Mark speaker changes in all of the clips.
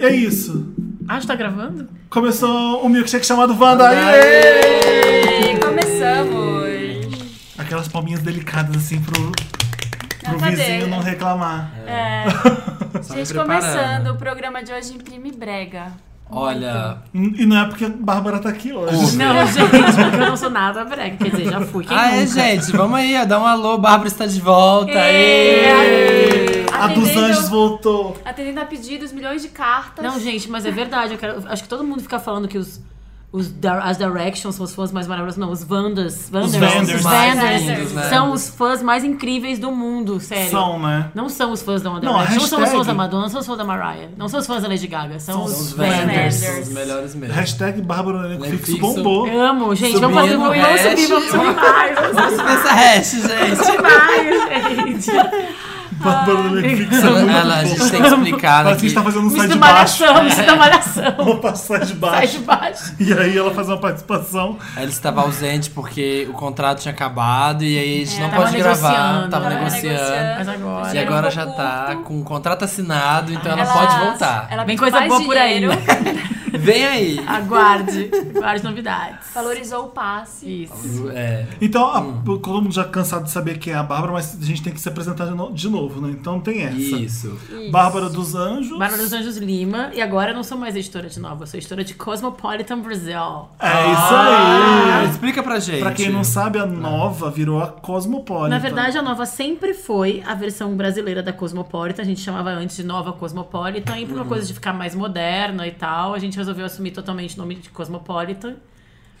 Speaker 1: É isso.
Speaker 2: Ah, a gente tá gravando?
Speaker 1: Começou um milkshake chamado Wanda. Aê!
Speaker 3: E começamos!
Speaker 1: Aquelas palminhas delicadas assim pro, pro
Speaker 3: cadeira.
Speaker 1: vizinho não reclamar.
Speaker 3: É,
Speaker 4: Só me preparando.
Speaker 3: gente, começando o programa de hoje imprime brega.
Speaker 4: Olha.
Speaker 1: E não é porque a Bárbara tá aqui hoje.
Speaker 4: Ouve.
Speaker 2: Não, gente, porque eu não sou nada brega. Quer dizer, já fui. Quem
Speaker 4: ah, é,
Speaker 2: nunca?
Speaker 4: gente, vamos aí, ó, dá um alô, Bárbara está de volta.
Speaker 3: Ê!
Speaker 1: A dos
Speaker 3: Atendendo-
Speaker 1: anjos voltou.
Speaker 3: Atendendo a pedidos, milhões de cartas.
Speaker 2: Não, gente, mas é verdade. eu quero- acho que todo mundo fica falando que os, os da- as Directions são os fãs mais maravilhosos. Não, os Vandas. Vanders,
Speaker 1: Vanders.
Speaker 4: Mais lindos, né?
Speaker 2: São os fãs mais incríveis do mundo, sério.
Speaker 1: São, né?
Speaker 2: Não são os fãs da One
Speaker 1: Não, a
Speaker 2: Direction, não são os
Speaker 1: hashtag-
Speaker 2: fãs da Madonna, não são os fãs da Mariah, não são os fãs da Lady Gaga, são,
Speaker 1: São
Speaker 2: os,
Speaker 4: São os
Speaker 2: Vanders.
Speaker 4: Vendors,
Speaker 3: Vendors.
Speaker 4: são os melhores mesmo.
Speaker 1: Hashtag Bárbara Neco
Speaker 4: Lembra
Speaker 1: Fixo
Speaker 4: fixo?
Speaker 1: bombou.
Speaker 2: Eu amo, gente.
Speaker 4: Subindo,
Speaker 2: vamos fazer, vamos, vamos
Speaker 4: hash.
Speaker 2: subir, vamos subir mais, vamos
Speaker 4: Vamos nessa hash, gente.
Speaker 2: subir mais, gente.
Speaker 1: Bárbara Neco Fixo é muito
Speaker 4: Ela, a gente
Speaker 1: boa.
Speaker 4: tem que explicar
Speaker 1: Parece que a
Speaker 4: aqui.
Speaker 1: gente tá fazendo um
Speaker 2: Isso
Speaker 1: sai
Speaker 2: da
Speaker 1: de baixo. É.
Speaker 2: malhação, isso da malhação.
Speaker 1: Vamos passar de
Speaker 2: Sai
Speaker 1: baixo.
Speaker 2: de baixo.
Speaker 1: E aí ela faz uma participação.
Speaker 4: Ela estava ausente porque o contrato tinha acabado e aí a gente não
Speaker 2: É, tava
Speaker 4: pode gravar. Tava
Speaker 2: negociando. Tava
Speaker 4: negociando.
Speaker 3: negociando.
Speaker 2: Mas agora.
Speaker 4: E
Speaker 3: Dinheiro
Speaker 4: agora
Speaker 3: ficou
Speaker 4: já tá
Speaker 3: curto.
Speaker 4: com o contrato assinado, então ela, pode voltar.
Speaker 3: Ela
Speaker 2: Vem
Speaker 3: pediu
Speaker 2: coisa
Speaker 3: mais
Speaker 2: boa por aí. né?
Speaker 3: dinheiro,
Speaker 4: Vem aí.
Speaker 2: Aguarde. Aguarde novidades.
Speaker 3: Valorizou o passe.
Speaker 2: Isso.
Speaker 4: É.
Speaker 1: Então, a- todo mundo já cansado de saber quem é a Bárbara, mas a gente tem que se apresentar de, no- de novo, né? Então tem essa.
Speaker 4: Isso.
Speaker 1: Bárbara dos Anjos.
Speaker 2: Bárbara dos Anjos Lima. E agora eu não sou mais editora de Nova, eu sou editora de Cosmopolitan Brazil.
Speaker 1: É isso aí.
Speaker 4: Ah, explica pra gente.
Speaker 1: Pra quem não sabe, a nova virou a Cosmopolitan.
Speaker 2: Na verdade, a Nova sempre foi a versão brasileira da Cosmopolitan. A gente chamava antes de Nova Cosmopolitan. E por
Speaker 1: Uhum.
Speaker 2: uma coisa de ficar mais moderna e tal, a gente resolveu assumir totalmente o nome de Cosmopolitan.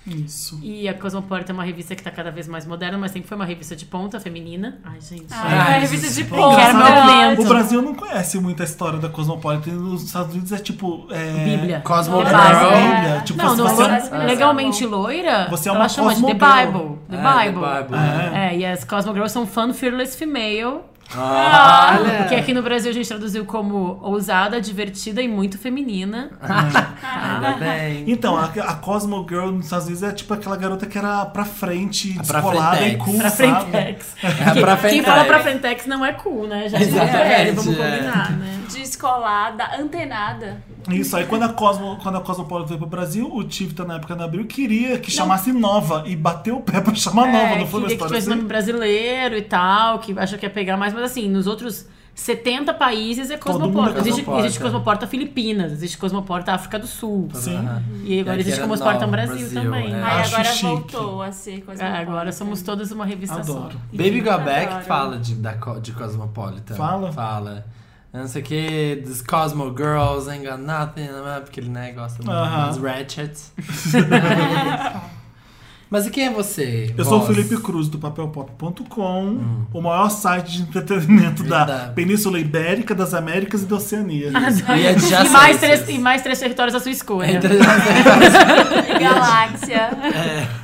Speaker 1: Isso.
Speaker 2: E a Cosmopolitan é uma revista que tá cada vez mais moderna, mas sempre foi uma revista de ponta feminina. Ai, gente.
Speaker 3: Ah,
Speaker 4: Ai,
Speaker 3: é revista de
Speaker 1: É engraçado,
Speaker 3: ponta.
Speaker 2: Quero meu momento.
Speaker 1: O Brasil não conhece muito a história da Cosmopolitan. Nos Estados Unidos é tipo. É...
Speaker 2: Bíblia.
Speaker 4: Cosmo
Speaker 2: The
Speaker 4: Girl.
Speaker 2: Bible.
Speaker 1: Bíblia. Tipo,
Speaker 2: não,
Speaker 1: você,
Speaker 2: não,
Speaker 1: você-
Speaker 3: é um-
Speaker 2: legalmente loira,
Speaker 1: Você é uma
Speaker 2: ela chama de The
Speaker 1: Cosmogirl.
Speaker 2: Bible. The
Speaker 4: É,
Speaker 2: Bible.
Speaker 4: The Bible.
Speaker 1: É.
Speaker 2: É, e as Cosmo Girls são fan fearless female,
Speaker 4: Olha.
Speaker 2: que aqui no Brasil a gente traduziu como ousada, divertida e muito feminina.
Speaker 4: É
Speaker 2: Ah.
Speaker 4: Ainda bem.
Speaker 1: Então, a, a Cosmo Girl nos Estados Unidos é tipo aquela garota que era pra frente,
Speaker 4: A pra
Speaker 1: descolada e
Speaker 4: frentex.
Speaker 1: cool,
Speaker 2: Pra
Speaker 1: sabe?
Speaker 2: Frentex.
Speaker 4: É
Speaker 2: Quem-
Speaker 4: pra
Speaker 2: Quem
Speaker 4: Frentex.
Speaker 2: fala pra Frentex não é cool, né? Já chega
Speaker 4: Exatamente,
Speaker 2: velho, vamos
Speaker 4: é.
Speaker 2: combinar, né?
Speaker 3: Descolada, antenada.
Speaker 1: Isso, aí quando a, Cosmo, quando a Cosmopolitan veio pro Brasil, o Tivita, na época da Abril, queria que chamasse Nova. E bateu o pé pra
Speaker 4: É,
Speaker 1: chamar Nova, não foi uma
Speaker 2: É, queria que
Speaker 1: história
Speaker 2: tivesse
Speaker 1: assim?
Speaker 4: né?
Speaker 2: nome brasileiro e tal, que acha que ia pegar mais, mas assim, nos outros 70 países é
Speaker 1: Todo mundo é
Speaker 2: cosmoporta. Existe,
Speaker 4: cosmoporta.
Speaker 2: existe cosmoporta Filipinas, existe cosmoporta África do Sul.
Speaker 1: Sim.
Speaker 2: E agora
Speaker 4: E aqui
Speaker 2: existe
Speaker 4: era
Speaker 2: cosmoporta
Speaker 4: Nova,
Speaker 2: Brasil,
Speaker 4: Brasil,
Speaker 2: também.
Speaker 4: é.
Speaker 3: Aí
Speaker 1: Acho
Speaker 3: agora
Speaker 1: chique.
Speaker 3: voltou a ser coisa
Speaker 2: É, agora somos todas uma revista
Speaker 1: Adoro.
Speaker 2: só.
Speaker 4: Baby Go Back
Speaker 3: Adoro.
Speaker 4: fala de, da, co- de Cosmopolitan.
Speaker 1: Fala?
Speaker 4: Fala. Não sei o que, this Cosmo Girls ain't got nothing, né? porque ele né, gosta muito
Speaker 1: Aham.
Speaker 4: dos Ratchet. Mas e quem é você?
Speaker 1: Eu sou o
Speaker 4: voz? Hum.
Speaker 1: Felipe Cruz, do papelpop.com, o maior site de entretenimento da
Speaker 4: Verdade.
Speaker 1: Península Ibérica, das Américas e da Oceania.
Speaker 2: Ah,
Speaker 4: E é adjacências.
Speaker 2: E mais, três, e mais três territórios à sua escolha.
Speaker 4: Entre-
Speaker 3: Galáxia.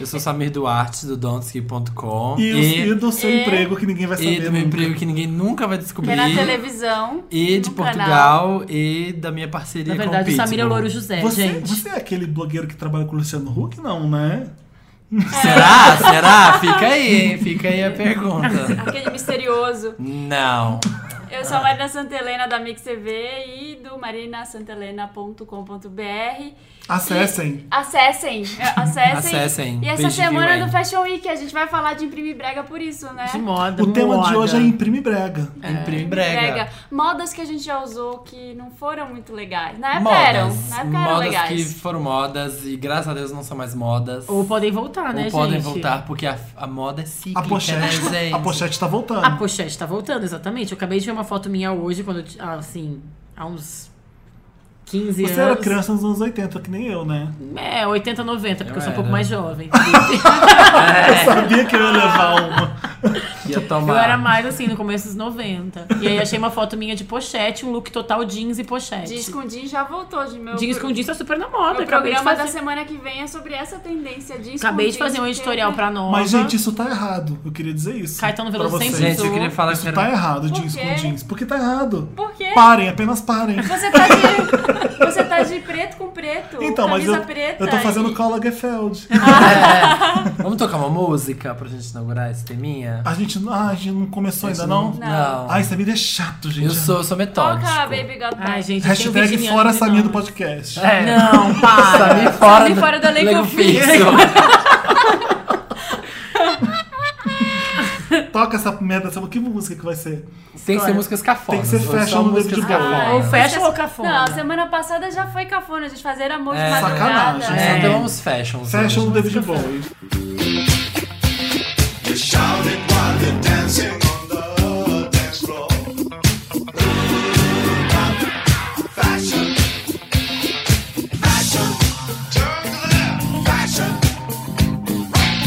Speaker 4: Eu sou Samir Duarte, do Donski.com.
Speaker 1: E, os- e do seu
Speaker 2: É.
Speaker 3: e-
Speaker 1: emprego que ninguém vai
Speaker 4: e
Speaker 1: saber.
Speaker 4: do meu
Speaker 1: nunca.
Speaker 4: emprego que ninguém nunca vai descobrir.
Speaker 3: Que é na televisão.
Speaker 4: E de
Speaker 3: no
Speaker 4: Portugal e da minha parceria
Speaker 2: Na
Speaker 4: com
Speaker 2: verdade, o
Speaker 4: Pitbull.
Speaker 2: Samir é o Louro José,
Speaker 1: Você,
Speaker 2: gente.
Speaker 1: você é aquele blogueiro que trabalha com o Luciano Huck? Não, né?
Speaker 4: Será? Será? Fica aí, hein? Fica aí a pergunta.
Speaker 3: Aquele misterioso.
Speaker 4: Não.
Speaker 3: Eu sou a Marina Santelena da Mix TV e do marinasantelena.com.br.
Speaker 1: Acessem.
Speaker 3: Acessem, é, acessem.
Speaker 4: Acessem,
Speaker 3: E essa
Speaker 4: Page
Speaker 3: semana
Speaker 4: View,
Speaker 3: do
Speaker 4: hein?
Speaker 3: Fashion Week a gente vai falar de imprimir brega por isso, né?
Speaker 2: É De moda,
Speaker 1: O tema de
Speaker 2: moda.
Speaker 1: hoje é imprime brega.
Speaker 4: Imprime
Speaker 3: Brega.
Speaker 4: brega.
Speaker 3: Modas que a gente já usou que não foram muito legais. Na época eram.
Speaker 4: Modas.
Speaker 3: Na época eram
Speaker 4: Modas que
Speaker 3: é legais.
Speaker 4: foram modas e graças a Deus não são mais modas.
Speaker 2: Ou podem voltar, né,
Speaker 4: Ou
Speaker 2: gente?
Speaker 4: podem voltar, porque a, a moda é cíclica,
Speaker 1: A pochete,
Speaker 4: né, gente?
Speaker 1: a pochete tá voltando.
Speaker 2: A pochete tá voltando, exatamente. Eu acabei de ver uma foto minha hoje, quando eu ti- ah, assim, há uns 15 anos.
Speaker 1: Você era criança nos anos 80, que nem eu, né?
Speaker 2: É, 80, 90, porque eu,
Speaker 4: Eu
Speaker 2: sou um
Speaker 4: era.
Speaker 2: pouco mais jovem. É.
Speaker 1: Eu sabia que eu ia levar uma.
Speaker 4: Que ia tomar.
Speaker 2: eu era mais assim, no começo dos 90. E aí achei uma foto minha de pochete, um look total jeans e pochete.
Speaker 3: Jeans com jeans já voltou de meu.
Speaker 2: Jeans com jeans tá super na moda.
Speaker 3: O
Speaker 2: Acabei de
Speaker 3: programa da
Speaker 2: fazer,
Speaker 3: semana que vem é sobre essa tendência de
Speaker 2: acabei de fazer um editorial pra nova.
Speaker 1: Mas, gente, isso tá errado. Eu queria dizer isso.
Speaker 2: Caetano
Speaker 1: pra
Speaker 2: Veloso
Speaker 1: vocês.
Speaker 2: sempre
Speaker 4: Gente, eu queria falar que
Speaker 1: Isso
Speaker 4: era...
Speaker 1: tá errado,
Speaker 3: Por
Speaker 1: jeans
Speaker 3: quê?
Speaker 1: com jeans. Porque tá errado.
Speaker 3: Por quê? quê?
Speaker 1: Parem, apenas parem.
Speaker 3: Você tá de. Você tá de preto com preto.
Speaker 1: Então, mas
Speaker 3: camisa
Speaker 1: eu,
Speaker 3: preta.
Speaker 1: eu tô fazendo
Speaker 3: e-
Speaker 1: Karl Lagerfeld.
Speaker 4: É. Vamos tocar uma música pra gente inaugurar esse teminha?
Speaker 1: A gente, ah, a gente não começou ainda, não?
Speaker 3: não.
Speaker 4: Não.
Speaker 1: Ai, essa vida é chato, gente.
Speaker 4: eu sou, sou metódico.
Speaker 3: Toca a Baby Got Back.
Speaker 2: Ai, gente, eu tenho
Speaker 1: Hashtag
Speaker 2: virginiano
Speaker 1: fora
Speaker 2: de
Speaker 1: Samir do
Speaker 2: nome.
Speaker 1: podcast.
Speaker 4: É.
Speaker 2: Não, para.
Speaker 4: Samir fora,
Speaker 3: Samir Tá fora do elenco fixo.
Speaker 1: Toca essa merda, essa, que música que vai
Speaker 4: Tem
Speaker 1: ser?
Speaker 4: que ser
Speaker 2: História.
Speaker 4: músicas cafonas.
Speaker 1: Tem que ser
Speaker 4: ou só
Speaker 1: fashion no
Speaker 4: músicas
Speaker 1: David Bowie.
Speaker 4: cafonas.
Speaker 3: Ah,
Speaker 2: Ou fashion
Speaker 3: Vocês-
Speaker 2: ou cafona.
Speaker 3: Não, semana passada já foi cafona, a gente fazer amor de
Speaker 4: É.
Speaker 3: madrugada.
Speaker 1: Sacanagem,
Speaker 4: Só
Speaker 1: É.
Speaker 4: tem uns fashions.
Speaker 1: Fashion do
Speaker 4: hoje.
Speaker 1: David Bowie.
Speaker 5: You shout it while you're dancing on the dance floor. Ooh, pop, fashion, fashion. Turn to the left, fashion,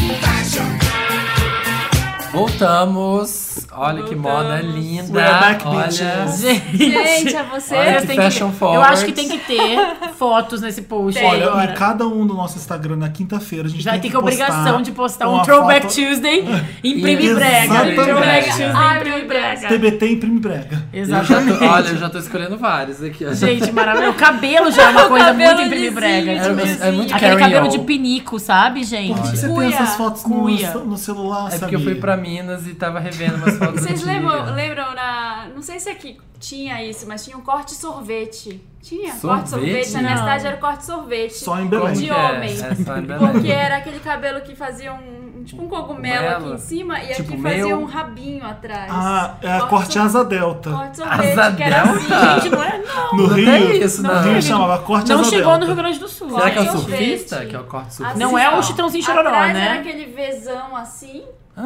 Speaker 5: right, fashion.
Speaker 4: Voltamos. Olha que moda linda.
Speaker 1: We're back,
Speaker 4: Olha.
Speaker 1: bitches.
Speaker 3: Gente, é você.
Speaker 4: Olha
Speaker 2: Eu,
Speaker 4: que
Speaker 2: tenho que-
Speaker 4: fashion
Speaker 2: eu
Speaker 4: forward.
Speaker 2: acho que tem que ter fotos nesse post
Speaker 3: Tem.
Speaker 2: agora.
Speaker 1: Olha, em cada um do nosso Instagram na quinta-feira a gente
Speaker 2: Já
Speaker 1: tem
Speaker 2: tem que
Speaker 1: postar
Speaker 2: obrigação de postar um
Speaker 1: uma
Speaker 2: Throwback
Speaker 1: foto-
Speaker 2: Tuesday imprime
Speaker 4: Isso.
Speaker 2: brega.
Speaker 1: Exatamente.
Speaker 3: Ah,
Speaker 2: Throwback Tuesday
Speaker 3: Ai,
Speaker 2: imprime
Speaker 3: meu
Speaker 2: brega.
Speaker 1: TBT imprime brega.
Speaker 4: Eu já
Speaker 2: Exatamente.
Speaker 4: tô, olha, eu já tô escolhendo vários aqui. ó.
Speaker 2: Gente, maravilhoso. O cabelo já é uma
Speaker 3: O
Speaker 2: coisa muito
Speaker 3: cabelo
Speaker 2: imprime
Speaker 3: de
Speaker 2: brega.
Speaker 3: zinho,
Speaker 2: É
Speaker 4: de
Speaker 2: mesmo.
Speaker 4: zinho. É muito
Speaker 2: Aquele
Speaker 4: carry
Speaker 2: cabelo
Speaker 4: on.
Speaker 2: de pinico, sabe, gente?
Speaker 1: Por que você
Speaker 3: Cuia,
Speaker 1: tem essas fotos no,
Speaker 2: cuia.
Speaker 1: no celular,
Speaker 4: É
Speaker 1: sabe?
Speaker 4: porque eu fui pra Minas e tava revendo umas fotos
Speaker 3: Vocês
Speaker 4: antigas.
Speaker 3: lembram, lembram na. Não sei se aqui tinha isso, mas tinha um corte sorvete. Tinha
Speaker 4: Sorvete?
Speaker 3: corte sorvete. Na minha
Speaker 2: Não.
Speaker 3: cidade era corte sorvete.
Speaker 1: Só em
Speaker 4: Como
Speaker 1: Belém.
Speaker 3: De
Speaker 4: que é?
Speaker 3: homem.
Speaker 4: É, só em Belém.
Speaker 3: Porque era aquele cabelo que fazia um. Tipo um cogumelo aqui
Speaker 4: Cogumelo?
Speaker 3: em cima e
Speaker 4: Tipo
Speaker 3: aqui fazia
Speaker 4: meu?
Speaker 3: um rabinho atrás.
Speaker 1: Ah, é a corte
Speaker 3: sorvete.
Speaker 1: asa delta.
Speaker 3: Corte sorvete,
Speaker 4: Asa
Speaker 3: que era
Speaker 4: delta?
Speaker 3: assim.
Speaker 2: Gente, não é não.
Speaker 1: No
Speaker 4: Não
Speaker 1: Rio,
Speaker 4: tem isso,
Speaker 1: no
Speaker 4: não.
Speaker 1: Rio chamava corte
Speaker 2: Não
Speaker 1: asa
Speaker 2: chegou no
Speaker 1: delta.
Speaker 2: Rio Grande do Sul.
Speaker 4: Será que é o
Speaker 3: Corte
Speaker 4: surfista?
Speaker 3: sorvete.
Speaker 4: Que é o corte surfista?
Speaker 3: Assim,
Speaker 2: Não é
Speaker 3: ó.
Speaker 2: o Chitãozinho Chororó,
Speaker 3: Atrás
Speaker 2: né?
Speaker 3: era aquele Vzão assim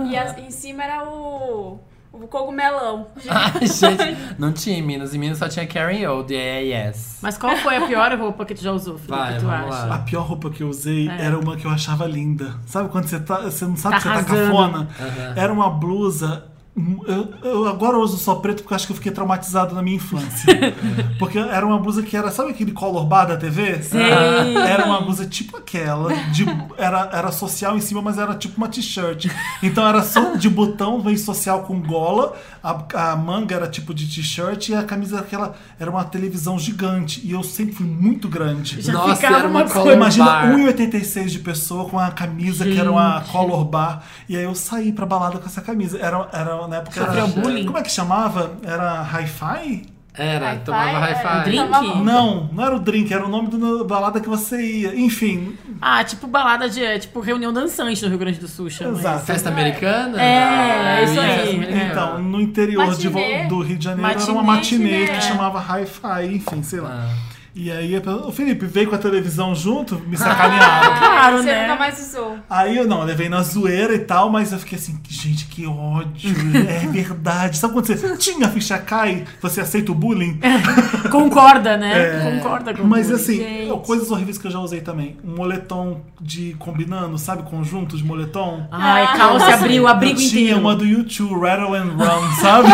Speaker 3: e as- em cima era o. O cogumelão.
Speaker 4: Ai, gente, não tinha em Minas. Em Minas só tinha Karen é, O, de AES.
Speaker 2: Mas qual foi a pior roupa que tu já usou, Felipe?
Speaker 4: Vai,
Speaker 2: que tu
Speaker 4: vamos
Speaker 2: acha?
Speaker 4: lá.
Speaker 1: A pior roupa que eu usei
Speaker 2: É.
Speaker 1: era uma que eu achava linda. Sabe quando você tá. Você não sabe
Speaker 2: Tá
Speaker 1: que você tá
Speaker 2: arrasando.
Speaker 1: cafona?
Speaker 4: Aham.
Speaker 1: Era uma blusa. hum, Eu, eu agora eu uso só preto porque eu acho que eu fiquei traumatizado na minha infância. porque era uma blusa que era. Sabe aquele color bar da TV?
Speaker 2: Sim.
Speaker 1: Era uma blusa tipo aquela. de- era, era social em cima, mas era tipo uma t-shirt. Então era só de botão, meio social com gola. A, a manga era tipo de t-shirt e a camisa era aquela. Era uma televisão gigante. E eu sempre fui muito grande.
Speaker 2: Já
Speaker 4: Nossa,
Speaker 2: ficava
Speaker 4: era uma
Speaker 2: uma
Speaker 4: color
Speaker 2: coisa.
Speaker 1: Imagina
Speaker 4: bar.
Speaker 1: 1,86 de pessoa com a camisa que era uma color bar. E aí eu saí pra balada com essa camisa. Era, era na época. Era,
Speaker 2: Sofreu bullying?
Speaker 1: como é que chamava? Era hi-fi?
Speaker 4: Era,
Speaker 3: Hi-fi,
Speaker 4: tomava
Speaker 3: é,
Speaker 4: hi-fi.
Speaker 2: Drink?
Speaker 3: tomava-
Speaker 1: Não, não era o drink, era o nome da balada que você ia. Enfim,
Speaker 2: Ah, tipo balada de. é, Tipo reunião dançante no Rio Grande do Sul, chama.
Speaker 1: Exato.
Speaker 4: Festa americana?
Speaker 2: É,
Speaker 4: Ah,
Speaker 2: Então, isso
Speaker 4: eu ia em
Speaker 2: aí.
Speaker 4: festa americana.
Speaker 1: então, no interior de
Speaker 3: Matinê.
Speaker 1: Vo- do Rio de Janeiro era uma
Speaker 3: Matinê,
Speaker 1: matinê
Speaker 3: né?
Speaker 1: que chamava hi-fi, enfim, sei lá.
Speaker 4: Ah.
Speaker 1: E aí a pessoa, o Felipe veio com a televisão junto, me sacanearam.
Speaker 2: Claro,
Speaker 3: Você
Speaker 2: né?
Speaker 3: nunca mais usou.
Speaker 1: Aí eu não, eu levei na zoeira e tal, mas eu fiquei assim, gente, que ódio, é verdade. Sabe quando você tinha a ficha cai, você aceita o bullying?
Speaker 3: É.
Speaker 2: mas- Concorda, né? Concorda com
Speaker 1: É. Mas
Speaker 2: tudo.
Speaker 1: assim,
Speaker 3: gente.
Speaker 1: coisas horríveis que eu já usei também. Um moletom de combinando, sabe? Conjunto de moletom.
Speaker 2: Ai, calça abriu, abrigo
Speaker 1: eu tinha
Speaker 2: inteiro.
Speaker 1: uma do YouTube, Rattle and Run, sabe?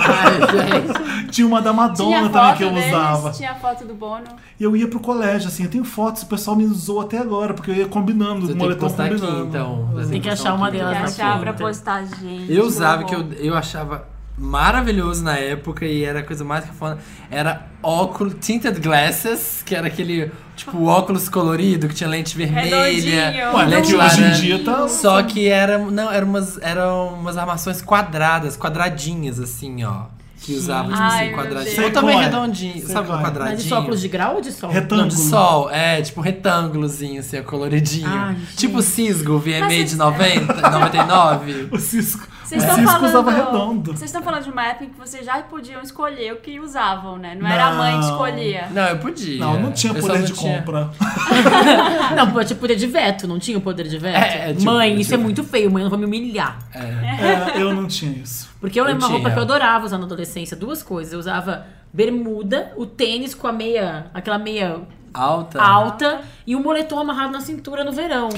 Speaker 4: Ai, gente.
Speaker 1: tinha uma da Madonna
Speaker 3: Tinha
Speaker 1: também
Speaker 3: foto
Speaker 1: que eu
Speaker 3: deles,
Speaker 1: usava.
Speaker 3: tinha foto do Bono.
Speaker 1: E eu ia pro colégio, assim, eu tenho fotos, o pessoal me zoou até agora, porque eu ia combinando,
Speaker 4: Você tem que
Speaker 1: moletom
Speaker 4: postar aqui,
Speaker 1: combinando.
Speaker 4: então. Você
Speaker 2: Tem que
Speaker 4: postar
Speaker 2: achar uma
Speaker 4: aqui.
Speaker 2: delas
Speaker 3: Que
Speaker 2: na
Speaker 3: achava pra
Speaker 2: quinta.
Speaker 3: postar gente.
Speaker 4: Eu usava que
Speaker 3: horror.
Speaker 4: eu, eu achava maravilhoso na época e era a coisa mais cafona. Era óculos, tinted glasses, que era aquele tipo óculos colorido que tinha lente
Speaker 2: É
Speaker 3: É
Speaker 4: vermelha,
Speaker 3: Redondinho.
Speaker 1: Ué,
Speaker 4: lente
Speaker 1: porque hoje em
Speaker 4: laranja.
Speaker 1: dia tá.
Speaker 4: Só que era, não, eram umas, eram umas armações quadradas, quadradinhas assim, ó. Que usava, tipo
Speaker 3: Ai,
Speaker 4: assim,
Speaker 3: meu
Speaker 4: quadradinho.
Speaker 3: Deus.
Speaker 4: Ou também
Speaker 1: Sei qual é.
Speaker 4: redondinho,
Speaker 1: Sei
Speaker 4: sabe,
Speaker 1: qual é.
Speaker 4: quadradinho.
Speaker 2: Mas de óculos de grau ou de sol?
Speaker 1: Retângulo.
Speaker 4: Não, de sol, é, tipo retângulozinho, assim, ó, coloridinho.
Speaker 2: Ai,
Speaker 4: tipo Cisgo, VMA
Speaker 3: Mas
Speaker 4: de 90, 99.
Speaker 1: O Cisco,
Speaker 3: Vocês
Speaker 1: o
Speaker 3: estão
Speaker 1: Cisco
Speaker 3: falando-
Speaker 1: usava redondo.
Speaker 3: Vocês estão falando de uma época em que vocês já podiam escolher o que usavam, né? Não, era a mãe que
Speaker 1: Não.
Speaker 3: escolhia.
Speaker 4: Não, eu podia.
Speaker 1: Não, É, não tinha
Speaker 4: Eu só
Speaker 1: poder
Speaker 4: não
Speaker 1: de
Speaker 4: tinha.
Speaker 1: compra.
Speaker 2: Ah, Não, pô, tinha poder de veto, não tinha o poder de veto?
Speaker 4: É, é, tipo,
Speaker 2: mãe,
Speaker 4: poder
Speaker 2: isso
Speaker 4: de
Speaker 2: é
Speaker 4: veto.
Speaker 2: muito feio, mãe, eu não vou me humilhar.
Speaker 4: É.
Speaker 1: É, eu não tinha isso.
Speaker 2: Porque eu
Speaker 4: Eu
Speaker 2: lembro uma roupa
Speaker 4: tinha.
Speaker 2: que eu adorava usar na adolescência, duas coisas. Eu usava bermuda, o tênis com a meia, aquela meia
Speaker 4: Alta.
Speaker 2: alta e um moletom amarrado na cintura no verão.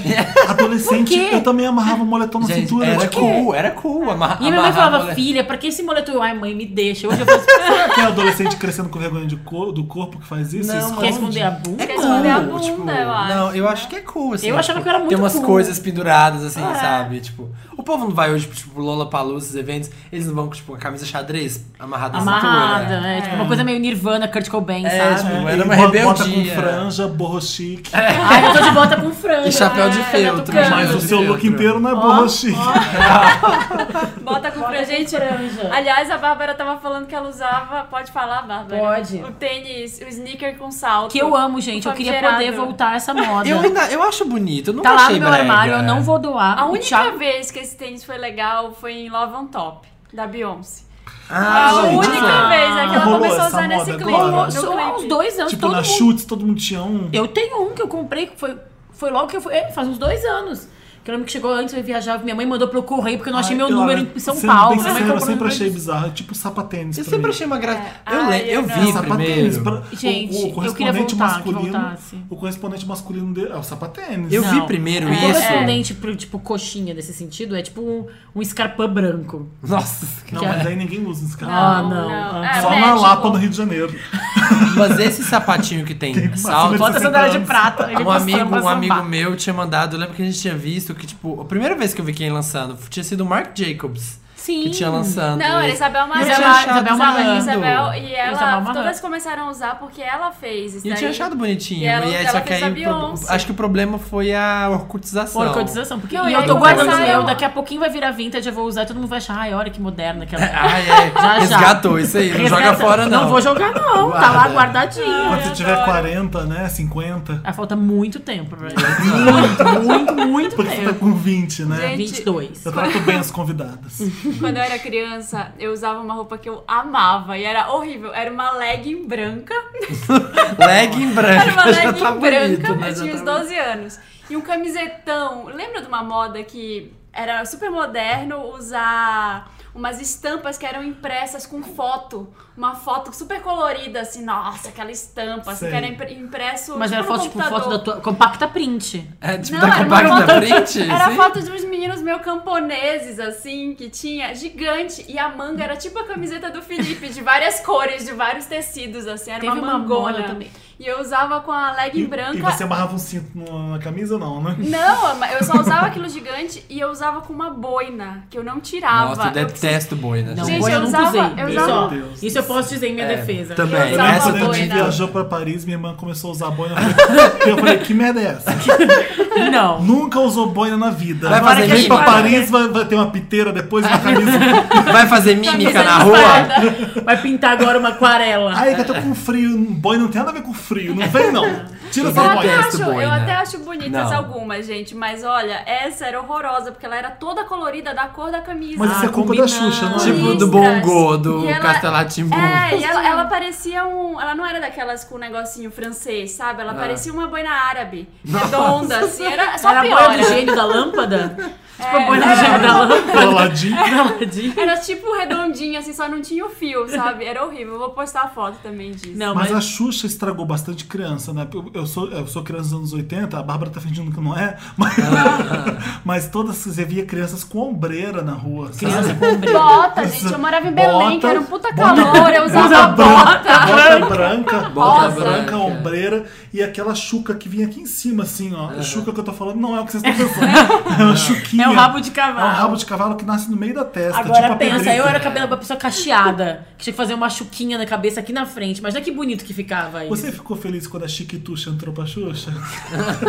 Speaker 1: Adolescente,
Speaker 2: Por quê?
Speaker 1: eu também amarrava o moletom na
Speaker 4: Gente, é
Speaker 1: cintura.
Speaker 4: era
Speaker 1: tipo,
Speaker 4: cool, era cool. Amarra,
Speaker 2: E minha mãe
Speaker 4: amarrar
Speaker 2: falava,
Speaker 4: mole-
Speaker 2: filha, pra que esse moletom? Eu, Ai, mãe, me deixa. Hoje eu faço pra
Speaker 1: Será que é adolescente crescendo com vergonha de cor- do corpo que faz isso?
Speaker 4: Não,
Speaker 1: Esconde?
Speaker 2: quer esconder a bunda.
Speaker 4: É
Speaker 3: Quer
Speaker 4: cool,
Speaker 3: esconder a bunda,
Speaker 4: tipo,
Speaker 3: eu acho,
Speaker 4: Não, eu
Speaker 3: né?
Speaker 4: acho que é cool, assim.
Speaker 2: Eu achava
Speaker 4: tipo,
Speaker 2: que era muito
Speaker 4: Tem umas
Speaker 2: cool.
Speaker 4: coisas penduradas, assim,
Speaker 2: É.
Speaker 4: sabe? Tipo, o povo não vai hoje, pro, tipo, Lollapalooza, esses eventos, eles não vão com, tipo, a camisa xadrez amarrada na
Speaker 2: Amarrada,
Speaker 4: cintura.
Speaker 2: é, tipo uma coisa meio Nirvana, Kurt Cobain,
Speaker 4: É,
Speaker 2: sabe?
Speaker 4: tipo,
Speaker 1: É,
Speaker 4: era
Speaker 1: e
Speaker 4: uma
Speaker 1: bo- Bota com
Speaker 4: rebeldia. É,
Speaker 1: franja, borro chique.
Speaker 2: Ai, eu tô de bota com franja.
Speaker 4: tipo- E chapéu de
Speaker 2: né?
Speaker 4: feltro. um.
Speaker 2: Tá
Speaker 1: Mas
Speaker 4: Franja
Speaker 1: o
Speaker 4: de
Speaker 1: seu look
Speaker 4: feltro.
Speaker 1: inteiro não é borro chique.
Speaker 3: Bota com pra gente.
Speaker 2: Gente, franja.
Speaker 3: Aliás, a Bárbara tava falando que ela usava. Pode falar, Bárbara?
Speaker 2: Pode.
Speaker 3: O tênis, o sneaker com salto.
Speaker 2: Que eu amo, gente. Eu queria poder
Speaker 3: Refrigerado.
Speaker 2: voltar a essa moda.
Speaker 4: Eu ainda, eu acho bonito, eu nunca
Speaker 2: Tá lá
Speaker 4: achei
Speaker 2: no meu
Speaker 4: brega. né?
Speaker 2: armário, eu não vou doar.
Speaker 3: A
Speaker 2: O
Speaker 3: única
Speaker 2: Thiago-
Speaker 3: vez que esse tênis foi legal foi em Love on Top, da Beyoncé.
Speaker 2: É
Speaker 4: Ah,
Speaker 3: a
Speaker 4: gente,
Speaker 3: única
Speaker 4: não.
Speaker 3: vez é que ela
Speaker 1: Rolou
Speaker 3: começou a
Speaker 1: essa
Speaker 3: usar
Speaker 1: moda
Speaker 3: nesse
Speaker 1: é
Speaker 3: clipe.
Speaker 1: agora?
Speaker 3: no
Speaker 2: Rolou, só há uns
Speaker 3: clipe.
Speaker 2: dois anos,
Speaker 1: Tipo,
Speaker 2: todo
Speaker 1: na
Speaker 2: mundo
Speaker 1: chutes todo mundo tinha um.
Speaker 2: Eu tenho um que eu comprei, que foi, foi logo que eu fui. é, Faz uns dois anos. Que eu lembro que chegou antes, eu viajava, minha mãe mandou pelo correio, porque eu não achei
Speaker 1: Ai,
Speaker 2: meu
Speaker 1: eu-
Speaker 2: número em São
Speaker 1: sendo
Speaker 2: Paulo.
Speaker 1: Bem
Speaker 2: minha mãe
Speaker 1: sincero, eu
Speaker 2: comprou
Speaker 1: sempre
Speaker 2: no-
Speaker 1: achei bizarro. É tipo sapatênis.
Speaker 4: Eu
Speaker 1: pra
Speaker 4: sempre
Speaker 1: mim.
Speaker 4: achei uma graça.
Speaker 3: É.
Speaker 4: Eu, le-
Speaker 3: Ai,
Speaker 4: eu
Speaker 3: eu
Speaker 4: vi
Speaker 3: não.
Speaker 1: sapatênis.
Speaker 4: primeiro.
Speaker 1: pra-
Speaker 2: Gente, eu
Speaker 1: o,
Speaker 2: queria
Speaker 1: o correspondente
Speaker 2: voltar, que
Speaker 1: masculino.
Speaker 2: voltasse.
Speaker 1: O correspondente masculino dele é o sapatênis.
Speaker 4: Eu vi
Speaker 2: Não. É
Speaker 4: primeiro
Speaker 2: O
Speaker 4: isso.
Speaker 2: correspondente pro, tipo, coxinha nesse sentido é tipo um, um escarpão branco.
Speaker 4: Nossa,
Speaker 1: Não,
Speaker 2: que
Speaker 1: mas
Speaker 2: é-
Speaker 1: aí ninguém usa esse cara.
Speaker 2: Ah, não.
Speaker 3: não.
Speaker 2: Ah,
Speaker 3: É,
Speaker 1: Só
Speaker 3: né,
Speaker 1: na
Speaker 3: tipo,
Speaker 1: Lapa, no Rio de Janeiro.
Speaker 4: mas esse sapatinho que tem salto.
Speaker 2: Bota a sandália
Speaker 1: 60
Speaker 2: de prata. ele
Speaker 4: Um
Speaker 2: passando
Speaker 4: amigo,
Speaker 2: pra
Speaker 4: um
Speaker 2: sambar.
Speaker 4: amigo meu tinha mandado, eu lembro que a gente tinha visto que, tipo, a primeira vez que eu vi quem lançando tinha sido o Mark Jacobs.
Speaker 2: Sim.
Speaker 4: Que tinha lançando.
Speaker 3: Não, era
Speaker 4: esse.
Speaker 3: Isabel Maran.
Speaker 4: Eu tinha
Speaker 2: Isabel-
Speaker 4: achado
Speaker 2: Isabel
Speaker 3: Isabel,
Speaker 2: Maran.
Speaker 4: lindo.
Speaker 3: Isabel e ela,
Speaker 2: Isabel Maran.
Speaker 3: todas começaram a usar porque ela fez isso
Speaker 4: E eu tinha
Speaker 3: daí.
Speaker 4: achado bonitinho.
Speaker 3: E ela-
Speaker 4: e aí,
Speaker 3: ela
Speaker 4: só que
Speaker 3: fez
Speaker 4: aí,
Speaker 3: a
Speaker 4: o pro-
Speaker 3: Beyoncé.
Speaker 4: acho que o problema foi a orcutização.
Speaker 2: Orcotização, porque
Speaker 3: Não,
Speaker 2: e
Speaker 3: e
Speaker 2: eu
Speaker 3: aí
Speaker 2: tô
Speaker 3: começaram-
Speaker 2: guardando eu, daqui a pouquinho vai virar vintage, eu vou usar, todo mundo vai achar, ai, olha que moderna que ela é.
Speaker 4: Ah, é.
Speaker 2: já.
Speaker 4: Resgatou isso aí. É, Não joga fora, não.
Speaker 2: Não vou jogar, não. Tá lá guardadinho.
Speaker 1: Quando você tiver 40, né? 50.
Speaker 2: Ah, falta muito tempo pra ele. muito, muito, muito
Speaker 1: Porque você tá
Speaker 2: tempo.
Speaker 1: com 20, né?
Speaker 3: Gente.
Speaker 2: 22.
Speaker 1: Eu trato bem as convidadas.
Speaker 3: Quando eu era criança, eu usava uma roupa que eu amava e era horrível. Era uma legging branca.
Speaker 4: Legging branco.
Speaker 3: Era uma
Speaker 4: já
Speaker 3: legging
Speaker 4: tá
Speaker 3: branca.
Speaker 4: bonito, né?
Speaker 3: eu
Speaker 4: Já
Speaker 3: tinha
Speaker 4: tá
Speaker 3: uns 12 anos. E um camisetão. Lembra de uma moda que era super moderno usar umas estampas que eram impressas com foto. Uma foto super colorida, assim, nossa, aquela estampa, assim,
Speaker 1: Sei.
Speaker 3: que era impre- impresso.
Speaker 2: Mas era
Speaker 3: no
Speaker 2: foto, tipo, foto
Speaker 3: computador.
Speaker 2: da tua. Compacta print.
Speaker 4: É tipo
Speaker 3: Não,
Speaker 4: da
Speaker 3: era uma
Speaker 4: compacta
Speaker 3: foto-
Speaker 4: print?
Speaker 3: Era
Speaker 4: sim?
Speaker 3: foto de uns meninos meio camponeses, assim, que tinha gigante. E a manga era tipo a camiseta do Felipe, de várias cores, de vários tecidos, assim. Era
Speaker 2: Teve
Speaker 3: uma
Speaker 2: uma
Speaker 3: mangona.
Speaker 2: moda também.
Speaker 3: E eu usava com a legging branca.
Speaker 1: E você amarrava um cinto na camisa, não, né?
Speaker 3: Não, mas eu só usava aquilo gigante e eu usava com uma boina, que eu não tirava.
Speaker 4: Nossa, eu
Speaker 3: eu
Speaker 4: detesto né? boina.
Speaker 2: Não,
Speaker 4: gente.
Speaker 2: boa,
Speaker 3: eu
Speaker 2: eu nunca
Speaker 3: usava-
Speaker 2: usei.
Speaker 3: eu
Speaker 2: isso,
Speaker 1: usava-
Speaker 2: ó, isso eu posso dizer em minha
Speaker 4: É,
Speaker 2: defesa.
Speaker 4: também.
Speaker 3: Eu
Speaker 1: Eu lembro
Speaker 4: Essa
Speaker 1: quando a gente
Speaker 3: boina.
Speaker 1: viajou pra Paris, minha irmã começou a usar boina. Eu falei, eu falei, que merda é essa?
Speaker 2: Não.
Speaker 1: Nunca usou boina na vida.
Speaker 4: Vai fazer
Speaker 1: Vem
Speaker 4: mímica.
Speaker 1: pra Paris, vai, vai ter uma piteira depois uma camisa.
Speaker 4: Vai fazer mímica na rua?
Speaker 2: Vai pintar agora uma aquarela.
Speaker 1: Ai, Ah, é que eu tô com frio. Boina não tem nada a ver com frio. Não vem, não. Tira
Speaker 4: Eu
Speaker 2: tá
Speaker 1: essa
Speaker 3: até
Speaker 1: boina.
Speaker 4: detesto
Speaker 3: acho- eu
Speaker 4: boina.
Speaker 3: até acho bonitas
Speaker 4: Não.
Speaker 3: algumas, gente, mas olha, essa era horrorosa, porque ela era toda colorida da cor da camisa.
Speaker 1: Mas isso é culpa
Speaker 2: Ah,
Speaker 1: da Xuxa, não é?
Speaker 4: Tipo do Bongô, do Castelatimbu.
Speaker 3: É, e ela, ela parecia um. Ela não era daquelas com um negocinho francês, sabe? Ela parecia uma boina árabe. Redonda, assim. Era só
Speaker 2: Era a
Speaker 3: pior. né?
Speaker 2: boia do gênio da lâmpada? Tipo a
Speaker 3: É.
Speaker 2: boia do gênio da lâmpada.
Speaker 1: Coladinho.
Speaker 2: Ela-
Speaker 3: Era tipo redondinha, assim, só não tinha o fio, sabe? Era horrível. Eu vou postar a foto também disso.
Speaker 2: Não,
Speaker 1: Mas
Speaker 2: mas.
Speaker 1: a Xuxa estragou bastante criança, né? Eu, eu sou, eu sou criança dos anos 80, a Bárbara tá fingindo que não é, mas,
Speaker 2: Ah.
Speaker 1: mas todas você via crianças com ombreira na rua. sabe?
Speaker 2: Criança com ombreira.
Speaker 3: Bota, gente. Eu morava em Belém, que era um puta
Speaker 1: bota-
Speaker 3: calor. Eu usava
Speaker 1: branca,
Speaker 3: bota.
Speaker 1: bota branca, bota
Speaker 4: Rosa.
Speaker 1: branca,
Speaker 4: branca.
Speaker 1: ombreira e aquela chuca que vinha aqui em cima, assim, ó. Chuca que eu tô falando não é o que vocês estão pensando. É uma chuquinha.
Speaker 2: É um rabo de
Speaker 1: É
Speaker 2: cavalo.
Speaker 1: um rabo de cavalo que nasce no meio da testa.
Speaker 2: Agora
Speaker 1: tipo a
Speaker 2: pensa,
Speaker 1: pedrita.
Speaker 2: eu era cabelo uma pessoa cacheada, que tinha que fazer uma chuquinha na cabeça aqui na frente. Imagina que bonito que ficava isso.
Speaker 1: Você ficou feliz quando a Chiquituxa entrou pra Xuxa?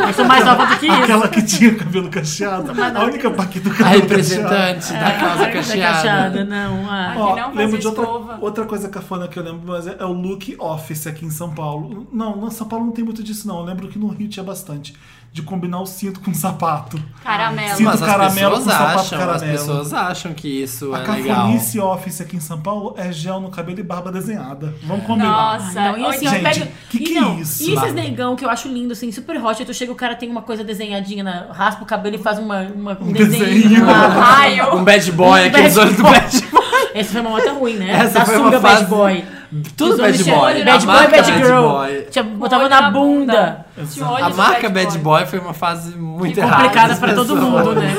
Speaker 2: Eu sou mais nova do que isso.
Speaker 1: Aquela que tinha cabelo cacheado. A única paquita do
Speaker 4: A
Speaker 1: cabelo cacheado.
Speaker 4: representante da causa
Speaker 2: Da
Speaker 4: cacheada.
Speaker 2: não. ah.
Speaker 3: Ó, que não
Speaker 1: lembro
Speaker 3: fazia
Speaker 1: de outra,
Speaker 3: escova.
Speaker 1: outra coisa cafona que eu lembro, mas é, é o look office aqui em São Paulo. Não, não, São Paulo não tem muito disso, não. Eu lembro que no Rio tinha bastante. De combinar o cinto com o sapato.
Speaker 3: Caramelo.
Speaker 1: Sim.
Speaker 4: Mas as
Speaker 1: Caramelo
Speaker 4: pessoas
Speaker 1: com sapato
Speaker 4: acham, as
Speaker 1: caramelo.
Speaker 4: pessoas acham que isso
Speaker 1: A
Speaker 4: é legal.
Speaker 1: cafonice office aqui em São Paulo é gel no cabelo e barba desenhada. Vamos combinar.
Speaker 3: Nossa,
Speaker 2: Não, e assim,
Speaker 1: Gente,
Speaker 2: eu pego.
Speaker 1: que que
Speaker 2: e não,
Speaker 1: é isso?
Speaker 2: E esses
Speaker 1: Barba.
Speaker 2: negão que eu acho lindo, assim, super hot. Aí tu chega, o cara tem uma coisa desenhadinha, na, raspa o cabelo e faz uma, uma, um,
Speaker 1: desenho.
Speaker 2: uma-
Speaker 3: Raio.
Speaker 4: Um bad boy,
Speaker 2: Um
Speaker 4: aqueles
Speaker 2: bad
Speaker 4: olhos do bad boy.
Speaker 2: Essa foi uma moto ruim, né?
Speaker 4: Essa
Speaker 2: da
Speaker 4: foi uma
Speaker 2: sunga
Speaker 4: fase
Speaker 2: bad boy.
Speaker 4: Tudo
Speaker 2: Os
Speaker 4: bad
Speaker 2: homens tinham
Speaker 4: boy.
Speaker 2: olho-
Speaker 4: A
Speaker 2: Bad boy,
Speaker 4: marca
Speaker 2: bad
Speaker 4: Bad
Speaker 2: girl.
Speaker 4: Boy.
Speaker 2: Tinha- Botava na bunda.
Speaker 3: Tinha um
Speaker 1: Exato.
Speaker 3: olho
Speaker 4: A
Speaker 3: de
Speaker 4: marca
Speaker 3: bad
Speaker 4: Bad
Speaker 3: boy.
Speaker 4: Boy foi uma fase muito
Speaker 2: E
Speaker 4: errada.
Speaker 2: complicada
Speaker 4: das
Speaker 2: pra todo
Speaker 1: é
Speaker 4: pessoas.
Speaker 2: mundo, né?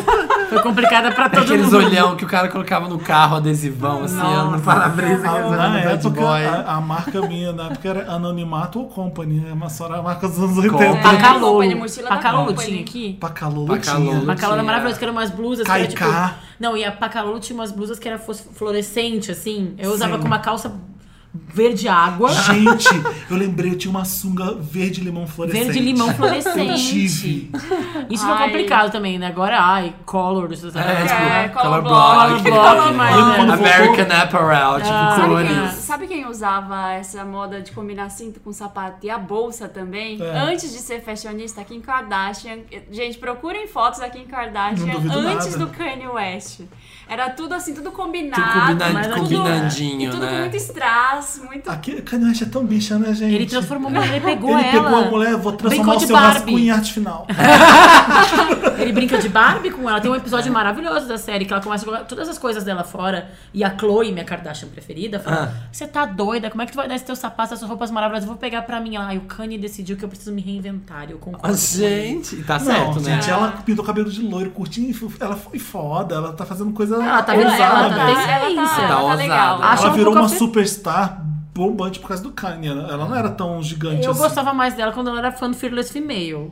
Speaker 2: Foi complicada
Speaker 1: Tá
Speaker 2: pra todo
Speaker 4: Aqueles
Speaker 2: mundo.
Speaker 4: olhão que o cara colocava no carro, adesivão, assim, no para-brisa. que era
Speaker 1: Ah, Na
Speaker 4: Bad
Speaker 1: época, é,
Speaker 4: Boy. É,
Speaker 1: a, a marca minha na época era Anonimato ou Company. É uma só era a marca dos anos 80.
Speaker 4: Company.
Speaker 1: Company.
Speaker 2: Pacalolo.
Speaker 3: Company, mochila da
Speaker 2: Pacalolo
Speaker 3: Company.
Speaker 2: tinha aqui?
Speaker 1: Pacalolo
Speaker 4: Pacalolo.
Speaker 1: tinha.
Speaker 2: Pacalolo era
Speaker 4: tinha.
Speaker 2: maravilhoso, que eram umas blusas que era
Speaker 1: Caicá.
Speaker 2: tipo... Não, e a Pacalolo tinha umas blusas que era fos- fluorescente, assim. Eu usava
Speaker 1: Sim. Ah,
Speaker 2: com uma calça verde água,
Speaker 1: Gente, eu lembrei, eu tinha uma sunga verde limão fluorescente.
Speaker 2: verde limão
Speaker 1: Eu
Speaker 2: fluorescente.
Speaker 1: tive.
Speaker 2: Isso foi
Speaker 3: Ai.
Speaker 2: complicado também, né? Agora, ai, colors.
Speaker 4: É, tipo,
Speaker 3: É,
Speaker 4: color
Speaker 3: color
Speaker 4: block.
Speaker 3: block.
Speaker 2: Color block,
Speaker 1: é.
Speaker 2: mas, né?
Speaker 4: American Apparel,
Speaker 1: Ah,
Speaker 4: tipo,
Speaker 3: Sabe quem,
Speaker 4: colorido.
Speaker 3: sabe quem usava essa moda de combinar cinto com sapato e a bolsa também?
Speaker 1: É.
Speaker 3: Antes de ser fashionista, Kim Kardashian. Gente, procurem fotos da Kim
Speaker 1: Não
Speaker 3: Kardashian
Speaker 1: duvido
Speaker 3: antes
Speaker 1: nada.
Speaker 3: do Kanye West. Era tudo assim, tudo combinado.
Speaker 4: Tudo combina-
Speaker 2: mas
Speaker 3: tudo-
Speaker 4: combinandinho,
Speaker 3: e tudo com
Speaker 4: né?
Speaker 3: muito strass, muito.
Speaker 1: Aqui, Kanye West é tão bicha, né, gente?
Speaker 2: Ele transformou uma mulher, ele pegou
Speaker 1: Ele
Speaker 2: ela.
Speaker 1: pegou a mulher, vou transformar
Speaker 2: Brincou
Speaker 1: o
Speaker 2: de
Speaker 1: seu
Speaker 2: Barbie. Tá
Speaker 1: rascunho em arte final.
Speaker 2: Ele brinca de Barbie com ela. Tem um episódio maravilhoso da série que ela começa a jogar todas as coisas dela fora. E a Chloe, minha Kardashian preferida, fala:
Speaker 4: Ah.
Speaker 2: Você tá doida? Como é que tu vai dar esse teu sapato, essas roupas maravilhosas? Eu vou pegar pra mim. Ela, Ai, o Kanye decidiu que eu preciso me reinventar. Eu concordo.
Speaker 4: Ah,
Speaker 2: com ele."
Speaker 4: Gente, tá certo,
Speaker 1: Não,
Speaker 4: né?
Speaker 1: gente, é um- ela pintou o cabelo de loiro, curtinho, e f- ela foi foda, ela tá fazendo coisa
Speaker 2: Ela tá
Speaker 1: ousada.
Speaker 2: vendo- ela tá
Speaker 3: ela tá,
Speaker 2: tendência.
Speaker 3: ela
Speaker 4: Tá
Speaker 3: tá
Speaker 4: ousada.
Speaker 3: legal.
Speaker 4: Acho
Speaker 1: Ela
Speaker 2: um
Speaker 1: virou
Speaker 2: pouco
Speaker 1: uma
Speaker 2: afe-
Speaker 1: superstar bombante por causa do Kanye. né? Ela não era tão gigante
Speaker 2: Eu
Speaker 1: assim.
Speaker 2: gostava mais dela quando ela era fã do Fearless Female.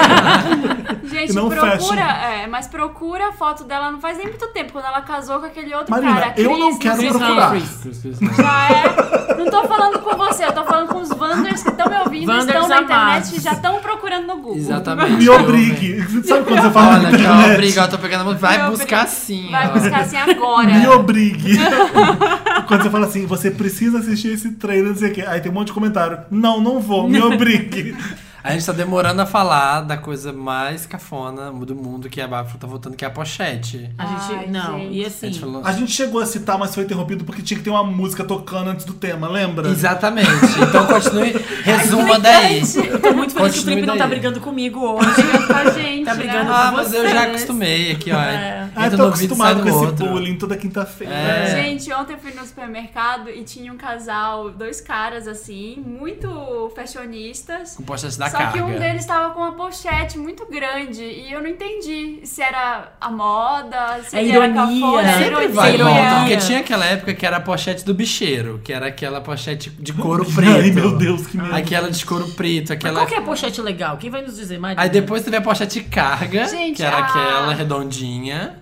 Speaker 3: Gente, gente,
Speaker 1: E não
Speaker 3: procura,
Speaker 1: fashion.
Speaker 3: é, mas procura a foto dela, não faz nem muito tempo, quando ela casou com aquele outro
Speaker 1: Marina,
Speaker 3: cara.
Speaker 1: eu não
Speaker 3: Chris,
Speaker 1: quero
Speaker 3: sei
Speaker 1: procurar.
Speaker 3: quem.
Speaker 4: Gente,
Speaker 3: Já é. Não tô falando com você, eu tô falando com os Wanders que estão me ouvindo,
Speaker 2: Wanders
Speaker 3: estão na
Speaker 2: amados.
Speaker 3: internet e já estão procurando no Google.
Speaker 4: Exatamente.
Speaker 1: Me obrigue. Sabe quando você fala
Speaker 4: Olha,
Speaker 1: na
Speaker 4: já
Speaker 1: internet?
Speaker 4: obriga, eu tô pegando a mão. Vai
Speaker 3: Me obriga.
Speaker 4: buscar sim.
Speaker 3: Vai
Speaker 4: ó.
Speaker 3: buscar assim agora.
Speaker 1: Me obrigue. Quando você fala assim, você precisa assistir esse trailer, não sei o quê. Aí tem um monte de comentário. Não, não vou, me obrigue.
Speaker 4: A gente tá demorando a falar da coisa mais cafona do mundo que a Bafo tá voltando, que é a pochete.
Speaker 2: A gente.
Speaker 3: Ai,
Speaker 2: não,
Speaker 3: gente.
Speaker 2: e
Speaker 4: A
Speaker 2: assim.
Speaker 4: gente falou...
Speaker 1: A gente chegou a citar, mas foi interrompido porque tinha que ter uma música tocando antes do tema, lembra?
Speaker 4: Exatamente. Então continue, resuma daí.
Speaker 2: Eu tô muito feliz que o
Speaker 4: Continue
Speaker 2: Felipe não tá
Speaker 4: daí.
Speaker 2: brigando comigo hoje.
Speaker 3: Com a gente,
Speaker 2: Tá
Speaker 3: né?
Speaker 2: brigando.
Speaker 4: Ah, mas eu já
Speaker 2: Vocês.
Speaker 4: acostumei aqui, ó.
Speaker 2: É.
Speaker 4: Entra
Speaker 1: Ah, eu
Speaker 4: no
Speaker 1: tô
Speaker 4: ouvido e sai
Speaker 1: acostumado
Speaker 4: no
Speaker 1: com esse
Speaker 4: outro.
Speaker 1: bullying toda quinta-feira.
Speaker 4: É.
Speaker 3: Gente, ontem eu fui no supermercado e tinha um casal, dois caras assim, muito fashionistas.
Speaker 4: Com pochete da
Speaker 3: Só
Speaker 4: carga.
Speaker 3: que um deles tava com uma pochete muito grande e eu não entendi se era a moda, se
Speaker 2: É
Speaker 3: ele
Speaker 2: ironia.
Speaker 3: era cafona, era
Speaker 4: Sempre
Speaker 3: ironia.
Speaker 4: vai e
Speaker 2: ironia.
Speaker 4: volta, porque tinha aquela época que era a pochete do bicheiro, que era aquela pochete de couro preto.
Speaker 1: Ai, meu Deus, que medo.
Speaker 4: Aquela de couro preto, aquela...
Speaker 2: Qual que é a pochete legal? Quem vai nos dizer, Maria?
Speaker 4: Aí depois teve a pochete carga,
Speaker 3: Gente,
Speaker 4: que
Speaker 3: ah.
Speaker 4: era
Speaker 3: a-
Speaker 4: aquela redondinha,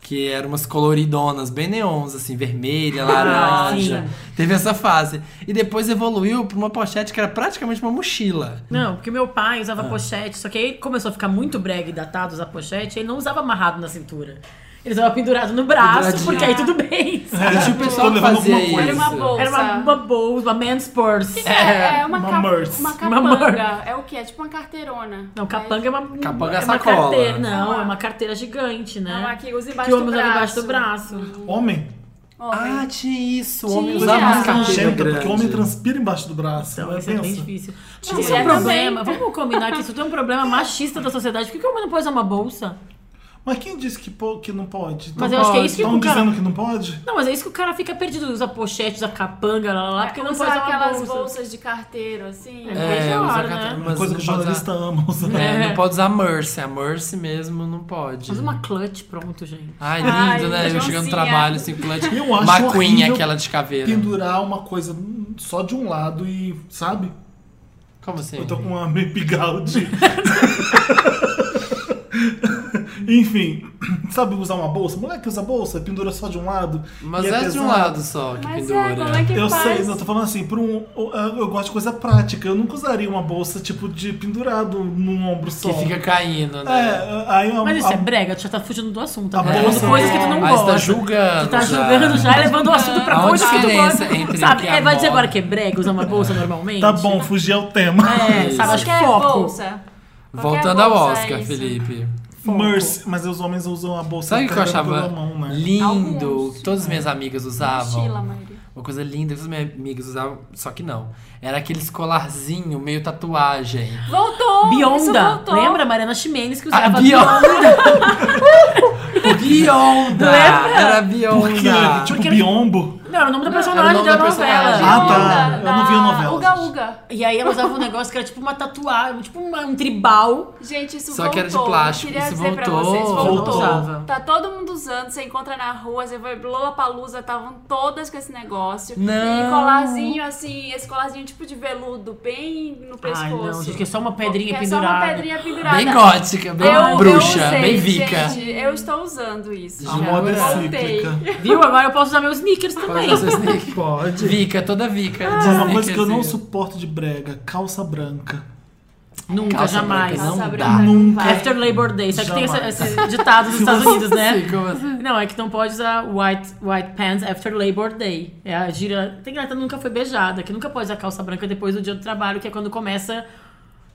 Speaker 4: que era umas coloridonas, bem neons, assim,
Speaker 3: Ah,
Speaker 4: vermelha, laranja.
Speaker 2: sim.
Speaker 4: teve essa fase. E depois evoluiu pra uma pochete que era praticamente uma mochila.
Speaker 2: Não, porque meu pai usava pochete, só que aí começou a ficar muito brega e datado usar pochete, ele não usava amarrado na cintura. Ele usava pendurado no braço,
Speaker 4: Penduradinho.
Speaker 2: porque aí tudo bem. sabe?
Speaker 4: Deixa o pessoal
Speaker 1: É, Tô levando
Speaker 4: fazer
Speaker 1: alguma
Speaker 4: isso.
Speaker 1: coisa.
Speaker 3: Era uma bolsa.
Speaker 2: Era uma, uma bolsa, uma man's purse.
Speaker 3: É, é uma,
Speaker 1: Uma
Speaker 3: cap-
Speaker 1: merce.
Speaker 3: uma
Speaker 2: Uma
Speaker 3: capanga. É o que? É tipo uma carteirona.
Speaker 2: Não, capanga é uma,
Speaker 4: Capanga é
Speaker 2: é uma
Speaker 4: sacola.
Speaker 2: carteira. Não,
Speaker 3: É uma-
Speaker 2: é uma carteira gigante, né?
Speaker 3: Não, aqui usa
Speaker 2: que
Speaker 3: embaixo
Speaker 2: o
Speaker 3: do
Speaker 2: homem
Speaker 3: braço.
Speaker 2: usava embaixo do braço.
Speaker 1: Homem,
Speaker 3: Homem.
Speaker 4: Ah, tinha isso. O homem
Speaker 3: Tinha.
Speaker 4: usava uma
Speaker 3: Ah,
Speaker 4: carteira
Speaker 1: nojenta,
Speaker 4: grande.
Speaker 1: porque o homem transpira embaixo do braço.
Speaker 2: Então,
Speaker 1: né?
Speaker 2: isso é bem
Speaker 1: Pensa.
Speaker 2: difícil. Mas
Speaker 3: Tinha
Speaker 2: isso é um
Speaker 3: também.
Speaker 2: problema. Vamos combinar que isso tem um problema machista da sociedade. Por que que o homem não pode usar uma bolsa?
Speaker 1: Mas quem disse que, pô- que não pode?
Speaker 2: Mas eu acho que é isso que
Speaker 1: Estão
Speaker 2: o cara-
Speaker 1: dizendo que não pode?
Speaker 2: Não, mas é isso que o cara fica perdido. Usa pochete, usa capanga, lá, lá, lá, É, porque não
Speaker 3: É, usa
Speaker 2: pode usar uma
Speaker 3: aquelas
Speaker 2: bolsa.
Speaker 3: bolsas de carteiro, assim.
Speaker 2: É.
Speaker 4: É,
Speaker 2: Beijo,
Speaker 4: usa
Speaker 2: né?
Speaker 4: carteira,
Speaker 1: Uma
Speaker 4: mas
Speaker 1: coisa que
Speaker 4: não
Speaker 1: o
Speaker 4: pode usar-
Speaker 1: jornalista ama usar.
Speaker 4: É,
Speaker 2: É.
Speaker 4: não pode usar Mercy. A Mercy mesmo não pode.
Speaker 2: Usa uma clutch, pronto, gente.
Speaker 4: Ai,
Speaker 3: Ai,
Speaker 4: lindo, né? Eu
Speaker 3: Joãozinha.
Speaker 4: chegando no trabalho, assim, clutch.
Speaker 1: Eu acho
Speaker 4: Macuinha,
Speaker 1: horrível
Speaker 4: aquela de caveira.
Speaker 1: Pendurar uma coisa só de um lado e, sabe?
Speaker 4: Como assim?
Speaker 1: Eu tô com uma mepigalde. Enfim, sabe usar uma bolsa? Moleque usa bolsa, pendura só de um lado.
Speaker 4: Mas
Speaker 1: e
Speaker 4: é, de um
Speaker 1: pesado.
Speaker 4: lado só que
Speaker 3: Mas
Speaker 4: pendura. né?
Speaker 3: é, como é que
Speaker 1: Eu
Speaker 3: faz?
Speaker 1: sei, não, eu tô falando assim, pra um, eu, eu gosto de coisa prática. Eu nunca usaria uma bolsa, tipo, de pendurado num ombro só.
Speaker 4: Que fica caindo, né?
Speaker 1: É, aí uma,
Speaker 2: Mas isso
Speaker 1: a-
Speaker 2: é brega, tu já tá fugindo do assunto.
Speaker 1: A
Speaker 2: tá
Speaker 1: bolsa
Speaker 2: falando
Speaker 1: é-
Speaker 2: coisas que tu não
Speaker 4: Aí você
Speaker 2: gosta.
Speaker 4: tá julgando.
Speaker 2: Tu tá
Speaker 4: já.
Speaker 2: julgando já, levando o assunto pra
Speaker 4: Há uma
Speaker 2: coisa que tu
Speaker 4: diferença
Speaker 2: gosta.
Speaker 4: entre o
Speaker 2: Sabe?
Speaker 4: que é
Speaker 2: É, vai dizer
Speaker 4: moda.
Speaker 2: agora que é brega usar uma bolsa normalmente?
Speaker 1: Tá bom, fugir ao tema.
Speaker 2: né? É, sabe? Acho que
Speaker 3: Qualquer
Speaker 2: foco.
Speaker 3: bolsa.
Speaker 4: Voltando
Speaker 3: Qualquer
Speaker 4: ao
Speaker 3: bolsa é
Speaker 4: Oscar,
Speaker 3: isso.
Speaker 4: Felipe.
Speaker 1: Mercy, mas os homens usam a bolsa
Speaker 4: Sabe o que eu
Speaker 1: carregando
Speaker 4: achava
Speaker 1: pela mão, né?
Speaker 4: lindo?
Speaker 3: Alguns,
Speaker 4: que Todas as minhas amigas
Speaker 1: Tá
Speaker 4: usavam.
Speaker 3: Mochila, Maria.
Speaker 4: Uma coisa linda que as minhas amigas usavam, só que não. Era aqueles colarzinho, meio tatuagem.
Speaker 3: Voltou! isso
Speaker 2: Bionda.
Speaker 3: voltou.
Speaker 2: Lembra? Mariana Ximenes que usava
Speaker 4: A
Speaker 2: Bionda.
Speaker 4: Ah, Bionda! Bionda! Era
Speaker 1: Porque,
Speaker 4: Bionda!
Speaker 1: tipo,
Speaker 2: Porque-
Speaker 1: biombo.
Speaker 2: Não, Não, era o nome da
Speaker 4: Não, era o
Speaker 2: personagem
Speaker 4: nome
Speaker 2: da
Speaker 4: da
Speaker 2: novela.
Speaker 4: personagem.
Speaker 1: Ah, tá. Eu não vi a novela,
Speaker 3: Uga Uga.
Speaker 2: E aí ela usava um negócio que era tipo uma tatuagem, tipo uma- um tribal.
Speaker 3: Gente, isso
Speaker 4: Só
Speaker 3: voltou.
Speaker 4: que era de plástico,
Speaker 3: Queria
Speaker 4: isso
Speaker 3: dizer pra
Speaker 4: voltou.
Speaker 3: vocês,
Speaker 2: Voltou. Usava.
Speaker 3: voltou. Tá todo mundo usando, você encontra na rua, você vai Lola Palusa, estavam todas com esse negócio.
Speaker 4: Não.
Speaker 3: E colarzinho assim, esse colarzinho tipo de veludo, bem no pescoço.
Speaker 2: Ai, não, gente, que é só uma pedrinha
Speaker 3: Que é
Speaker 2: pendurada.
Speaker 3: só uma pedrinha pendurada.
Speaker 4: Bem gótica, bem
Speaker 3: Eu- eu
Speaker 4: bruxa,
Speaker 3: usei,
Speaker 4: bem vica.
Speaker 3: Gente, eu estou usando isso.
Speaker 1: A
Speaker 3: já.
Speaker 1: moda é
Speaker 3: Voltei.
Speaker 1: cíclica.
Speaker 2: Viu? Agora eu posso usar meus sneakers
Speaker 4: Pode
Speaker 2: também.
Speaker 4: usar seu sneak.
Speaker 1: Pode.
Speaker 4: Vica, toda vica.
Speaker 1: Mas uma coisa que eu não
Speaker 4: sou.
Speaker 1: suporto de brega, calça branca.
Speaker 2: Nunca,
Speaker 4: Calça
Speaker 2: jamais.
Speaker 4: branca,
Speaker 3: Calça
Speaker 4: não
Speaker 3: branca,
Speaker 4: dá.
Speaker 3: não
Speaker 1: Nunca.
Speaker 3: vai.
Speaker 2: After Labor Day. Só que tem essa-
Speaker 1: Jamais.
Speaker 2: esse, ditado dos Estados Unidos, né?
Speaker 4: Sim, como assim?
Speaker 2: Não, é que não pode usar white, white pants after Labor Day. É a gira. Tem galera que nunca foi beijada, que nunca pode usar calça branca depois do dia do trabalho, que é quando começa,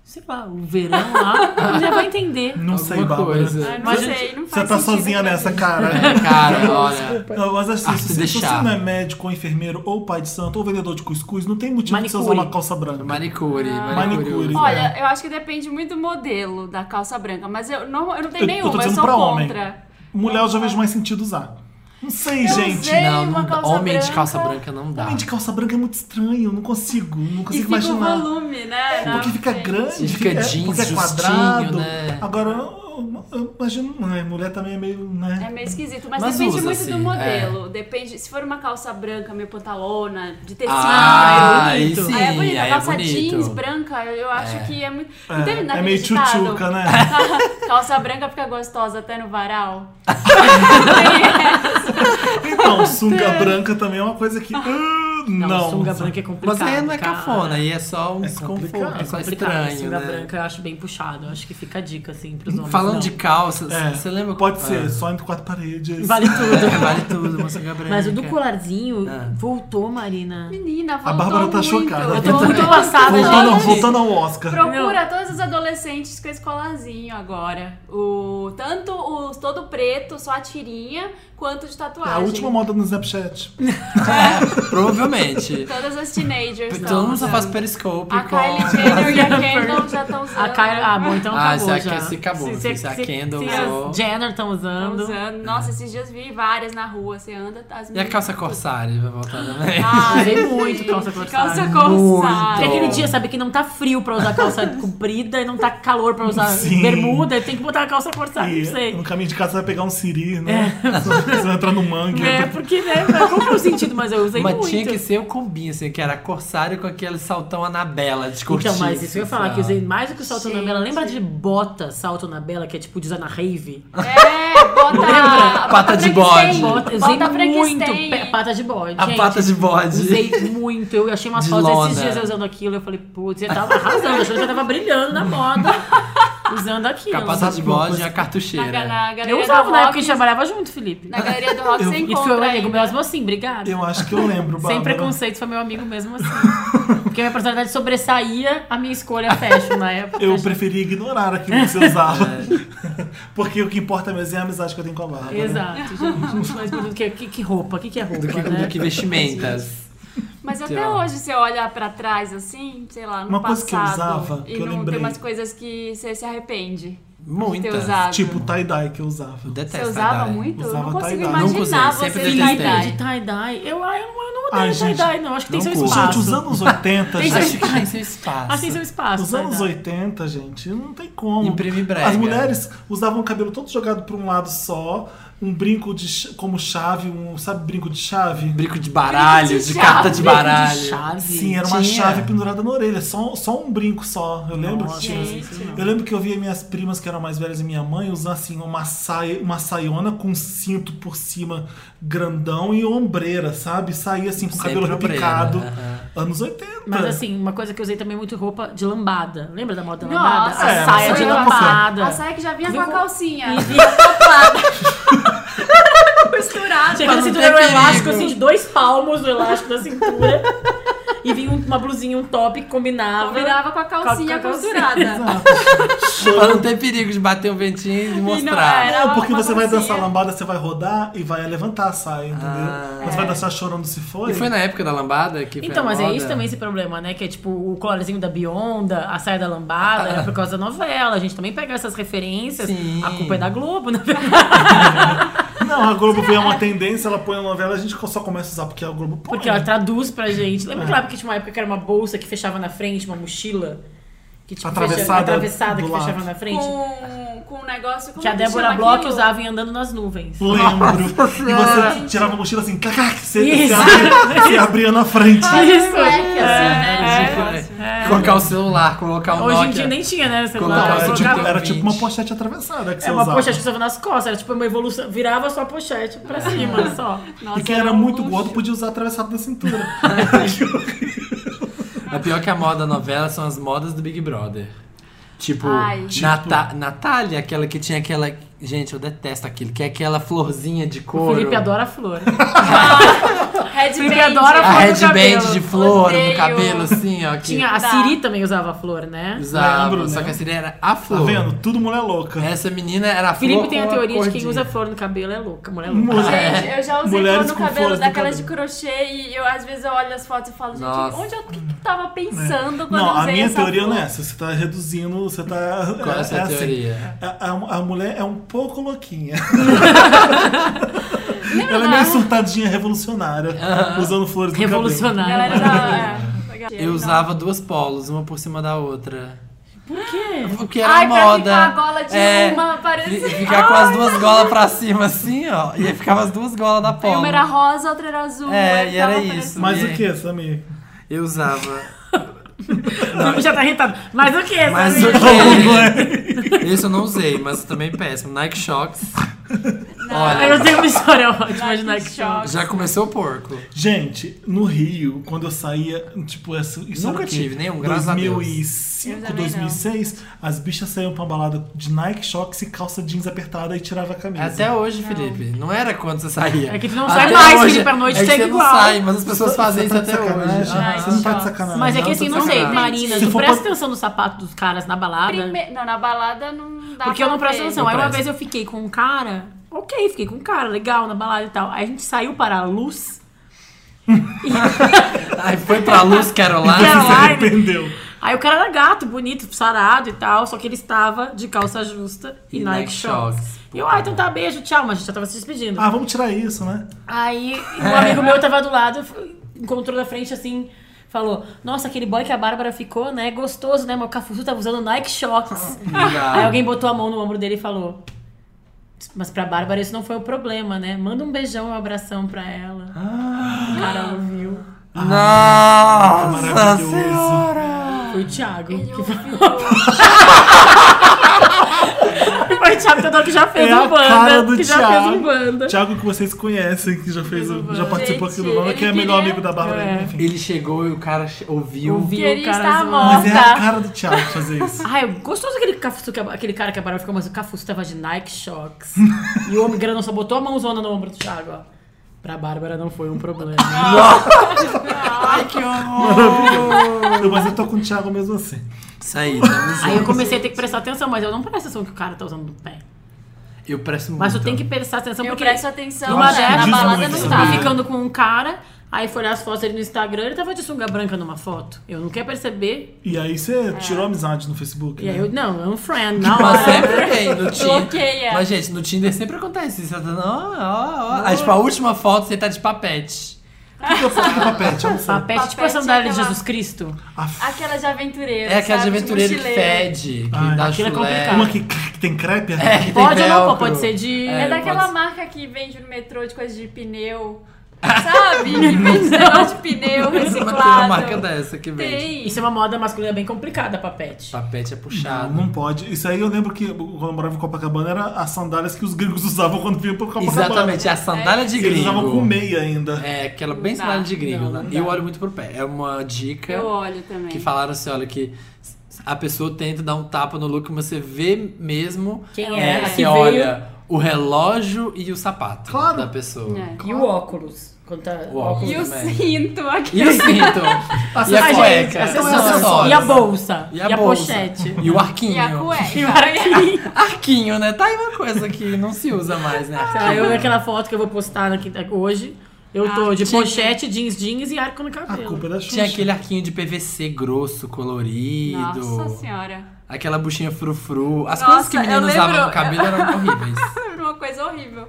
Speaker 2: sei lá, o verão lá. já vai entender.
Speaker 1: Não
Speaker 4: Alguma
Speaker 1: sei, Bárbara.
Speaker 4: coisa.
Speaker 3: Ah, não
Speaker 2: Mas,
Speaker 3: sei,
Speaker 2: gente,
Speaker 3: não
Speaker 1: Você
Speaker 3: faz
Speaker 1: tá
Speaker 3: sentido
Speaker 1: sozinha
Speaker 3: pra
Speaker 1: nessa,
Speaker 3: mim.
Speaker 1: cara.
Speaker 4: Cara, olha.
Speaker 1: Não, Mas assim,
Speaker 4: Ah,
Speaker 1: se,
Speaker 4: se
Speaker 1: se
Speaker 4: deixar.
Speaker 1: você não é médico, ou enfermeiro, ou pai de santo, ou vendedor de cuscuz, não tem motivo pra você usar
Speaker 2: Manicure.
Speaker 1: uma calça branca.
Speaker 4: Manicure, manicure.
Speaker 1: Manicure.
Speaker 3: Olha, eu acho que depende muito do modelo da calça branca, mas eu não, eu
Speaker 1: Eu- eu
Speaker 3: não tenho
Speaker 1: tô
Speaker 3: nenhuma, eu,
Speaker 1: dizendo
Speaker 3: sou
Speaker 1: pra homem.
Speaker 3: contra.
Speaker 1: Mulher eu já vejo mais sentido usar. Não sei,
Speaker 3: Eu
Speaker 1: gente.
Speaker 3: usei
Speaker 4: Não, não
Speaker 3: uma
Speaker 4: dá.
Speaker 3: calça
Speaker 4: Homem de
Speaker 3: branca.
Speaker 4: calça branca não dá.
Speaker 1: Homem de calça branca é muito estranho, não consigo, não
Speaker 3: E
Speaker 1: consigo
Speaker 3: fica
Speaker 1: imaginar. É,
Speaker 3: o volume, né? na
Speaker 1: Porque fica
Speaker 3: frente.
Speaker 1: grande,
Speaker 4: Fica
Speaker 1: fica,
Speaker 4: jeans,
Speaker 1: é, porque é
Speaker 4: justinho,
Speaker 1: quadrado.
Speaker 4: né?
Speaker 1: Agora, eu, eu imagino, ai, mulher também é meio,
Speaker 3: É
Speaker 1: né?
Speaker 3: meio esquisito, mas,
Speaker 4: Mas
Speaker 3: depende
Speaker 4: usa,
Speaker 3: muito do
Speaker 4: assim,
Speaker 3: modelo. Depende, se for uma calça branca, meio pantalona, de tecido.
Speaker 4: Ah,
Speaker 3: aí é
Speaker 4: aí
Speaker 3: bonito.
Speaker 4: sim,
Speaker 3: aí é bonito.
Speaker 4: aí é
Speaker 3: A calça
Speaker 4: bonito.
Speaker 3: jeans branca, eu acho que é muito. Não teve nada
Speaker 1: é meio
Speaker 3: ditado?
Speaker 1: tchutchuca, né?
Speaker 3: calça branca fica gostosa até no varal.
Speaker 1: Então, sunga branca também é uma coisa que. ah,
Speaker 2: Não,
Speaker 1: não.
Speaker 2: sunga branca é complicado.
Speaker 4: Mas aí não é
Speaker 2: cara.
Speaker 4: cafona, aí é só um
Speaker 1: É
Speaker 4: desconforto,
Speaker 1: complicado,
Speaker 4: é só
Speaker 2: Complicado.
Speaker 4: estranho,
Speaker 2: sunga
Speaker 4: né?
Speaker 2: branca eu acho bem puxado. Eu acho que fica a dica, assim, pros homens.
Speaker 4: Falando
Speaker 2: não.
Speaker 4: de calças,
Speaker 1: É,
Speaker 4: você lembra?
Speaker 1: Pode
Speaker 4: É.
Speaker 1: ser, só entre quatro paredes.
Speaker 2: Vale tudo.
Speaker 4: É, vale tudo, uma sunga branca.
Speaker 2: Mas o do colarzinho
Speaker 4: Ah.
Speaker 2: voltou, Marina.
Speaker 3: Menina, voltou
Speaker 1: A Bárbara tá
Speaker 3: muito.
Speaker 1: chocada.
Speaker 2: Eu tô muito
Speaker 4: Voltou.
Speaker 2: passada,
Speaker 1: voltando,
Speaker 2: gente.
Speaker 1: ao- voltando ao Oscar.
Speaker 3: Procura todos os adolescentes com esse colarzinho agora. O, tanto o todo preto, só a tirinha, quanto de
Speaker 1: É
Speaker 3: tatuagem.
Speaker 1: a última moda no Snapchat.
Speaker 4: É, provavelmente.
Speaker 3: Todas as teenagers estão
Speaker 2: Então,
Speaker 4: Todo mundo só faz
Speaker 3: usando.
Speaker 2: um
Speaker 4: periscope
Speaker 3: A
Speaker 4: com...
Speaker 3: Kylie Jenner e a Kendall já estão usando.
Speaker 2: A Kylie, ah, bom, então
Speaker 4: Ah,
Speaker 2: acabou
Speaker 4: se a-
Speaker 2: já.
Speaker 4: se acabou, é se a Kendall
Speaker 2: se as
Speaker 4: usou.
Speaker 2: Jenner estão
Speaker 3: Tão
Speaker 2: usando.
Speaker 3: usando. Nossa, esses dias vi várias na rua. Você anda, tá as
Speaker 4: E a calça corsário vai voltar também.
Speaker 3: Ah,
Speaker 2: Usei
Speaker 3: sim.
Speaker 2: muito calça corsária.
Speaker 3: Calça
Speaker 4: Muito.
Speaker 2: Porque
Speaker 3: corsária.
Speaker 2: aquele dia, sabe, que não tá frio pra usar calça comprida e não tá calor pra usar
Speaker 1: Sim.
Speaker 2: bermuda, tem que botar a calça cortada, não
Speaker 1: E
Speaker 2: sei.
Speaker 1: no caminho de casa você vai pegar um siri, né? Você vai entrar no mangue.
Speaker 2: É, porque, né, mas qual que é o sentido, mas eu usei
Speaker 4: Mas
Speaker 2: muito.
Speaker 4: tinha que ser o combinho, assim, que era corsário com aquele saltão Anabela de assim, cortiça.
Speaker 2: Então, mas isso que eu ia falar, que eu usei mais do que o salto na
Speaker 3: Gente.
Speaker 2: bela. Lembra de bota salto na bela, que é tipo de usar na rave?
Speaker 3: É, bota.
Speaker 4: Lembra?
Speaker 3: Lembra?
Speaker 4: Pata de bode.
Speaker 2: Bota, eu usei muito pe- pata de bode.
Speaker 4: A
Speaker 2: gente.
Speaker 4: pata de bode.
Speaker 2: Usei muito, eu achei umas
Speaker 4: De
Speaker 2: fotos
Speaker 4: lona.
Speaker 2: esses dias eu usando aquilo. Eu falei, putz, você tava arrasando, achando que eu tava brilhando na moda usando
Speaker 4: Com
Speaker 2: aquilo.
Speaker 4: a pata de
Speaker 1: Sabe uma
Speaker 4: bode e
Speaker 1: coisa-
Speaker 4: a
Speaker 3: Na, ga-
Speaker 4: cartucheira.
Speaker 3: na galeria
Speaker 2: Eu usava
Speaker 3: do
Speaker 2: na
Speaker 3: rock,
Speaker 2: época que a gente trabalhava junto, Felipe.
Speaker 3: Na galeria do rock você
Speaker 2: E foi
Speaker 3: encontra.
Speaker 2: meu amigo
Speaker 3: ainda.
Speaker 2: mesmo assim, obrigada.
Speaker 1: Eu acho que eu lembro, Bárbara.
Speaker 2: Sem preconceito, foi meu amigo mesmo assim. Porque a minha personalidade sobressaía a minha escolha fashion na época.
Speaker 1: Eu preferi ignorar aquilo que você usava. Porque o que importa mesmo é a amizade que eu tenho com a Bárbara.
Speaker 2: Exato, gente. Mas do que, que, que roupa? O que, que é roupa,
Speaker 4: Do que,
Speaker 2: né?
Speaker 4: do que vestimentas.
Speaker 3: Mas até
Speaker 4: Então.
Speaker 3: hoje você olha pra trás assim, sei lá, no
Speaker 1: Uma coisa
Speaker 3: passado.
Speaker 1: que eu usava,
Speaker 3: e
Speaker 1: que eu
Speaker 3: não
Speaker 1: lembrei.
Speaker 3: tem umas coisas que você se arrepende de ter
Speaker 4: Muitas.
Speaker 3: usado.
Speaker 1: Tipo o tie-dye que eu usava.
Speaker 4: Eu
Speaker 3: você
Speaker 4: detesto
Speaker 3: usava
Speaker 4: tie-dye.
Speaker 3: muito? Eu
Speaker 1: Usava
Speaker 3: não consigo
Speaker 1: tie-dye.
Speaker 3: imaginar
Speaker 4: Nunca usei, sempre
Speaker 3: você de
Speaker 4: detestei.
Speaker 2: Felipe, de
Speaker 3: tie-dye.
Speaker 2: tie-dye. Eu, ai, eu, eu não
Speaker 1: Ai,
Speaker 2: odeio
Speaker 1: gente,
Speaker 2: tie-dye, não. Acho que tem
Speaker 4: não
Speaker 2: seu
Speaker 4: curto.
Speaker 2: espaço.
Speaker 1: Gente, os anos 80,
Speaker 2: Tem
Speaker 1: gente.
Speaker 4: Acho que tem seu espaço.
Speaker 2: Acho que tem assim, seu espaço.
Speaker 1: Os anos
Speaker 2: tie-dye.
Speaker 1: 80, gente, não tem como.
Speaker 4: Imprime brega.
Speaker 1: As mulheres usavam o cabelo todo jogado pra um lado só, um brinco de ch- como chave, um sabe brinco de chave?
Speaker 4: Brinco de baralho,
Speaker 3: Brinco
Speaker 4: de,
Speaker 3: de
Speaker 4: carta de
Speaker 3: chave,
Speaker 4: baralho.
Speaker 2: De chave.
Speaker 1: Sim, era uma
Speaker 4: tinha.
Speaker 1: chave pendurada na orelha, só, só um brinco só. Eu lembro
Speaker 2: Nossa,
Speaker 1: que tinha.
Speaker 2: gente.
Speaker 1: Eu lembro que eu via minhas primas que eram mais velhas e minha mãe usar assim uma saia, uma saiona com um cinto por cima grandão e ombreira, sabe? Saía assim com o cabelo
Speaker 4: Sempre ombreira,
Speaker 1: repicado.
Speaker 4: aham.
Speaker 1: Anos 80.
Speaker 2: Mas assim, uma coisa que eu usei também muito roupa de lambada. Lembra da moda da
Speaker 3: Nossa,
Speaker 2: lambada? a
Speaker 1: é,
Speaker 2: saia
Speaker 1: mas
Speaker 2: de
Speaker 1: eu não
Speaker 2: lambada.
Speaker 3: A saia que já vinha com a
Speaker 2: Viu?
Speaker 3: calcinha.
Speaker 2: E vinha
Speaker 3: Misturada.
Speaker 2: Chegando
Speaker 4: Pra não
Speaker 2: cintura
Speaker 4: ter
Speaker 2: um elástico,
Speaker 4: perigo.
Speaker 2: assim, de dois palmos do elástico da cintura. e vinha um- uma blusinha, um top que combinava.
Speaker 3: Combinava com a calcinha
Speaker 2: Com a calcinha.
Speaker 3: costurada.
Speaker 4: Pra não ter perigo de bater um ventinho e de mostrar.
Speaker 3: era.
Speaker 1: Não, porque
Speaker 3: uma
Speaker 1: você vai
Speaker 2: assim,
Speaker 3: calcinha.
Speaker 2: é.
Speaker 1: dançar lambada, você vai rodar e vai levantar a saia, entendeu?
Speaker 2: Ah,
Speaker 1: Mas
Speaker 2: é.
Speaker 1: você vai dançar chorando se foi.
Speaker 4: E foi na época da lambada que foi
Speaker 2: Então,
Speaker 4: a
Speaker 2: mas é
Speaker 4: moda?
Speaker 2: isso também esse problema, né? Que é tipo o colarzinho da Bionda, a saia da lambada, era por causa da novela. A gente também pega essas referências.
Speaker 4: Sim.
Speaker 2: A culpa é da Globo, na verdade.
Speaker 1: Não, a Globo vê uma tendência, ela põe a novela, a gente só começa a usar porque a Globo põe.
Speaker 2: Porque ela tá- traduz pra gente. Lembra que lá porque tinha uma época que era uma bolsa que fechava na frente, uma mochila? Que tipo,
Speaker 1: Atravessada
Speaker 2: fechava, atravessada
Speaker 1: do
Speaker 2: que
Speaker 1: lado.
Speaker 2: fechava na frente?
Speaker 3: Com, com um negócio... Como
Speaker 2: Que a
Speaker 3: que
Speaker 2: Débora
Speaker 3: chama
Speaker 2: Bloch
Speaker 3: aquilo?
Speaker 2: usava em Andando nas Nuvens.
Speaker 1: Lembro. e
Speaker 4: Senhora.
Speaker 1: você tirava a mochila assim, clac, você,
Speaker 2: Isso.
Speaker 1: você, abria, você abria na frente.
Speaker 2: Isso.
Speaker 3: Black, assim, né?
Speaker 4: É. Colocar o celular, colocar o
Speaker 2: Hoje em
Speaker 4: Nokia.
Speaker 2: dia nem tinha, né? Celular.
Speaker 1: Não,
Speaker 4: Colocar
Speaker 1: era,
Speaker 4: o
Speaker 1: tipo,
Speaker 4: Colocar-
Speaker 1: era tipo uma pochete atravessada que você
Speaker 2: É uma
Speaker 1: usava.
Speaker 2: pochete que usava nas costas, era tipo uma evolução. Virava só a pochete
Speaker 4: É.
Speaker 2: pra cima, só.
Speaker 3: Nossa,
Speaker 1: e quem era
Speaker 3: um
Speaker 1: muito
Speaker 3: luxo.
Speaker 1: gordo podia usar atravessado da cintura. Tá
Speaker 4: A É pior que a moda novela são as modas do Big Brother. Tipo,
Speaker 3: Ai.
Speaker 4: Nata- Natália, aquela que tinha aquela. Gente, eu detesto aquilo, que é aquela florzinha de couro.
Speaker 2: Felipe adora a flor.
Speaker 3: Headband.
Speaker 2: Felipe adora
Speaker 4: A
Speaker 2: flor do
Speaker 4: headband
Speaker 2: cabelo.
Speaker 4: de flor no
Speaker 3: Odeio.
Speaker 4: cabelo, assim, ó. Que
Speaker 2: Tinha, a
Speaker 3: Tá.
Speaker 2: Siri também usava a flor, né?
Speaker 4: usava,
Speaker 1: Lembro,
Speaker 4: só
Speaker 1: né?
Speaker 4: que a Siri era a
Speaker 1: Tá
Speaker 4: flor.
Speaker 1: vendo? Tudo mulher louca.
Speaker 4: Essa menina era a flor.
Speaker 2: Felipe tem a
Speaker 4: com
Speaker 2: teoria de quem
Speaker 4: cordinha.
Speaker 2: usa flor no cabelo é louca, mulher
Speaker 1: Mulher.
Speaker 2: louca.
Speaker 3: Gente, eu já usei
Speaker 1: É. Mulheres
Speaker 3: flor no
Speaker 1: com
Speaker 3: cabelo
Speaker 1: flores no
Speaker 3: daquelas de
Speaker 1: cabelo.
Speaker 3: crochê e eu às vezes eu olho as fotos e falo, gente,
Speaker 4: Nossa.
Speaker 3: onde eu, o que, que eu tava pensando quando eu
Speaker 1: É. Não,
Speaker 3: usei
Speaker 1: a minha
Speaker 3: essa
Speaker 1: teoria
Speaker 3: flor?
Speaker 1: não é essa. Você tá reduzindo, você tá.
Speaker 4: Qual é a sua
Speaker 1: assim,
Speaker 4: teoria?
Speaker 1: a, a- a mulher é um pouco louquinha.
Speaker 3: Lembra
Speaker 1: Ela é
Speaker 3: da-
Speaker 1: meio surtadinha revolucionária, usando flores no cabelo.
Speaker 2: Revolucionária.
Speaker 1: Ah.
Speaker 3: Galera da... é,
Speaker 4: Eu usava duas polos, uma por cima da outra.
Speaker 2: Por quê?
Speaker 4: Porque era
Speaker 3: Ai, pra
Speaker 4: moda.
Speaker 3: ficar a gola de
Speaker 4: É,
Speaker 3: uma
Speaker 4: fi-
Speaker 3: parecida.
Speaker 4: Ficar com as duas golas pra cima, assim, ó. E aí ficava as duas golas da
Speaker 3: Aí
Speaker 4: polo.
Speaker 3: uma era rosa, outra era azul.
Speaker 4: É,
Speaker 3: aí
Speaker 4: e era
Speaker 3: ficava
Speaker 4: isso.
Speaker 1: Mas
Speaker 4: E-
Speaker 1: o que, Samir?
Speaker 4: Eu usava.
Speaker 2: O Felipe já tá irritado. Mas o quê?
Speaker 4: Mas
Speaker 2: Samir?
Speaker 4: o que? Esse eu não usei, mas também péssimo. Nike Shox.
Speaker 2: Aí
Speaker 4: Olha,
Speaker 2: Eu tenho uma história ótima de
Speaker 3: Nike
Speaker 2: Nike Shop.
Speaker 3: Shop.
Speaker 4: já começou o porco.
Speaker 1: Gente, no Rio, quando eu saía, tipo, essa, isso
Speaker 4: Nunca
Speaker 1: era o quê?
Speaker 4: tive nenhum, graças a Deus.
Speaker 1: 2005,
Speaker 3: Eu também
Speaker 1: 2006, as bichas saíam pra balada de Nike Shox e calça jeans apertada e tirava a camisa.
Speaker 4: É Até hoje, Felipe. Não era quando você saía.
Speaker 2: É que tu não
Speaker 4: Até
Speaker 2: sai mais,
Speaker 4: hoje.
Speaker 2: Felipe, à noite
Speaker 4: é que
Speaker 2: segue
Speaker 4: você
Speaker 2: igual.
Speaker 4: não sai, mas as pessoas
Speaker 1: Você
Speaker 4: fazem isso
Speaker 1: tá de
Speaker 4: até hoje.
Speaker 1: sacanagem?
Speaker 4: Ah,
Speaker 1: Você não tá de
Speaker 3: Nike
Speaker 1: sacanagem.
Speaker 2: Mas é
Speaker 4: Não,
Speaker 2: que assim,
Speaker 4: tô
Speaker 2: não sei,
Speaker 4: sacanagem.
Speaker 2: Marina,
Speaker 1: Se
Speaker 2: tu
Speaker 1: for
Speaker 2: presta
Speaker 1: pra-
Speaker 2: atenção no sapato dos caras na balada.
Speaker 3: Prime... Não, na balada não dá
Speaker 2: Porque
Speaker 4: é
Speaker 3: pra
Speaker 2: eu não presto
Speaker 3: ver.
Speaker 2: atenção.
Speaker 4: Não
Speaker 2: Aí uma
Speaker 4: presta.
Speaker 2: vez eu fiquei com um cara, ok, fiquei com um cara, legal, na balada e tal. Aí a gente saiu para a luz.
Speaker 4: Aí foi pra luz, Caroline.
Speaker 1: Você se
Speaker 2: Caroline.
Speaker 1: arrependeu.
Speaker 2: Aí o cara era gato, bonito, sarado e tal, só que ele estava de calça justa e,
Speaker 4: E
Speaker 2: Nike,
Speaker 4: Nike
Speaker 2: shorts.
Speaker 4: shorts.
Speaker 2: E eu, ah, então tá, beijo, tchau, mas a gente já tava se despedindo.
Speaker 1: Ah, vamos tirar isso, né?
Speaker 2: Aí um amigo meu tava do lado, f- encontrou na frente assim, falou: Nossa, aquele boy que a Bárbara ficou, né? Gostoso, né? Meu cafuçu tava usando Nike Shocks. Aí alguém botou a mão no ombro dele e falou: Mas pra Bárbara isso não foi o problema, né? Manda um beijão, um abração pra ela. O cara ouviu.
Speaker 4: Nossa
Speaker 1: Maravilhoso.
Speaker 4: senhora.
Speaker 2: Foi o Thiago.
Speaker 3: Ele
Speaker 2: Que
Speaker 3: ouviu.
Speaker 2: foi o Thiago Teodoro que já fez
Speaker 1: É a
Speaker 2: um
Speaker 1: cara
Speaker 2: banda.
Speaker 1: do
Speaker 2: Que já
Speaker 1: Thiago.
Speaker 2: fez um banda. um
Speaker 1: Thiago que vocês conhecem, que já fez, o- já participou aqui do
Speaker 3: Gente,
Speaker 1: Vanda, que é
Speaker 3: ele
Speaker 1: melhor
Speaker 3: queria-
Speaker 1: amigo da Bárbara. né?
Speaker 2: É.
Speaker 1: Enfim.
Speaker 4: Ele chegou e o cara che- ouviu.
Speaker 2: Ouviu.
Speaker 3: Queria
Speaker 2: cara
Speaker 3: estar
Speaker 2: zoando.
Speaker 1: Mas é a
Speaker 3: morta.
Speaker 1: cara do Thiago fazer isso.
Speaker 2: Ai, gostoso aquele, cafuçu que a- aquele cara que a Bárbara ficou, mas o cafuço tava de Nike Shocks. e o homem grandão só botou a mãozona no ombro do Thiago, ó. Pra Bárbara não foi um problema.
Speaker 4: Ai, que horror.
Speaker 1: Eu- Mas eu tô com o Thiago mesmo assim.
Speaker 4: Isso aí, tamo junto.
Speaker 2: Aí eu comecei a ter que prestar atenção, mas eu não presto atenção no que o cara tá usando no pé.
Speaker 4: Eu presto muito.
Speaker 2: Mas eu tenho que prestar atenção
Speaker 3: Eu
Speaker 2: porque
Speaker 3: presto atenção,
Speaker 2: numa
Speaker 1: Então. Nossa,
Speaker 3: né? Na
Speaker 1: diz
Speaker 3: balada
Speaker 1: muito
Speaker 3: não
Speaker 1: sobre
Speaker 2: tava
Speaker 1: isso.
Speaker 3: tá.
Speaker 2: ficando com um cara, aí foi olhar as fotos dele no Instagram, ele tava de sunga branca numa foto. Eu não quero perceber.
Speaker 1: E aí você tirou amizade no Facebook.
Speaker 2: É. E aí
Speaker 1: né?
Speaker 2: eu, não, é um friend,
Speaker 4: Mas
Speaker 2: na hora.
Speaker 4: sempre tem no Tinder.
Speaker 3: Bloqueia.
Speaker 4: Mas, gente, no Tinder sempre acontece isso. Você tá, ó, ó, ó. Aí, tipo, a última foto você tá de papete.
Speaker 1: O que eu faço com o papete? Eu não sei.
Speaker 2: Papete, tipo a
Speaker 3: Papete
Speaker 2: sandália
Speaker 3: é
Speaker 2: de
Speaker 3: aquela-
Speaker 2: Jesus Cristo.
Speaker 1: A
Speaker 3: Aquela de aventureiro.
Speaker 4: É aquela de
Speaker 3: sabe? Tipo
Speaker 4: aventureiro que
Speaker 3: mochileiro.
Speaker 4: fede, que
Speaker 1: Ai,
Speaker 4: dá
Speaker 2: aquilo
Speaker 4: chulé.
Speaker 2: é complicado.
Speaker 1: Uma que, que tem crepe?
Speaker 4: É, que tem
Speaker 2: Pode ou não
Speaker 4: velcro.
Speaker 2: pode, pode ser de...
Speaker 4: É.
Speaker 3: É daquela
Speaker 4: pode-
Speaker 3: marca que vende no metrô de coisa de pneu. Sabe? Que vende negócio de
Speaker 4: Mas tem
Speaker 3: pneu
Speaker 4: uma
Speaker 3: reciclado.
Speaker 4: marca dessa que vende.
Speaker 3: Tem.
Speaker 2: Isso é uma moda masculina bem complicada, papete.
Speaker 4: Papete é
Speaker 1: Não,
Speaker 4: puxado.
Speaker 1: não pode. Isso aí eu lembro que quando eu morava em Copacabana era as sandálias que os gringos usavam quando vinham pro Copacabana.
Speaker 4: Exatamente, é a sandália de
Speaker 1: Eles usavam com
Speaker 4: gringo.
Speaker 1: meia ainda.
Speaker 4: É, aquela bem
Speaker 3: Não dá,
Speaker 4: sandália de gringo.
Speaker 2: não,
Speaker 4: né?
Speaker 2: não
Speaker 4: eu
Speaker 2: dá.
Speaker 4: olho muito pro pé. É uma dica
Speaker 3: Eu olho também.
Speaker 4: que falaram assim, olha, que a pessoa tenta dar um tapa no look, mas você vê mesmo
Speaker 2: Quem
Speaker 4: né,
Speaker 2: é?
Speaker 4: você
Speaker 2: Que
Speaker 4: olha o relógio e o sapato
Speaker 1: Claro.
Speaker 4: da pessoa.
Speaker 3: É.
Speaker 2: E o óculos. Quando tá-
Speaker 4: O óculos.
Speaker 3: E o
Speaker 4: também.
Speaker 3: cinto aqui.
Speaker 4: E o cinto. e a
Speaker 2: Ai, gente,
Speaker 4: cueca. é
Speaker 2: acessórios.
Speaker 4: São acessórios.
Speaker 2: E a bolsa.
Speaker 4: E a, bolsa.
Speaker 2: pochete.
Speaker 4: E o arquinho.
Speaker 3: E a
Speaker 2: E o
Speaker 3: cueca.
Speaker 2: arquinho.
Speaker 4: Arquinho, né? Tá aí uma coisa que não se usa mais, né? Arquinho.
Speaker 2: Tá, eu vi aquela foto que eu vou postar na quinta- hoje. Eu tô de
Speaker 4: Arquinho.
Speaker 2: pochete, jeans, jeans e arco no
Speaker 1: A
Speaker 2: cabelo.
Speaker 1: culpa é da Xuxa.
Speaker 4: Tinha aquele arquinho de PVC grosso, colorido.
Speaker 3: Nossa senhora.
Speaker 4: Aquela buchinha frufru. As
Speaker 3: Nossa,
Speaker 4: coisas que menina
Speaker 3: eu
Speaker 4: usava
Speaker 3: lembro-
Speaker 4: no cabelo eram horríveis.
Speaker 3: Uma coisa horrível.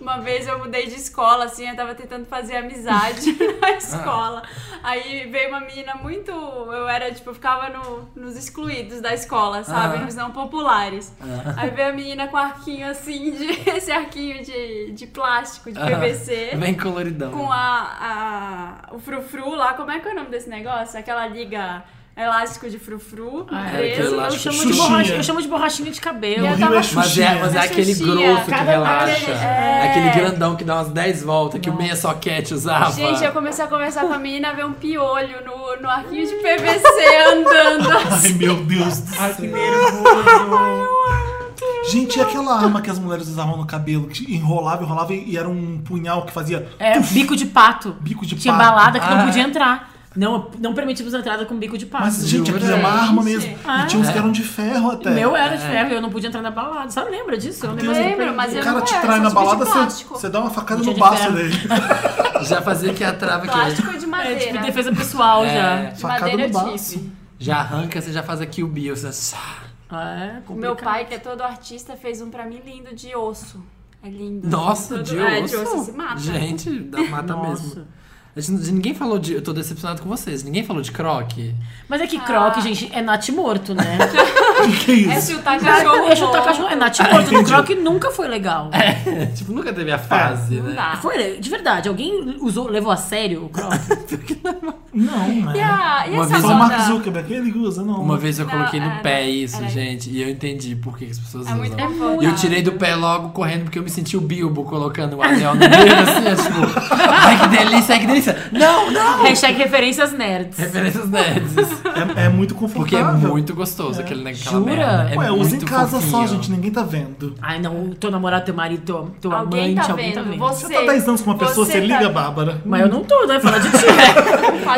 Speaker 3: Uma vez eu mudei de escola, assim, eu tava tentando fazer amizade na escola. Aí veio uma menina muito. Eu era, tipo, eu ficava no- nos excluídos da escola, sabe?
Speaker 4: Ah.
Speaker 3: Nos não populares.
Speaker 4: Ah.
Speaker 3: Aí veio a menina com arquinho assim, de, esse arquinho de, de plástico, de
Speaker 4: Ah.
Speaker 3: PVC
Speaker 4: Bem coloridão.
Speaker 3: com a, a o frufru lá, como é que é o nome desse negócio? Aquela liga elástico de frufru.
Speaker 2: Ah,
Speaker 4: é,
Speaker 3: preso.
Speaker 4: aquele
Speaker 2: eu,
Speaker 4: elástico.
Speaker 2: chamo de
Speaker 1: Xuxinha.
Speaker 2: borrachinha, eu chamo de borrachinha de cabelo.
Speaker 1: No
Speaker 3: Eu
Speaker 1: Rio
Speaker 3: tava-
Speaker 1: é
Speaker 4: Mas
Speaker 1: Xuxinha.
Speaker 4: é, mas é aquele
Speaker 3: Xuxinha.
Speaker 4: grosso que
Speaker 2: Cada-
Speaker 4: relaxa.
Speaker 2: aquele-
Speaker 4: É.
Speaker 3: é.
Speaker 4: Aquele grandão que dá umas 10 voltas, que o meia soquete usava.
Speaker 3: Gente, eu comecei a conversar com a menina, ver um piolho no, no arquinho de PVC andando assim.
Speaker 1: Ai, meu Deus do
Speaker 4: Ai,
Speaker 1: céu.
Speaker 4: que nervoso.
Speaker 1: Gente, e aquela arma que as mulheres usavam no cabelo, que enrolava, enrolava e e era um punhal que fazia
Speaker 2: É, bico de pato.
Speaker 1: bico de
Speaker 2: Tinha
Speaker 1: pato.
Speaker 2: balada que
Speaker 4: Ah.
Speaker 2: não podia entrar. Não, não permitimos a entrada com bico de pato.
Speaker 1: Mas, gente,
Speaker 4: Jura?
Speaker 1: aquilo é uma arma mesmo.
Speaker 2: Ah.
Speaker 1: E tinha uns que eram de ferro
Speaker 2: O
Speaker 1: até.
Speaker 2: meu era de ferro, eu não podia entrar na balada. Sabe, lembra disso? Eu
Speaker 3: É. Ah, Lembro, mas
Speaker 1: O
Speaker 3: eu
Speaker 1: cara
Speaker 3: não
Speaker 1: te
Speaker 3: era,
Speaker 1: trai
Speaker 3: só
Speaker 1: na
Speaker 3: tipo de
Speaker 1: balada, você,
Speaker 3: plástico.
Speaker 1: você dá uma facada
Speaker 2: Tinha
Speaker 1: no
Speaker 2: de
Speaker 1: baço
Speaker 2: ferro.
Speaker 1: dele.
Speaker 4: Já fazia aqui a trava aqui.
Speaker 3: Plástico de
Speaker 2: É
Speaker 3: madeira.
Speaker 2: tipo defesa pessoal
Speaker 4: É.
Speaker 2: já.
Speaker 3: de
Speaker 1: Facada
Speaker 3: madeira
Speaker 1: no
Speaker 3: eu
Speaker 1: baço.
Speaker 3: tive.
Speaker 4: Já arranca, você já faz aqui o bio. Você só-
Speaker 2: É,
Speaker 3: O meu
Speaker 2: complicado.
Speaker 3: pai, que é todo artista, fez um pra mim lindo de osso. É lindo.
Speaker 4: Nossa,
Speaker 3: Todo-
Speaker 4: de
Speaker 3: É,
Speaker 4: osso.
Speaker 3: de osso se mata.
Speaker 4: Gente, dá, mata
Speaker 2: Nossa.
Speaker 4: mesmo. A gente- Ninguém falou de. Eu tô decepcionado com vocês. Ninguém falou de croque.
Speaker 2: Mas é que croque,
Speaker 3: Ah.
Speaker 2: gente, é nate morto, né?
Speaker 1: Que que é
Speaker 3: É
Speaker 1: isso?
Speaker 3: chutar cachorro.
Speaker 2: É chutar cachorro, é nate morto. No
Speaker 1: Entendi.
Speaker 2: croque nunca foi legal.
Speaker 4: É, tipo, nunca teve a fase,
Speaker 3: Não
Speaker 4: né?
Speaker 3: dá.
Speaker 2: Foi, de verdade, alguém usou, levou a sério o croque?
Speaker 1: Não,
Speaker 3: E,
Speaker 1: é.
Speaker 3: a, e
Speaker 4: Uma
Speaker 3: essa
Speaker 4: vez-
Speaker 1: Só o
Speaker 3: onda?
Speaker 1: Mark Zuckerberg, ele usa, não.
Speaker 4: Uma vez eu
Speaker 3: Não,
Speaker 4: coloquei no
Speaker 3: era-
Speaker 4: pé isso,
Speaker 3: era-
Speaker 4: gente, e eu entendi por que que as pessoas
Speaker 3: É muito
Speaker 4: usam.
Speaker 3: foda.
Speaker 4: E eu tirei do pé logo correndo porque eu me senti o Bilbo colocando o anel no meio, assim, eu, tipo, ai que delícia, ai que delícia. Não, não!
Speaker 2: Hashtag referências nerds.
Speaker 4: Referências nerds.
Speaker 1: É, é muito
Speaker 4: Porque é
Speaker 1: confortável.
Speaker 4: muito gostoso aquele naquela
Speaker 2: Jura?
Speaker 4: merda. É
Speaker 1: Ué, usa em
Speaker 4: muito
Speaker 1: casa só,
Speaker 4: fofinho.
Speaker 1: gente, ninguém tá vendo.
Speaker 2: Ai, não, o teu namorado, teu marido, teu, teu
Speaker 3: Alguém
Speaker 2: amante,
Speaker 3: tá
Speaker 2: alguém tá
Speaker 3: vendo.
Speaker 2: vendo.
Speaker 1: Você
Speaker 3: Você
Speaker 1: tá 10 anos com uma pessoa, você,
Speaker 3: tá-
Speaker 1: liga, Bárbara.
Speaker 2: Mas eu não tô, né? Falar de ti.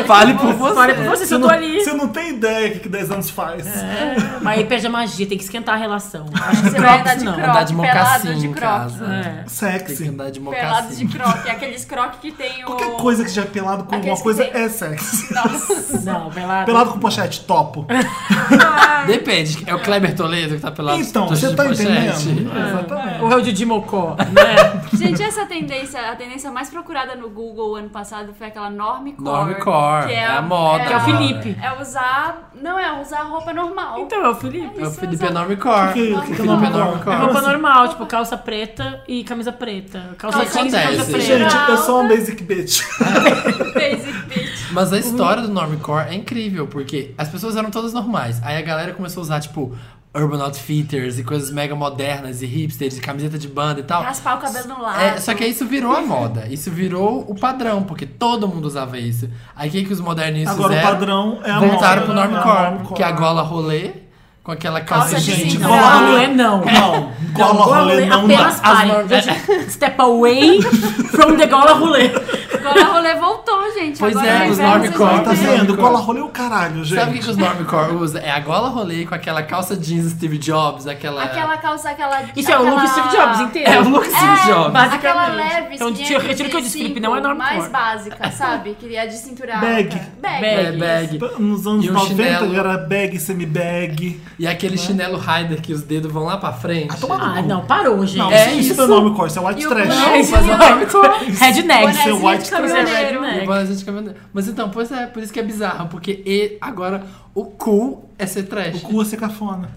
Speaker 4: Fale por você.
Speaker 2: Fale por você, se eu tô
Speaker 1: não,
Speaker 2: ali.
Speaker 1: É. você não tem ideia o que que 10 anos faz.
Speaker 2: É, mas aí perde a magia, tem que esquentar a relação. Acho que
Speaker 3: Você vai
Speaker 2: crocs,
Speaker 3: andar de
Speaker 2: não.
Speaker 4: Andar de
Speaker 3: Croque,
Speaker 4: mocassim
Speaker 3: pelado de
Speaker 4: em
Speaker 3: croque.
Speaker 4: casa.
Speaker 2: É.
Speaker 4: Tem
Speaker 1: Sexy.
Speaker 4: que andar de
Speaker 3: Pelado de
Speaker 4: mocassim.
Speaker 3: croque, aqueles croque que tem o.
Speaker 1: Qualquer coisa que seja pelado com alguma
Speaker 3: Aqueles que
Speaker 1: coisa
Speaker 3: tem-
Speaker 1: é sexy.
Speaker 3: Nossa.
Speaker 2: Não, pelado.
Speaker 1: Pelado com pochete, topo.
Speaker 4: Depende, é o Kleber Toledo que tá pelado.
Speaker 1: Então,
Speaker 4: de
Speaker 1: você tá
Speaker 4: pochete?
Speaker 1: entendendo?
Speaker 2: Ou
Speaker 1: Exatamente.
Speaker 2: é o Didi Mocó, né?
Speaker 3: Gente, essa tendência, a tendência mais procurada no Google ano passado foi aquela normcore.
Speaker 4: Normcore, é a moda
Speaker 2: Que é o Felipe.
Speaker 3: É usar. Não, é usar roupa normal.
Speaker 2: Então é o Felipe.
Speaker 4: É o
Speaker 3: Isso,
Speaker 4: Felipe
Speaker 3: exato.
Speaker 4: Enorme Core.
Speaker 1: Que-
Speaker 4: O
Speaker 1: que-
Speaker 4: Felipe
Speaker 1: que-
Speaker 4: Enorme
Speaker 2: É
Speaker 4: Core.
Speaker 2: roupa normal, tipo calça preta e camisa preta. Calça
Speaker 4: Isso
Speaker 2: jeans e camisa
Speaker 4: acontece.
Speaker 2: preta.
Speaker 1: Gente, eu sou uma basic bitch.
Speaker 3: Basic bitch.
Speaker 4: Mas a história do Normcore é incrível, porque as pessoas eram todas normais. Aí a galera começou a usar, tipo, Urban Outfitters e coisas mega modernas e hipsters e camiseta de banda e tal.
Speaker 3: Raspar o cabelo no lado.
Speaker 4: É, só que aí isso virou a moda. Isso virou o padrão, porque todo mundo usava isso. Aí o que, que os moderninhos
Speaker 1: Agora o
Speaker 4: fizeram?
Speaker 1: padrão é a
Speaker 4: Voltaram pro
Speaker 1: moda, é a
Speaker 4: Normcore,
Speaker 1: normcore.
Speaker 4: que é a gola rolê, com aquela
Speaker 3: Calça
Speaker 4: calça
Speaker 3: de
Speaker 1: Gente,
Speaker 3: cintura.
Speaker 4: jeans.
Speaker 1: gola
Speaker 2: Não,
Speaker 1: rolê
Speaker 2: não.
Speaker 1: Não, gola rolê não
Speaker 2: apenas
Speaker 1: dá.
Speaker 4: As
Speaker 2: pare.
Speaker 4: mar-
Speaker 2: Gente, Step away from the gola rolê.
Speaker 3: Agora o rolê voltou, gente.
Speaker 4: Pois
Speaker 3: Agora
Speaker 4: é,
Speaker 3: ao
Speaker 4: os
Speaker 3: invés,
Speaker 4: normcore.
Speaker 3: vocês vão
Speaker 1: Tá
Speaker 3: ver.
Speaker 4: Normcore.
Speaker 1: vendo? Gola rolê é o caralho, gente.
Speaker 4: Sabe o que, que os Normcore usam? É a gola rolê com aquela calça jeans Steve Jobs, aquela.
Speaker 3: Aquela calça, aquela.
Speaker 2: Isso é o look
Speaker 3: aquela-
Speaker 2: Steve Jobs inteiro.
Speaker 4: É o look Steve Jobs.
Speaker 2: basicamente.
Speaker 3: Aquela leve,
Speaker 2: Então,
Speaker 3: skinny,
Speaker 2: tira- retira o que eu disse, Felipe, não é normal.
Speaker 3: Mais básica, sabe? Queria de cintura
Speaker 1: Bag.
Speaker 3: alta. Bag.
Speaker 4: É,
Speaker 2: Bag.
Speaker 4: bag.
Speaker 1: Nos anos
Speaker 4: E um
Speaker 1: 90
Speaker 4: chinelo.
Speaker 1: era bag, semi-bag.
Speaker 4: E aquele chinelo Rider que os dedos vão lá pra frente.
Speaker 1: Ah, toma no
Speaker 2: Ah, não, parou, gente.
Speaker 1: Não,
Speaker 4: É
Speaker 1: isso
Speaker 4: isso.
Speaker 1: não é nome corte, isso é white
Speaker 3: E o
Speaker 1: trash.
Speaker 3: boné-
Speaker 2: É isso,
Speaker 4: mas
Speaker 2: não.
Speaker 1: Isso
Speaker 2: Redneck.
Speaker 1: é
Speaker 3: Bonezinho
Speaker 1: white trash.
Speaker 3: de
Speaker 2: Isso
Speaker 3: caminhoneiro.
Speaker 2: é
Speaker 4: E
Speaker 2: redneck.
Speaker 4: bola de caminhoneiro. Mas então, pois é, por isso que é bizarro, porque e- agora o cool é ser trash.
Speaker 1: O cu é ser cafona.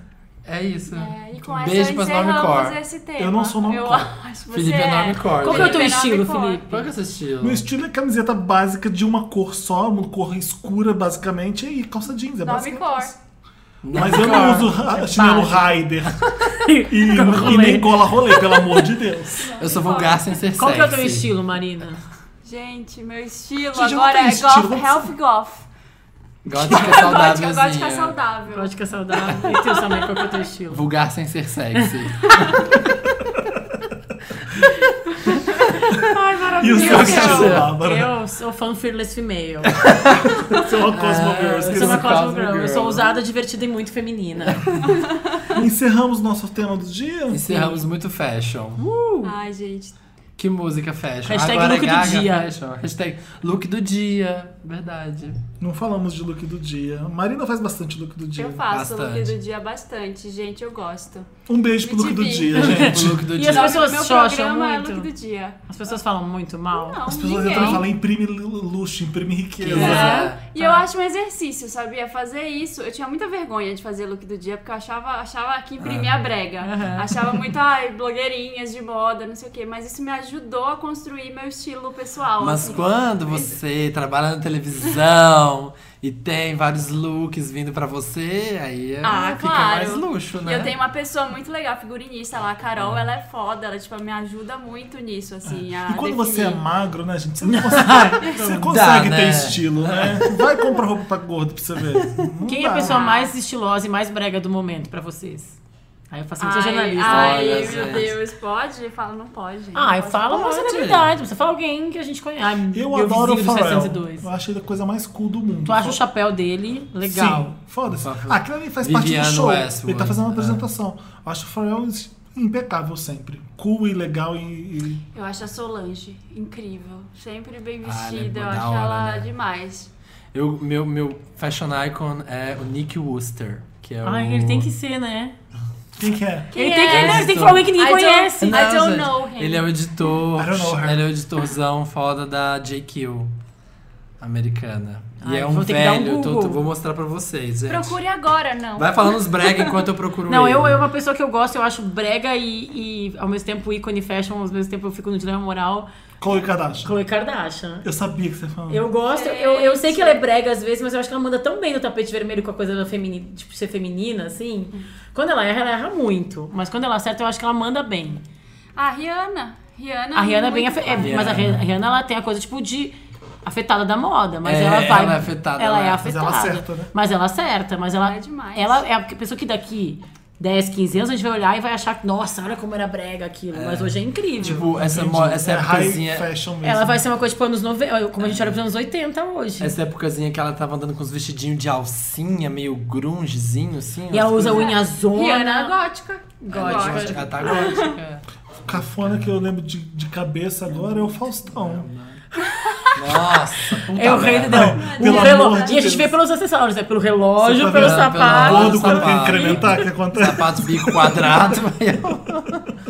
Speaker 4: É isso.
Speaker 3: É, e com essa
Speaker 4: Beijo
Speaker 3: eu
Speaker 4: pras
Speaker 3: encerramos
Speaker 4: normcore.
Speaker 3: esse tema.
Speaker 1: Eu não sou
Speaker 3: Eu
Speaker 1: normcore.
Speaker 3: acho que
Speaker 4: Felipe
Speaker 3: você
Speaker 4: é
Speaker 3: é.
Speaker 4: normcore.
Speaker 2: Qual que é o teu
Speaker 3: Felipe é
Speaker 2: estilo,
Speaker 3: normcore.
Speaker 2: Felipe?
Speaker 4: Qual que é o seu estilo?
Speaker 1: Meu estilo é camiseta básica de uma cor só, uma cor escura, basicamente, e calça jeans. É basicamente
Speaker 3: Normcore.
Speaker 1: isso. Mas eu não uso ra- chinelo Raider e, e
Speaker 2: É rolê.
Speaker 1: nem cola rolê, pelo amor de Deus.
Speaker 4: Eu sou vulgar sem ser
Speaker 2: Qual que é o teu
Speaker 4: sexy.
Speaker 2: estilo, Marina?
Speaker 3: Gente, meu estilo
Speaker 1: Gente, eu não
Speaker 3: agora
Speaker 1: tenho
Speaker 3: é
Speaker 1: estilo,
Speaker 3: goth,
Speaker 1: vamos-
Speaker 3: health goth.
Speaker 4: Gótica saudável.
Speaker 3: Gótica, gótica saudável.
Speaker 2: Gótica é saudável. E teu também, qual que é o teu estilo?
Speaker 4: Vulgar sem ser sexy.
Speaker 2: Ai,
Speaker 1: E o
Speaker 2: maravilhoso.
Speaker 1: seu
Speaker 4: Deus.
Speaker 1: estilo, Bárbara?
Speaker 2: Eu sou fan fearless female.
Speaker 1: Sou uma Cosmo Girl,
Speaker 2: Ah, Eu sou uma
Speaker 1: esqueci.
Speaker 2: Cosmo Girl. Eu sou
Speaker 4: Girl.
Speaker 2: ousada, divertida e muito feminina.
Speaker 1: Encerramos nosso tema do dia?
Speaker 4: Encerramos muito fashion.
Speaker 3: Ai, gente.
Speaker 4: Que música fashion?
Speaker 2: Hashtag
Speaker 4: Agora
Speaker 2: look
Speaker 4: é
Speaker 2: do
Speaker 4: Gaga
Speaker 2: dia.
Speaker 4: Fashion. Hashtag look do dia. Verdade.
Speaker 1: Não falamos de look do dia. Marina faz bastante look do dia.
Speaker 3: Eu faço o look
Speaker 4: Bastante.
Speaker 3: do dia bastante, gente, eu gosto.
Speaker 1: Um beijo pro
Speaker 3: Me
Speaker 1: look do
Speaker 3: divirto.
Speaker 1: dia, gente.
Speaker 4: O look do
Speaker 2: E
Speaker 4: dia.
Speaker 2: as pessoas
Speaker 3: meu
Speaker 2: xoxam
Speaker 3: programa é
Speaker 2: muito.
Speaker 3: look do dia.
Speaker 2: As pessoas falam muito mal.
Speaker 3: Não,
Speaker 1: As pessoas
Speaker 3: ninguém.
Speaker 1: entram e falam imprime luxo, imprime riqueza.
Speaker 3: É.
Speaker 4: É.
Speaker 3: E eu acho um exercício, sabia? Fazer isso. Eu tinha muita vergonha de fazer look do dia, porque eu achava, achava que imprimia brega. Achava muito, ai, blogueirinhas de moda, não sei o quê. Mas isso me ajudou a construir meu estilo pessoal.
Speaker 4: Mas
Speaker 3: assim.
Speaker 4: quando você trabalha na televisão e tem vários looks vindo pra você, aí é-
Speaker 3: Ah,
Speaker 4: fica
Speaker 3: claro.
Speaker 4: mais luxo,
Speaker 3: E
Speaker 4: né?
Speaker 3: eu tenho uma pessoa muito legal, figurinista lá, a Carol, ela é foda, ela tipo, me ajuda muito nisso, assim. A
Speaker 1: E quando você é
Speaker 3: definir.
Speaker 1: magro, né, gente? Você, não consegue, você consegue
Speaker 4: dá,
Speaker 1: ter
Speaker 4: né?
Speaker 1: estilo, né? Vai comprar roupa pra gordo pra você ver. Não
Speaker 2: Quem é
Speaker 1: dá.
Speaker 2: a pessoa mais estilosa e mais brega do momento pra vocês? Aí eu faço muito
Speaker 3: Ai,
Speaker 2: é jornalista.
Speaker 3: ai
Speaker 4: Olha,
Speaker 3: meu
Speaker 4: gente.
Speaker 3: Deus, pode? Fala, não pode. gente.
Speaker 2: Ah, eu
Speaker 3: Posso
Speaker 2: falo uma
Speaker 4: pode.
Speaker 2: celebridade. Você fala alguém que a gente conhece. Ai,
Speaker 1: Eu
Speaker 2: meu
Speaker 1: adoro o
Speaker 2: vizinho do
Speaker 1: Pharrell.
Speaker 2: 602.
Speaker 1: Eu acho ele a coisa mais cool do mundo.
Speaker 2: Tu acha o chapéu dele legal.
Speaker 1: Sim, foda-se.
Speaker 4: Foda-se.
Speaker 1: Ah, aquilo ali faz parte
Speaker 4: Viviano
Speaker 1: do show.
Speaker 4: Westwood,
Speaker 1: ele tá fazendo uma
Speaker 4: é.
Speaker 1: apresentação. Eu acho o Pharrell impecável sempre. Cool e legal e... e-
Speaker 3: Eu acho a Solange incrível. Sempre
Speaker 4: Ah,
Speaker 3: bem
Speaker 4: ela é
Speaker 3: vestida, eu
Speaker 4: da
Speaker 3: acho
Speaker 4: hora,
Speaker 3: ela
Speaker 4: né?
Speaker 3: demais.
Speaker 4: Eu, meu, meu fashion icon é o Nick Wooster, que é
Speaker 2: Ai,
Speaker 4: o...
Speaker 2: ele tem que ser, né?
Speaker 1: Quem que é?
Speaker 3: Quem
Speaker 2: ele tem
Speaker 3: é?
Speaker 2: que, não, ele tem que
Speaker 4: Editor.
Speaker 2: falar alguém que ninguém
Speaker 3: I don't-
Speaker 2: conhece.
Speaker 3: I don't know him.
Speaker 4: Ele é o editor.
Speaker 1: I don't know her.
Speaker 4: Ele é o editorzão foda da JQ americana. E
Speaker 2: Ai,
Speaker 4: é um
Speaker 2: vou ter que dar um
Speaker 4: velho, eu tô-
Speaker 2: Google.
Speaker 4: tô- vou mostrar pra vocês, gente.
Speaker 3: Procure agora, não.
Speaker 4: Vai falando os brega enquanto eu procuro
Speaker 2: Não,
Speaker 4: ele.
Speaker 2: eu, eu uma pessoa que eu gosto, eu acho brega e, e ao mesmo tempo ícone fashion, ao mesmo tempo eu fico no dilema moral.
Speaker 1: Khloe Kardashian.
Speaker 2: Khloe Kardashian.
Speaker 1: Eu sabia que você falou.
Speaker 2: Eu gosto, eu, eu sei que ela é brega às vezes, mas eu acho que ela manda tão bem no tapete vermelho com a coisa da femini, tipo, ser feminina, assim.
Speaker 3: Uhum.
Speaker 2: Quando ela erra, ela erra muito. Mas quando ela acerta, eu acho que ela manda bem.
Speaker 3: A Rihanna. Rihanna
Speaker 2: A Rihanna é bem
Speaker 3: Uhum, muito
Speaker 2: afetada.
Speaker 3: foda.
Speaker 2: mas a Ri- a
Speaker 4: Rihanna.
Speaker 2: Rihanna ela tem a coisa, tipo, de. Afetada da moda, mas
Speaker 4: É,
Speaker 2: ela vai.
Speaker 4: ela é afetada,
Speaker 2: Ela
Speaker 4: né?
Speaker 2: é
Speaker 1: Mas
Speaker 2: afetada.
Speaker 1: ela acerta, né?
Speaker 2: Mas ela acerta, mas ela.
Speaker 3: Ela é demais.
Speaker 2: Ela é a pessoa que daqui 10, 15 anos a gente vai olhar e vai achar que, nossa, olha como era brega aquilo. Mas hoje é incrível.
Speaker 4: Tipo, essa,
Speaker 1: Entendi.
Speaker 4: mo- essa
Speaker 1: é high
Speaker 4: épocazinha...
Speaker 1: fashion mesmo.
Speaker 2: ela vai ser uma coisa tipo anos 90, como a gente olha pros anos 80 hoje.
Speaker 4: Essa épocazinha que ela tava andando com os vestidinhos de alcinha, meio grungezinho, assim.
Speaker 2: E ela usa unha
Speaker 3: Rihanna é
Speaker 2: zona.
Speaker 3: gótica.
Speaker 4: gótica. né? Gótica, tá gótica.
Speaker 1: Cafona que eu lembro de, de cabeça agora é o Faustão.
Speaker 4: Nossa, puta
Speaker 2: É o rei do
Speaker 4: merda.
Speaker 1: pelo
Speaker 2: o
Speaker 1: amor
Speaker 2: relógio.
Speaker 1: de
Speaker 2: E a gente
Speaker 1: Deus.
Speaker 2: vê pelos acessórios, né? Pelo
Speaker 1: Você
Speaker 2: relógio,
Speaker 1: tá
Speaker 2: pelo
Speaker 1: vendo?
Speaker 4: Pelo
Speaker 2: sapato.
Speaker 4: relógio.
Speaker 1: Todo quando quer
Speaker 4: sapato.
Speaker 1: incrementar, o que é acontece?
Speaker 4: Sapatos bico quadrado.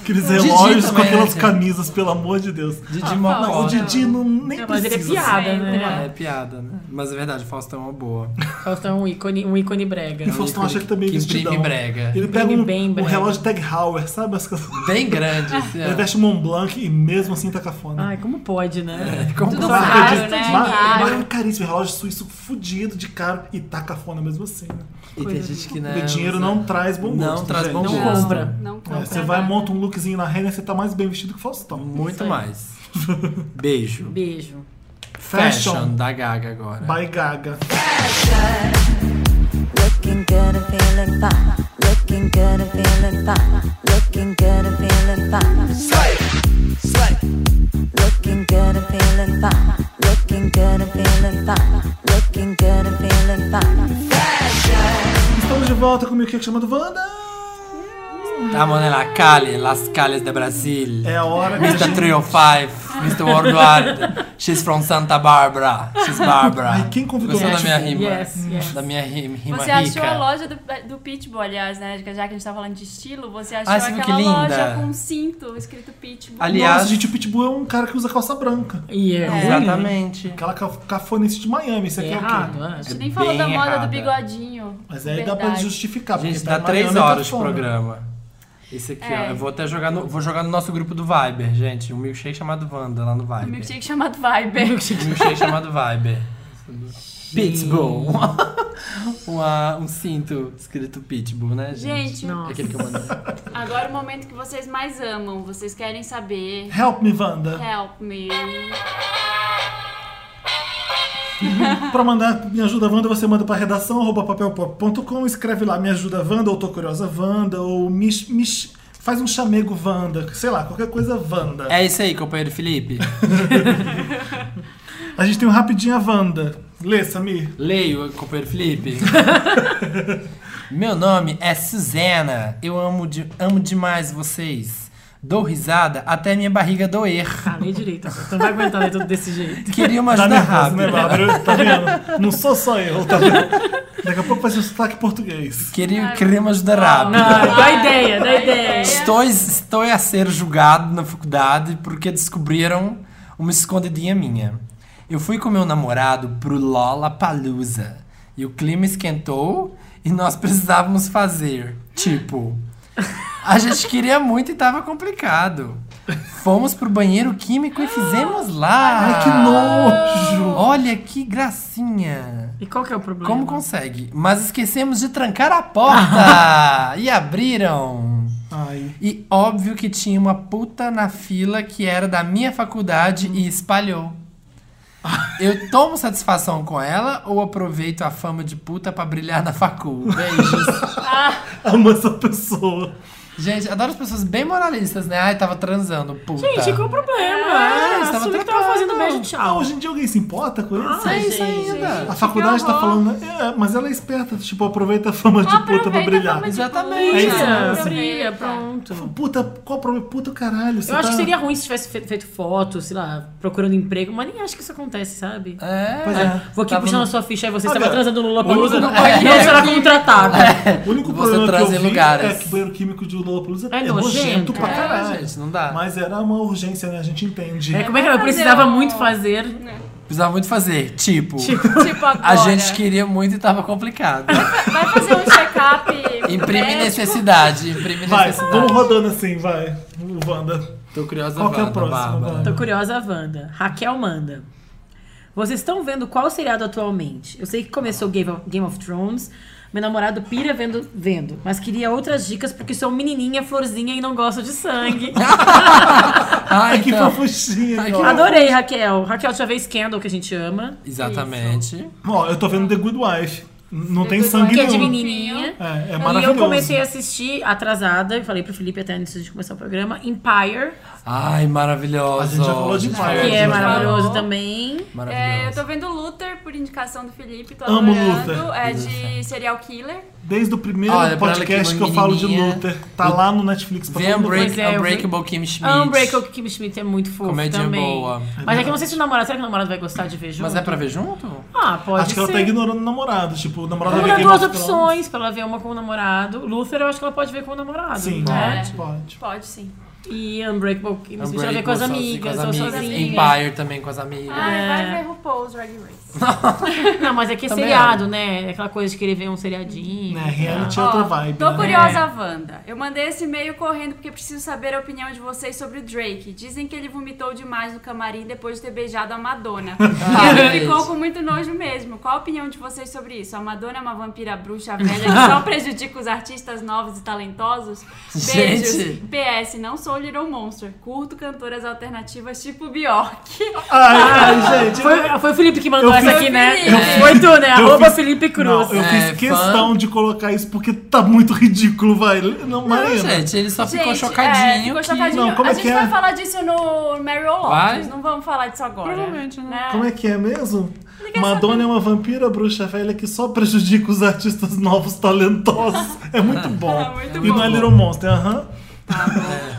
Speaker 1: Aqueles
Speaker 4: Didi
Speaker 1: relógios com
Speaker 4: também,
Speaker 1: aquelas
Speaker 4: né, cara?
Speaker 1: camisas, pelo amor de Deus.
Speaker 2: Ah,
Speaker 4: Didi
Speaker 1: Mas o
Speaker 4: Mocó.
Speaker 1: Didi não, nem
Speaker 2: Não, mas
Speaker 1: precisa.
Speaker 2: ele é piada,
Speaker 3: assim,
Speaker 2: né?
Speaker 4: É, é piada, né? Mas é verdade, o Faustão é uma boa.
Speaker 2: Faustão é um ícone, um ícone brega.
Speaker 1: O Faustão acha que também é
Speaker 4: Que imprime
Speaker 1: vestidão.
Speaker 4: brega.
Speaker 1: Ele pega
Speaker 2: Imprime
Speaker 1: um,
Speaker 2: bem
Speaker 1: um
Speaker 2: brega.
Speaker 1: relógio Tag Heuer, sabe? As coisas.
Speaker 4: Bem grande, assim.
Speaker 1: Ele
Speaker 4: ó.
Speaker 1: veste Mont Blanc e mesmo assim tá cafona.
Speaker 2: Ai, como pode, né?
Speaker 4: É, Como
Speaker 3: Tudo
Speaker 4: sabe?
Speaker 3: caro,
Speaker 1: Acredita?
Speaker 3: né?
Speaker 1: Mar-
Speaker 3: Caro.
Speaker 1: marca é um caríssimo, relógio suíço fudido de caro e tá cafona mesmo assim. Né?
Speaker 4: E tem gente que não.
Speaker 1: o dinheiro não traz bom gosto.
Speaker 4: É, Não traz
Speaker 1: gente.
Speaker 4: bom
Speaker 2: Não
Speaker 4: gosto.
Speaker 2: compra.
Speaker 3: Não
Speaker 1: É,
Speaker 3: compra.
Speaker 1: você vai,
Speaker 3: nada.
Speaker 1: monta um lookzinho na Renner, você tá mais bem vestido que o Faustão.
Speaker 4: Muito mais. Beijo.
Speaker 2: Beijo.
Speaker 1: Fashion.
Speaker 4: da Gaga agora.
Speaker 1: By Gaga.
Speaker 6: Looking good and feeling fine. Looking good and feeling fine. Looking good and feeling fine.
Speaker 5: Slay, slay,
Speaker 6: Looking good and feeling fine. Looking good and feeling fine. Looking good and feeling fine.
Speaker 1: Estamos de volta com o Milkshake chamado Wanda.
Speaker 4: Tamo nella Cali, las calles de Brasil.
Speaker 1: É a hora que a
Speaker 4: Mr.
Speaker 1: gente...
Speaker 4: 305, Mr. Worldwide. She's from Santa Barbara. She's Barbara.
Speaker 1: Ai, quem é convidou
Speaker 4: Gostou da
Speaker 1: ela?
Speaker 4: minha rima?
Speaker 2: Yes, yes.
Speaker 4: Da minha rim- rima
Speaker 3: Você
Speaker 4: rica.
Speaker 3: achou a loja do, do Pitbull, aliás, né? Já que a gente tá falando de estilo, você achou
Speaker 4: Ah, sim, que
Speaker 3: aquela loja
Speaker 4: linda.
Speaker 3: com cinto escrito Pitbull.
Speaker 4: Aliás-
Speaker 1: Nossa, gente, o Pitbull é um cara que usa calça branca.
Speaker 2: E é, ruim, né?
Speaker 4: Exatamente.
Speaker 1: Aquela ca- cafonice de Miami, isso
Speaker 2: É
Speaker 1: aqui é, o
Speaker 2: errado,
Speaker 1: quê?
Speaker 2: eu
Speaker 3: a
Speaker 2: acho.
Speaker 3: gente nem falou
Speaker 4: bem
Speaker 3: da moda
Speaker 4: errada.
Speaker 3: do bigodinho.
Speaker 1: Mas aí dá pra
Speaker 3: Verdade.
Speaker 1: justificar.
Speaker 4: Gente,
Speaker 1: porque tá
Speaker 4: dá
Speaker 1: em
Speaker 4: três
Speaker 1: Miami, tá
Speaker 4: horas de
Speaker 1: fora.
Speaker 4: programa. Esse aqui, ó.
Speaker 3: É.
Speaker 4: Eu vou até jogar no. Vou jogar no nosso grupo do Viber, gente. Um milkshake chamado Wanda lá no
Speaker 3: Um
Speaker 4: Viber.
Speaker 3: milkshake chamado Viber.
Speaker 4: Um milkshake chamado Viber. Pitbull. Uma- um cinto escrito Pitbull, né, gente?
Speaker 3: Gente,
Speaker 2: Não.
Speaker 4: É Aquele que eu mandei.
Speaker 3: agora o momento que vocês mais amam. Vocês querem saber.
Speaker 1: Help me,
Speaker 4: É.
Speaker 1: Wanda.
Speaker 3: Help me.
Speaker 1: Pra mandar Me Ajuda Wanda, você manda pra redação arroba papelpop.com, escreve lá Me Ajuda Wanda, ou Tô Curiosa Wanda, ou me, me, faz um chamego Wanda, sei lá, qualquer coisa Wanda.
Speaker 4: É isso aí, companheiro Felipe.
Speaker 1: A gente tem um Rapidinha Wanda. Lê, Samir.
Speaker 4: Leio, companheiro Felipe. Meu nome é Suzana. Eu amo, de- amo demais vocês. Dou risada até minha barriga doer.
Speaker 2: Ah, lê direito. Tu não vai aguentar ler tudo desse jeito.
Speaker 4: Queria uma
Speaker 1: Dá
Speaker 4: ajuda
Speaker 1: nervoso, né,
Speaker 4: rápida.
Speaker 1: Bárbara? Tá vendo? Não sou só eu, tá vendo? Daqui a pouco vai ser um sotaque português.
Speaker 4: Queria, queria uma ajuda rápida.
Speaker 2: Não, dá ideia, dá ideia.
Speaker 4: Estou, estou a ser julgado na faculdade porque descobriram uma escondidinha minha. Eu fui com meu namorado pro Lollapalooza e o clima esquentou e nós precisávamos fazer, tipo, a gente queria muito e tava complicado. Fomos pro banheiro químico e fizemos lá.
Speaker 1: Ai, que nojo!
Speaker 4: Olha que gracinha.
Speaker 2: E qual que é o problema?
Speaker 4: Como consegue? Mas esquecemos de trancar a porta e abriram.
Speaker 1: Ai.
Speaker 4: E óbvio que tinha uma puta na fila que era da minha faculdade e espalhou. Eu tomo satisfação com ela ou aproveito a fama de puta pra brilhar na facul? Beijos.
Speaker 1: Amo essa pessoa.
Speaker 4: Gente, adoro as pessoas bem moralistas, né? Ai, tava transando, puta.
Speaker 2: Gente, qual o problema?
Speaker 4: É,
Speaker 2: Ah,
Speaker 4: eles tavam
Speaker 2: assume que
Speaker 4: trocando.
Speaker 2: tava fazendo beijo
Speaker 1: Ah,
Speaker 2: tchau.
Speaker 1: hoje em dia alguém se importa com isso?
Speaker 4: É isso
Speaker 2: Gente,
Speaker 4: ainda.
Speaker 1: a faculdade tá falando, é, mas ela é esperta, tipo, aproveita a fama de puta pra brilhar.
Speaker 4: Exatamente.
Speaker 1: É isso
Speaker 2: Brilha,
Speaker 1: mesmo.
Speaker 2: brilha, pronto.
Speaker 1: Puta, qual o problema? Puta caralho. você
Speaker 2: Eu acho
Speaker 1: tá-
Speaker 2: que seria ruim se tivesse fe- feito foto, sei lá, procurando emprego, mas nem acho que isso acontece, sabe?
Speaker 4: É.
Speaker 1: Pois é.
Speaker 2: Vou aqui
Speaker 4: Tava
Speaker 2: puxando
Speaker 4: no-
Speaker 2: a sua ficha aí, você
Speaker 1: Olha,
Speaker 2: estava transando no Lula Palusa,
Speaker 4: no
Speaker 2: não
Speaker 4: banheiro
Speaker 2: será contratado.
Speaker 1: O único
Speaker 4: Você
Speaker 1: problema
Speaker 4: traz
Speaker 1: que eu
Speaker 4: em
Speaker 1: vi
Speaker 4: lugares.
Speaker 1: é que o banheiro químico de Lollapalooza
Speaker 2: É
Speaker 1: é, nojento
Speaker 2: nojento,
Speaker 1: pra
Speaker 2: é.
Speaker 1: caralho.
Speaker 4: gente, não dá.
Speaker 1: Mas era uma urgência, né? A gente entende.
Speaker 2: É, como é que era? eu precisava muito fazer?
Speaker 4: Precisava muito fazer. Tipo,
Speaker 3: Tipo agora.
Speaker 4: a gente queria muito e tava complicado.
Speaker 3: Vai fazer um check-up. É,
Speaker 4: Imprime
Speaker 3: médico.
Speaker 4: necessidade, imprime
Speaker 1: É, tipo-
Speaker 2: é
Speaker 1: Vai,
Speaker 4: necessidade.
Speaker 1: vamos rodando assim, vai. Wanda.
Speaker 4: Tô curiosa,
Speaker 1: Qual que é a
Speaker 4: Wanda,
Speaker 1: próxima,
Speaker 4: Bárbara.
Speaker 1: Wanda?
Speaker 2: Tô curiosa, a Wanda. Raquel manda. Vocês estão vendo qual seriado atualmente? Eu sei que começou Game of, Game of Thrones. Meu namorado pira vendo, vendo, mas queria outras dicas porque sou menininha, florzinha e não gosto de sangue.
Speaker 4: Ah,
Speaker 1: Ai, que
Speaker 4: então.
Speaker 1: fofuchinha.
Speaker 4: Ai, que
Speaker 1: ó.
Speaker 2: Adorei, Raquel. Raquel, já vez Scandal, que a gente ama.
Speaker 4: Exatamente.
Speaker 1: Ó, eu tô vendo The Good Wife. Não tem
Speaker 3: Good
Speaker 1: sangue
Speaker 2: Que é de
Speaker 1: nenhum.
Speaker 2: menininha.
Speaker 1: É, é
Speaker 2: E eu
Speaker 1: maravilhoso.
Speaker 2: comecei a assistir atrasada, eu falei pro Felipe até antes de começar o programa, Empire,
Speaker 4: Ai, maravilhosa.
Speaker 1: A gente já falou de Empire,
Speaker 2: que
Speaker 1: Maravilhoso.
Speaker 2: é
Speaker 3: Maravilhoso.
Speaker 2: maravilhoso também.
Speaker 3: É, eu
Speaker 4: Maravilhosa.
Speaker 3: tô vendo Luther por indicação do Felipe, tô
Speaker 1: Amo
Speaker 3: adorando.
Speaker 1: Luther.
Speaker 3: É de serial killer.
Speaker 1: Desde o primeiro
Speaker 4: Olha, pra ela que é
Speaker 1: podcast que
Speaker 4: uma
Speaker 1: eu falo de
Speaker 4: menininha.
Speaker 1: Luther. Tá lá no Netflix pra
Speaker 4: Vê
Speaker 1: todo mundo ver.
Speaker 4: Unbreak,
Speaker 2: Pois é, eu vi.
Speaker 4: Unbreakable Kim Schmidt.
Speaker 2: Unbreakable Kim Schmidt é muito fofo
Speaker 4: Comédia
Speaker 2: também.
Speaker 4: boa.
Speaker 2: Mas é que eu não sei se o namorado, será que o namorado vai gostar de ver junto?
Speaker 4: Mas é pra ver junto?
Speaker 2: Ah, pode
Speaker 1: Acho que
Speaker 2: ser.
Speaker 1: ela tá ignorando o namorado. Tipo, o namorado vai
Speaker 2: Vamos dar
Speaker 1: ver Game
Speaker 2: duas
Speaker 1: of Thrones.
Speaker 2: opções pra ela ver uma com o namorado. Luther, eu acho que ela pode ver com o namorado.
Speaker 1: Sim,
Speaker 3: É.
Speaker 1: É.
Speaker 2: né?
Speaker 1: pode, pode.
Speaker 3: Pode sim.
Speaker 2: E Unbreakable Kim Schmidt ela vê com as
Speaker 4: Unbreakable,
Speaker 2: amigas,
Speaker 4: sozinha,
Speaker 2: ou
Speaker 4: com as
Speaker 2: sozinha.
Speaker 4: Empire também com as amigas.
Speaker 3: Ai, vai ver RuPaul's Drag Race.
Speaker 2: Não, mas é que é
Speaker 4: Também
Speaker 2: seriado, né? É aquela coisa de querer ver um seriadinho.
Speaker 1: Né,
Speaker 4: Ah.
Speaker 1: reality é
Speaker 3: Ó,
Speaker 1: outra vibe.
Speaker 3: Tô
Speaker 1: né?
Speaker 3: curiosa, Wanda. Eu mandei esse e-mail correndo porque preciso saber a opinião de vocês sobre o Drake. Dizem que ele vomitou demais no camarim depois de ter beijado a Madonna.
Speaker 4: Ah,
Speaker 3: e
Speaker 4: gente.
Speaker 3: ele ficou com muito nojo mesmo. Qual a opinião de vocês sobre isso? A Madonna é uma vampira bruxa velha que só prejudica os artistas novos e talentosos? Beijos.
Speaker 4: Gente.
Speaker 3: PS, não sou Little Monster. Curto cantoras alternativas tipo Bjork.
Speaker 1: Ai, ai, gente.
Speaker 2: Foi, foi o Felipe que mandou
Speaker 1: Eu
Speaker 2: essa
Speaker 1: fiz-
Speaker 2: aqui, né?
Speaker 3: Eu
Speaker 1: fiz-
Speaker 2: Foi tu, né?
Speaker 1: eu
Speaker 2: Arroba
Speaker 1: fiz-
Speaker 2: Felipe Cruz.
Speaker 1: Não, eu
Speaker 4: É,
Speaker 1: fiz questão de colocar isso porque tá muito ridículo, vai. Não,
Speaker 4: Não,
Speaker 1: Marina.
Speaker 4: gente, ele só ficou
Speaker 3: Gente,
Speaker 4: chocadinho.
Speaker 3: é, ficou
Speaker 4: que-
Speaker 3: chocadinho.
Speaker 1: Não, como
Speaker 3: a
Speaker 1: é
Speaker 3: gente
Speaker 1: que é?
Speaker 3: vai falar disso no
Speaker 4: Vai?
Speaker 3: Mary Lopes, não vamos falar disso agora. Provavelmente, né?
Speaker 1: Como é que é mesmo? Madonna é uma vampira bruxa velha que só prejudica os artistas novos talentosos. É muito bom.
Speaker 3: É muito
Speaker 1: e
Speaker 3: bom.
Speaker 1: não é Little Monster, aham.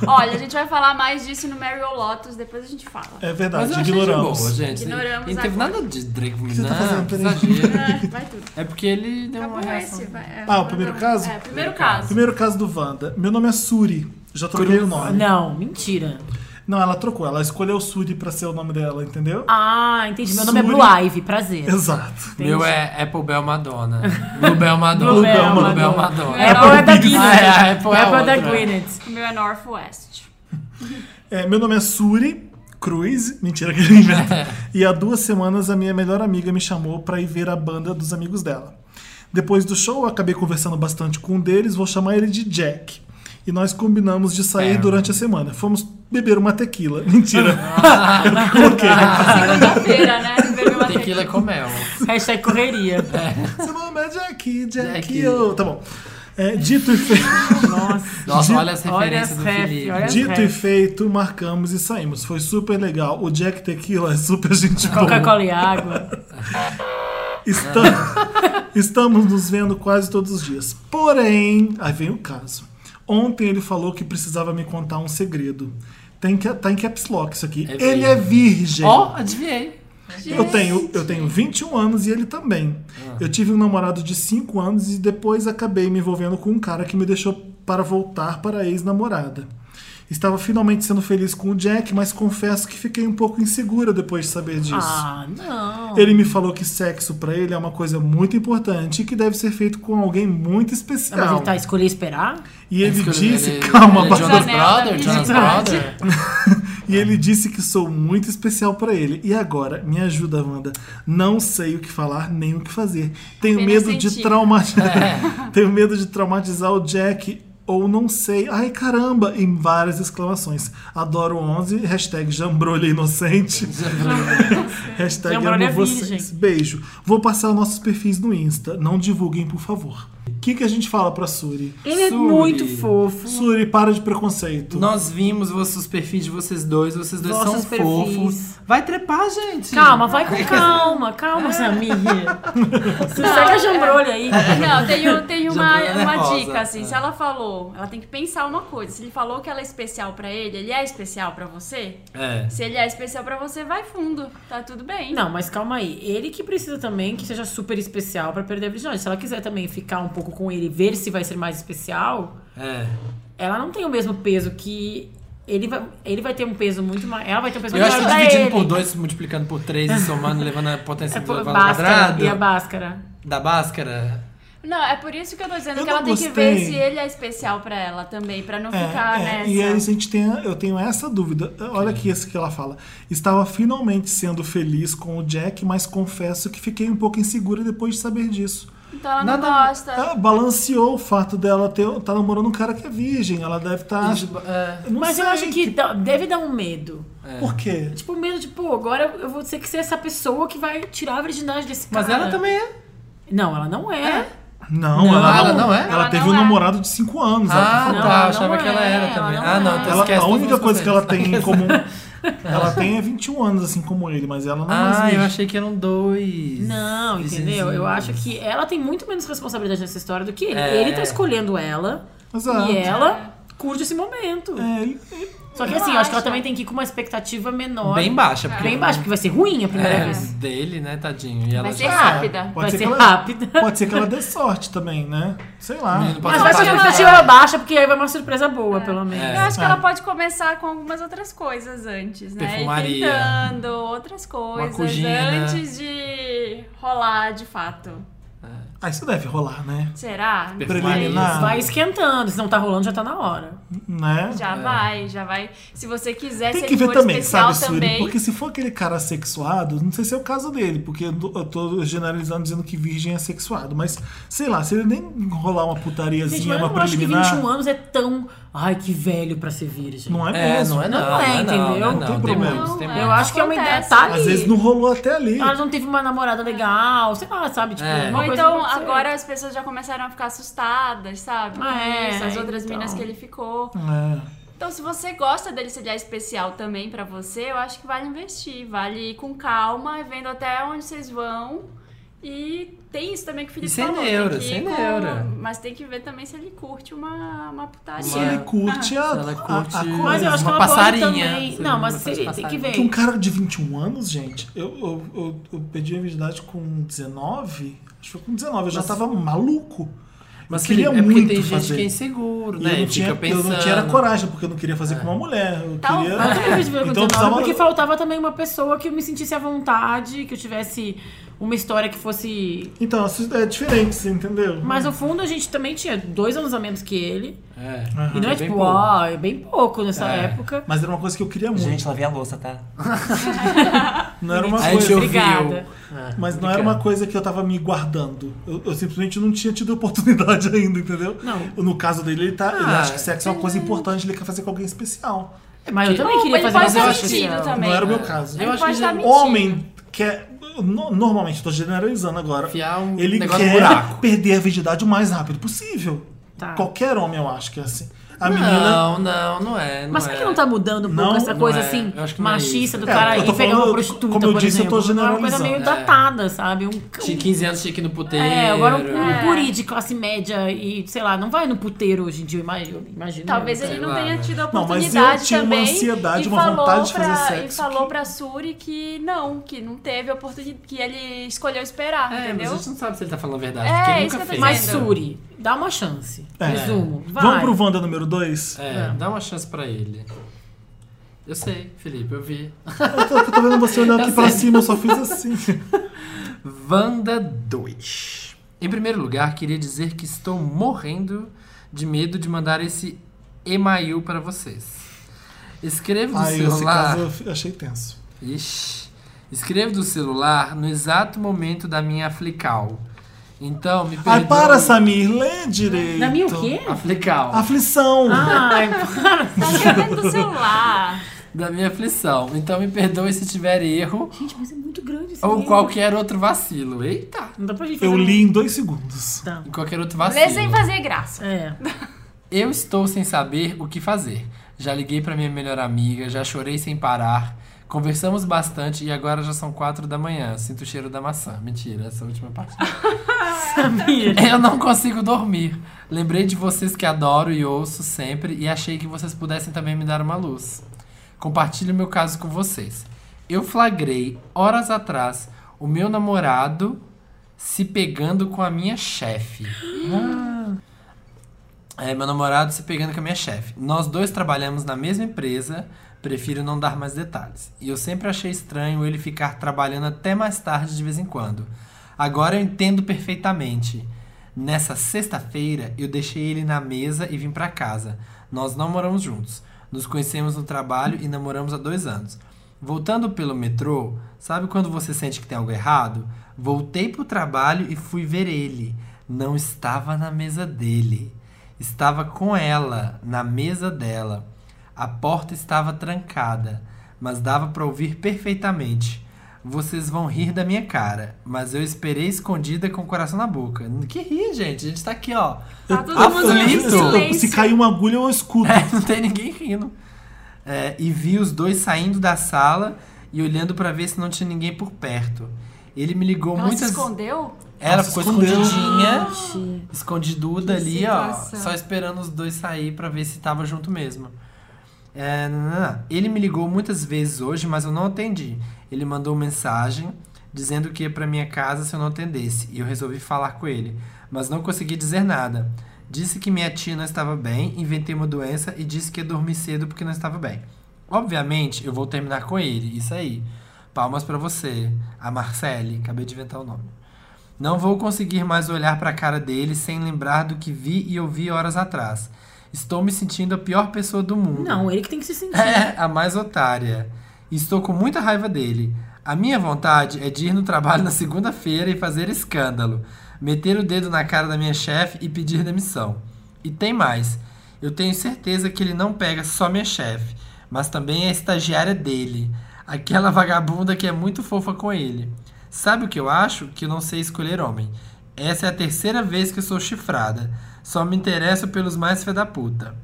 Speaker 3: Olha, a gente vai falar mais disso no Mary Lotus, depois a gente fala.
Speaker 1: É
Speaker 4: Mas eu
Speaker 1: verdade,
Speaker 4: achei de
Speaker 1: ignoramos.
Speaker 4: boa, gente.
Speaker 3: Ignoramos
Speaker 4: Ele não teve
Speaker 3: agora.
Speaker 4: nada de Drake
Speaker 1: você tá fazendo,
Speaker 4: vomitando.
Speaker 1: Tereza?
Speaker 3: É, vai tudo.
Speaker 4: É porque ele deu uma
Speaker 3: Acabou
Speaker 4: reação.
Speaker 3: esse. Vai, é,
Speaker 1: Ah, o primeiro caso?
Speaker 3: É, primeiro caso.
Speaker 1: Primeiro caso do Wanda. Meu nome é Suri. Já troquei o nome.
Speaker 2: Não, mentira.
Speaker 1: Não, ela trocou. Ela escolheu Suri pra ser o nome dela, entendeu?
Speaker 2: Ah, entendi. Meu nome é
Speaker 1: Suri.
Speaker 2: Blue Ivy, prazer.
Speaker 1: Exato.
Speaker 4: O Meu é Apple Bell Madonna. Bluebell Madonna.
Speaker 2: Bluebell
Speaker 4: Bluebell
Speaker 2: Madonna.
Speaker 4: Madonna.
Speaker 2: É Apple é da Guinness.
Speaker 4: Ah, é, a Apple é
Speaker 2: Apple da
Speaker 4: outra.
Speaker 2: Gwyneth.
Speaker 3: O meu é Northwest.
Speaker 1: É, meu nome é Suri Cruz, mentira que ele inventa. e há duas semanas a minha melhor amiga me chamou pra ir ver a banda dos amigos dela. Depois do show, eu acabei conversando bastante com um deles, vou chamar ele de Jack. E nós combinamos de sair durante a semana. Fomos beber uma tequila. Mentira. eu que coloquei. né?
Speaker 3: Segunda-feira, né? Bebeu uma
Speaker 4: Tequila com mel.
Speaker 2: Hashtag correria.
Speaker 1: Seu nome é Jack, Jack.
Speaker 4: Jack.
Speaker 1: eu. Tá bom. É, dito e feito.
Speaker 2: Nossa.
Speaker 4: Nossa,
Speaker 1: Di-
Speaker 4: olha as
Speaker 2: Olha
Speaker 4: referências
Speaker 2: as
Speaker 4: do
Speaker 2: ref,
Speaker 4: Felipe.
Speaker 2: olha as
Speaker 1: Dito
Speaker 2: ref.
Speaker 1: e feito, marcamos e saímos. Foi super legal. O Jack Tequila é super gente boa.
Speaker 2: Coca-Cola e água.
Speaker 1: Estam- Estamos nos vendo quase todos os dias. Porém, aí vem o caso. Ontem ele falou que precisava me contar um segredo. Tem que, tá em caps lock isso aqui.
Speaker 4: É
Speaker 1: ele é virgem.
Speaker 4: Ó, adivinhei.
Speaker 1: Eu tenho, eu tenho 21 anos e ele também.
Speaker 4: Ah.
Speaker 1: Eu tive um namorado de 5 anos e depois acabei me envolvendo com um cara que me deixou para voltar para a ex-namorada. Estava finalmente sendo feliz com o Jack, mas confesso que fiquei um pouco insegura depois de saber disso.
Speaker 2: Ah, não.
Speaker 1: Ele me falou que sexo pra ele é uma coisa muito importante e que deve ser feito com alguém muito
Speaker 2: Ah,
Speaker 1: especial.
Speaker 2: Mas ele tá escolher esperar?
Speaker 1: E ele
Speaker 4: Esse-
Speaker 1: disse,
Speaker 4: ele-
Speaker 1: calma,
Speaker 4: ele é
Speaker 1: ba-
Speaker 4: Jonas
Speaker 3: Janela da
Speaker 4: Brother, Jonas
Speaker 3: virgindade.
Speaker 4: Brother.
Speaker 1: e ele disse que sou muito especial pra ele. E agora, me ajuda, Wanda. Não sei o que falar nem o que fazer. Tenho
Speaker 3: Apenas
Speaker 1: medo de
Speaker 3: sentir.
Speaker 1: traumatizar.
Speaker 2: É.
Speaker 1: Tenho medo de traumatizar o Jack. Ou não sei. Ai, caramba! Em várias exclamações. Adoro 11. Hashtag jambrolha inocente. hashtag
Speaker 2: Jambrolha
Speaker 1: amo vocês.
Speaker 2: virgem.
Speaker 1: Beijo. Vou passar nossos perfis no Insta. Não divulguem, por favor. O que, que a gente fala pra Suri?
Speaker 2: Ele é
Speaker 4: Suri.
Speaker 2: muito fofo.
Speaker 1: Suri, para de preconceito.
Speaker 4: Nós vimos vossos perfis de vocês dois, vocês dois
Speaker 2: Nossos
Speaker 4: são
Speaker 2: perfis.
Speaker 4: fofos. Vai trepar, gente.
Speaker 2: Calma, vai com calma, calma, Samir. Você
Speaker 3: Não,
Speaker 2: segue a
Speaker 3: é.
Speaker 2: jambrolha aí.
Speaker 3: Não, tem, tem uma,
Speaker 4: Jambrolha
Speaker 3: uma
Speaker 4: nervosa.
Speaker 1: né?
Speaker 3: dica, assim.
Speaker 4: É.
Speaker 3: Se ela falou, ela tem que pensar uma coisa. Se ele falou que ela é especial pra ele, ele é especial pra você?
Speaker 4: É.
Speaker 3: Se ele é especial pra você, vai fundo. Tá tudo bem.
Speaker 2: Não, mas calma aí. Ele que precisa também que seja super especial pra perder a virgindade. Se ela quiser também ficar um pouco com ele e ver se vai ser mais especial,
Speaker 4: É.
Speaker 2: ela não tem o mesmo peso que. Ele vai, ele vai ter um peso muito mais. Ela vai ter um peso
Speaker 4: Eu
Speaker 2: muito
Speaker 4: acho que
Speaker 2: maior pra
Speaker 4: dividindo
Speaker 2: ele.
Speaker 4: por dois, multiplicando por três e somando, levando a
Speaker 2: É
Speaker 4: potência do
Speaker 2: por
Speaker 4: elevado ao
Speaker 2: Báscara
Speaker 4: quadrado
Speaker 2: e a Báscara.
Speaker 4: da báscara.
Speaker 3: Não, é por isso que eu tô dizendo
Speaker 1: Eu
Speaker 3: que ela
Speaker 1: não
Speaker 3: tem que ver
Speaker 1: gostei.
Speaker 3: se ele é especial pra ela também, pra não
Speaker 1: É,
Speaker 3: ficar
Speaker 1: é,
Speaker 3: nessa.
Speaker 1: E aí a gente tem, eu tenho essa dúvida. Olha
Speaker 4: Uhum.
Speaker 1: aqui isso que ela fala. Estava finalmente sendo feliz com o Jack, mas confesso que fiquei um pouco insegura depois de saber disso.
Speaker 3: Então ela não
Speaker 4: Nada-
Speaker 3: gosta.
Speaker 1: Ela balanceou o fato dela ter, tá namorando um cara que é virgem. Ela deve tá estar.
Speaker 4: É.
Speaker 2: Mas eu acho que dá- deve dar um medo.
Speaker 1: Por quê?
Speaker 2: Tipo, medo de, pô, agora eu vou ter que ser essa pessoa que vai tirar a virgindade desse cara.
Speaker 4: Mas ela também é.
Speaker 2: Não, ela não é.
Speaker 1: Não,
Speaker 4: Não,
Speaker 1: ela,
Speaker 4: ela não é?
Speaker 1: Ela,
Speaker 3: Ela
Speaker 1: teve
Speaker 3: não
Speaker 1: um
Speaker 3: é.
Speaker 1: namorado de 5 anos. ela tá
Speaker 4: Ah,
Speaker 2: Não,
Speaker 1: falando.
Speaker 4: tá.
Speaker 2: ela
Speaker 4: Achava
Speaker 2: não
Speaker 4: que ela
Speaker 2: é,
Speaker 4: era
Speaker 2: ela
Speaker 4: também.
Speaker 2: não
Speaker 4: ah, não.
Speaker 2: é.
Speaker 4: Então
Speaker 1: Ela-
Speaker 4: esquece
Speaker 1: a
Speaker 4: todos
Speaker 1: única
Speaker 4: os
Speaker 1: coisa que ela tem em
Speaker 4: conceitos.
Speaker 1: comum. Ela tem é 21 anos, assim como ele, mas ela não é mais
Speaker 4: Ah, eu
Speaker 1: virgem.
Speaker 4: achei que eram dois.
Speaker 2: Não, entendeu? Eu acho que ela tem muito menos responsabilidade nessa história do que ele.
Speaker 4: É.
Speaker 2: Ele tá escolhendo ela
Speaker 1: Exato.
Speaker 2: e ela curte esse momento.
Speaker 1: É, ele- ele-
Speaker 2: Só que
Speaker 3: Eu
Speaker 2: assim, eu acho que ela
Speaker 3: acho.
Speaker 2: também tem que ir com uma expectativa menor.
Speaker 4: Bem baixa. Porque
Speaker 2: Bem baixa, porque vai ser ruim a primeira
Speaker 4: É,
Speaker 2: vez.
Speaker 4: dele, né, tadinho. E ela
Speaker 3: Vai ser
Speaker 4: já-
Speaker 3: rápida.
Speaker 1: é pode
Speaker 2: vai ser
Speaker 1: que ela- é.
Speaker 2: rápida.
Speaker 1: Pode ser que ela dê sorte também, né? Sei lá.
Speaker 4: Menino, pode
Speaker 2: Mas
Speaker 4: ser
Speaker 2: vai com a
Speaker 4: rápida.
Speaker 2: expectativa
Speaker 3: É.
Speaker 2: baixa, porque aí vai uma surpresa boa, pelo menos.
Speaker 3: Eu acho que
Speaker 1: É.
Speaker 3: ela pode começar com algumas outras coisas antes, né?
Speaker 4: Perfumaria.
Speaker 3: E tentando outras coisas
Speaker 4: cugina.
Speaker 3: antes de rolar de fato.
Speaker 1: Ah, isso deve rolar, né?
Speaker 3: Será? Não sei.
Speaker 1: Preliminar.
Speaker 2: Vai esquentando, se não tá rolando, já tá na hora.
Speaker 1: Né?
Speaker 3: Já vai, já vai. Se você quiser,
Speaker 1: Tem
Speaker 3: se
Speaker 1: que
Speaker 3: ele
Speaker 1: ver
Speaker 2: um
Speaker 3: for
Speaker 1: também,
Speaker 3: especial
Speaker 1: sabe, Suri?
Speaker 3: também.
Speaker 1: Porque se for aquele cara sexuado, não sei se é o caso dele, porque eu tô- eu tô generalizando dizendo que virgem é sexuado, mas sei lá, se ele nem rolar uma putariazinha,
Speaker 2: Gente, mas eu
Speaker 1: é uma
Speaker 2: não acho que
Speaker 1: preliminar.
Speaker 2: 21 anos é tão. Ai, que velho pra ser virgem.
Speaker 1: Não é
Speaker 4: É,
Speaker 1: mesmo.
Speaker 4: não é
Speaker 2: Não,
Speaker 4: não.
Speaker 2: não é,
Speaker 4: não
Speaker 2: entendeu?
Speaker 4: Não,
Speaker 1: Tem
Speaker 4: não, tem
Speaker 1: problema.
Speaker 4: muitos, tem
Speaker 3: Não,
Speaker 2: Eu
Speaker 3: é.
Speaker 4: muitos.
Speaker 2: acho que é uma idade.
Speaker 3: Acontece.
Speaker 2: Tá ali.
Speaker 1: Às vezes não rolou até ali.
Speaker 2: Ela não teve uma namorada legal, sei lá, sabe? Tipo,
Speaker 4: É.
Speaker 2: alguma
Speaker 3: Ou
Speaker 2: coisa
Speaker 3: então,
Speaker 2: aconteceu.
Speaker 3: agora as pessoas já começaram a ficar assustadas, sabe? Com
Speaker 2: É,
Speaker 3: isso, as outras
Speaker 2: então.
Speaker 3: minas que ele ficou.
Speaker 1: É.
Speaker 3: Então, se você gosta dele, se ele é especial também pra você, eu acho que vale investir. Vale ir com calma, vendo até onde vocês vão. E tem isso também que o Felipe
Speaker 4: E sem
Speaker 3: falou.
Speaker 4: neura,
Speaker 3: tem que ir
Speaker 4: sem
Speaker 3: com-
Speaker 4: neura.
Speaker 3: Mas tem que ver também se ele curte uma, uma putaria.
Speaker 1: Se ele curte a,
Speaker 4: ela curte-
Speaker 1: a, a coisa.
Speaker 2: Ah. Mas eu acho que
Speaker 4: Uma
Speaker 2: ela pode
Speaker 4: passarinha.
Speaker 2: também.
Speaker 4: Você
Speaker 2: Não,
Speaker 4: viu
Speaker 2: mas
Speaker 4: uma
Speaker 2: seria, tem que
Speaker 4: passarinha?
Speaker 2: ver.
Speaker 1: Que um cara de 21 anos, gente, eu, eu, eu, eu perdi a virgindade com 19. Acho que foi com 19. Eu já tava maluco.
Speaker 4: Mas
Speaker 1: eu queria
Speaker 4: Felipe, é porque
Speaker 1: muito
Speaker 4: tem gente
Speaker 1: fazer.
Speaker 4: que é inseguro,
Speaker 1: E
Speaker 4: né?
Speaker 1: eu, não
Speaker 4: E
Speaker 1: tinha,
Speaker 4: fica pensando. É.
Speaker 1: eu não tinha era coragem, porque eu não queria fazer com uma mulher. Eu
Speaker 3: Tal-
Speaker 1: queria.
Speaker 2: Eu também tive
Speaker 1: Então eu
Speaker 2: 19,
Speaker 1: precisava-
Speaker 2: porque faltava também uma pessoa que eu me sentisse à vontade, que eu tivesse uma história que fosse.
Speaker 1: Então, isso é diferente, você entendeu?
Speaker 2: Mas no fundo a gente também tinha dois anos a menos que ele.
Speaker 4: É.
Speaker 2: E não é,
Speaker 4: É bem
Speaker 2: tipo,
Speaker 4: pouco.
Speaker 2: ó, é bem pouco nessa
Speaker 4: É.
Speaker 2: época.
Speaker 1: Mas era uma coisa que eu queria muito.
Speaker 7: Gente, lavei a louça, tá?
Speaker 1: não era uma
Speaker 4: Aí a gente
Speaker 1: coisa,
Speaker 4: ouviu.
Speaker 2: Obrigada.
Speaker 4: Ah,
Speaker 1: mas não era uma coisa que eu tava me guardando. Eu, eu simplesmente não tinha tido oportunidade ainda, entendeu?
Speaker 2: Não.
Speaker 1: No caso dele, ele, tá, ele
Speaker 4: Ah,
Speaker 1: acha que sexo é uma coisa importante, ele quer fazer com alguém especial.
Speaker 2: Mas eu também
Speaker 3: Ou
Speaker 2: queria
Speaker 3: É ele
Speaker 2: fazer
Speaker 3: pode
Speaker 2: uma
Speaker 3: ser
Speaker 2: coisa
Speaker 3: metido
Speaker 2: especial.
Speaker 3: também.
Speaker 1: Não era o meu caso.
Speaker 4: Eu
Speaker 3: Ele
Speaker 4: acho
Speaker 3: pode
Speaker 4: que
Speaker 3: estar
Speaker 4: já-
Speaker 3: mentindo.
Speaker 1: Homem quer. no- normalmente, tô generalizando agora.
Speaker 4: Enfiar um
Speaker 1: ele
Speaker 4: negócio no
Speaker 1: quer
Speaker 4: buraco.
Speaker 1: perder a virgindade o mais rápido possível.
Speaker 2: Tá.
Speaker 1: Qualquer homem, eu acho que é assim. a menina.
Speaker 4: Não, não, não é.
Speaker 2: Mas será
Speaker 4: é.
Speaker 2: que não tá mudando um
Speaker 1: Não,
Speaker 2: pouco essa
Speaker 4: não
Speaker 2: coisa
Speaker 4: é.
Speaker 2: assim,
Speaker 4: Eu acho que não é
Speaker 2: machista
Speaker 4: isso.
Speaker 2: do
Speaker 1: É,
Speaker 2: cara
Speaker 1: eu tô
Speaker 2: e pegar
Speaker 1: falando-
Speaker 2: uma prostituta,
Speaker 1: como eu
Speaker 2: por
Speaker 1: disse, eu
Speaker 2: exemplo? é
Speaker 1: tô
Speaker 2: Uma coisa meio
Speaker 1: generalizando.
Speaker 2: datada, sabe? Um,
Speaker 4: Tinha
Speaker 2: um,
Speaker 4: 15 anos, tinha que ir no puteiro.
Speaker 2: é, agora um, um
Speaker 3: É.
Speaker 2: guri de classe média e, sei lá, não vai no puteiro hoje em dia, eu imagino. eu imagino.
Speaker 3: Talvez
Speaker 2: É, Sei
Speaker 3: ele não
Speaker 4: lá,
Speaker 3: tenha
Speaker 4: né?
Speaker 3: tido a
Speaker 1: Não, mas eu
Speaker 3: oportunidade
Speaker 1: tinha uma
Speaker 3: também.
Speaker 1: ansiedade,
Speaker 3: e
Speaker 1: uma
Speaker 3: falou
Speaker 1: vontade de
Speaker 3: pra-
Speaker 1: fazer
Speaker 3: E
Speaker 1: sexo
Speaker 3: falou
Speaker 1: que-
Speaker 3: pra Suri que não, que não teve a oportunidade, que ele escolheu esperar,
Speaker 4: É, mas
Speaker 3: entendeu?
Speaker 4: a gente não sabe se ele tá falando a verdade.
Speaker 3: É,
Speaker 4: porque ele
Speaker 3: isso
Speaker 4: nunca
Speaker 3: que eu
Speaker 4: fez.
Speaker 3: tô
Speaker 2: Mas
Speaker 3: dizendo.
Speaker 2: Suri, dá uma chance.
Speaker 1: É.
Speaker 2: Resumo. Vai.
Speaker 1: Vamos pro Wanda número 2?
Speaker 4: É, dá uma chance pra ele. Eu sei, Felipe, eu vi.
Speaker 1: Eu, tô- eu tô vendo você olhando aqui
Speaker 4: Tá
Speaker 1: pra
Speaker 4: certo.
Speaker 1: cima, eu só fiz assim.
Speaker 4: Wanda 2. Em primeiro lugar, queria dizer que estou morrendo de medo de mandar esse e-mail para vocês. Escrevo do
Speaker 1: Aí, esse
Speaker 4: celular.
Speaker 1: caso eu fi- achei tenso.
Speaker 4: Ixi. Escrevo do celular no exato momento da minha aflical. Então, me perdoe.
Speaker 1: Ai, para, Samir, lê direito.
Speaker 2: Na minha o quê? Ah,
Speaker 4: Aflical.
Speaker 1: Aflição.
Speaker 2: Ai, para.
Speaker 3: Tá escrevendo do celular.
Speaker 4: Da minha aflição. Então, me perdoe se tiver erro
Speaker 2: Gente, mas é muito grande esse
Speaker 4: ou
Speaker 2: livro.
Speaker 4: qualquer outro vacilo. Eita!
Speaker 2: Não dá pra gente fazer
Speaker 1: Eu
Speaker 2: um-
Speaker 1: li em dois segundos.
Speaker 2: Tá.
Speaker 4: Qualquer outro
Speaker 3: Lê sem
Speaker 4: vacilo.
Speaker 3: fazer graça.
Speaker 2: É.
Speaker 4: Eu estou sem saber o que fazer. Já liguei pra minha melhor amiga, já chorei sem parar. Conversamos bastante e agora já são quatro da manhã. Sinto o cheiro da maçã. Mentira, essa última parte.
Speaker 2: Samir.
Speaker 4: Eu não consigo dormir. Lembrei de vocês que adoro e ouço sempre e achei que vocês pudessem também me dar uma luz. Compartilho meu caso com vocês. Eu flagrei, horas atrás, o meu namorado se pegando com a minha chefe. É, meu namorado se pegando com a minha chefe. Nós dois trabalhamos na mesma empresa, prefiro não dar mais detalhes. E eu sempre achei estranho ele ficar trabalhando até mais tarde de vez em quando. Agora eu entendo perfeitamente. Nessa sexta-feira, eu deixei ele na mesa e vim pra casa. Nós não moramos juntos. Nos conhecemos no trabalho e namoramos há dois anos. Voltando pelo metrô, sabe quando você sente que tem algo errado? Voltei pro trabalho e fui ver ele. Não estava na mesa dele. Estava com ela, na mesa dela. A porta estava trancada, mas dava para ouvir perfeitamente. Vocês vão rir da minha cara, mas eu esperei escondida com o coração na boca. Que rir, gente? A gente tá aqui, ó.
Speaker 3: Tá todo
Speaker 4: Ah,
Speaker 3: mundo em
Speaker 4: Felipe,
Speaker 3: silêncio.
Speaker 1: Se cair uma agulha, eu escuto.
Speaker 4: É, não tem ninguém rindo. É, e vi os dois saindo da sala e olhando para ver se não tinha ninguém por perto. Ele me ligou
Speaker 3: Ela se
Speaker 4: muitas
Speaker 3: escondeu?
Speaker 4: Ela
Speaker 1: Ela
Speaker 4: ficou
Speaker 1: se escondeu.
Speaker 4: escondidinha,
Speaker 2: Gente.
Speaker 4: escondiduda
Speaker 3: Que
Speaker 4: ali, ó.
Speaker 3: situação.
Speaker 4: Só esperando os dois sair pra ver se tava junto mesmo. É, nananã. ele me ligou muitas vezes hoje, mas eu não atendi. Ele mandou mensagem dizendo que ia pra minha casa se eu não atendesse. E eu resolvi falar com ele, mas não consegui dizer nada. Disse que minha tia não estava bem, inventei uma doença e disse que ia dormir cedo porque não estava bem. Obviamente, eu vou terminar com ele, isso aí. Palmas pra você, a Marcele, acabei de inventar o nome. Não vou conseguir mais olhar pra cara dele sem lembrar do que vi e ouvi horas atrás. Estou me sentindo a pior pessoa do mundo.
Speaker 2: Não, ele que tem que se sentir.
Speaker 4: É, a mais otária. Estou com muita raiva dele. A minha vontade é de ir no trabalho na segunda-feira e fazer escândalo, meter o dedo na cara da minha chefe e pedir demissão. E tem mais. Eu tenho certeza que ele não pega só minha chefe, mas também a estagiária dele, aquela vagabunda que é muito fofa com ele. Sabe o que eu acho? Que eu não sei escolher homem. Essa é a terceira vez que eu sou chifrada. Só me interesso pelos mais fé da puta.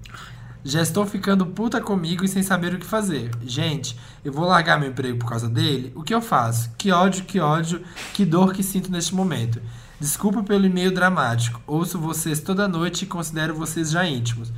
Speaker 4: Já estou ficando puta comigo e sem saber o que fazer. Gente, eu vou largar meu emprego por causa dele? O que eu faço? Que ódio, que ódio, que dor que sinto neste momento. Desculpa pelo e-mail dramático. Ouço vocês toda noite e considero vocês já íntimos.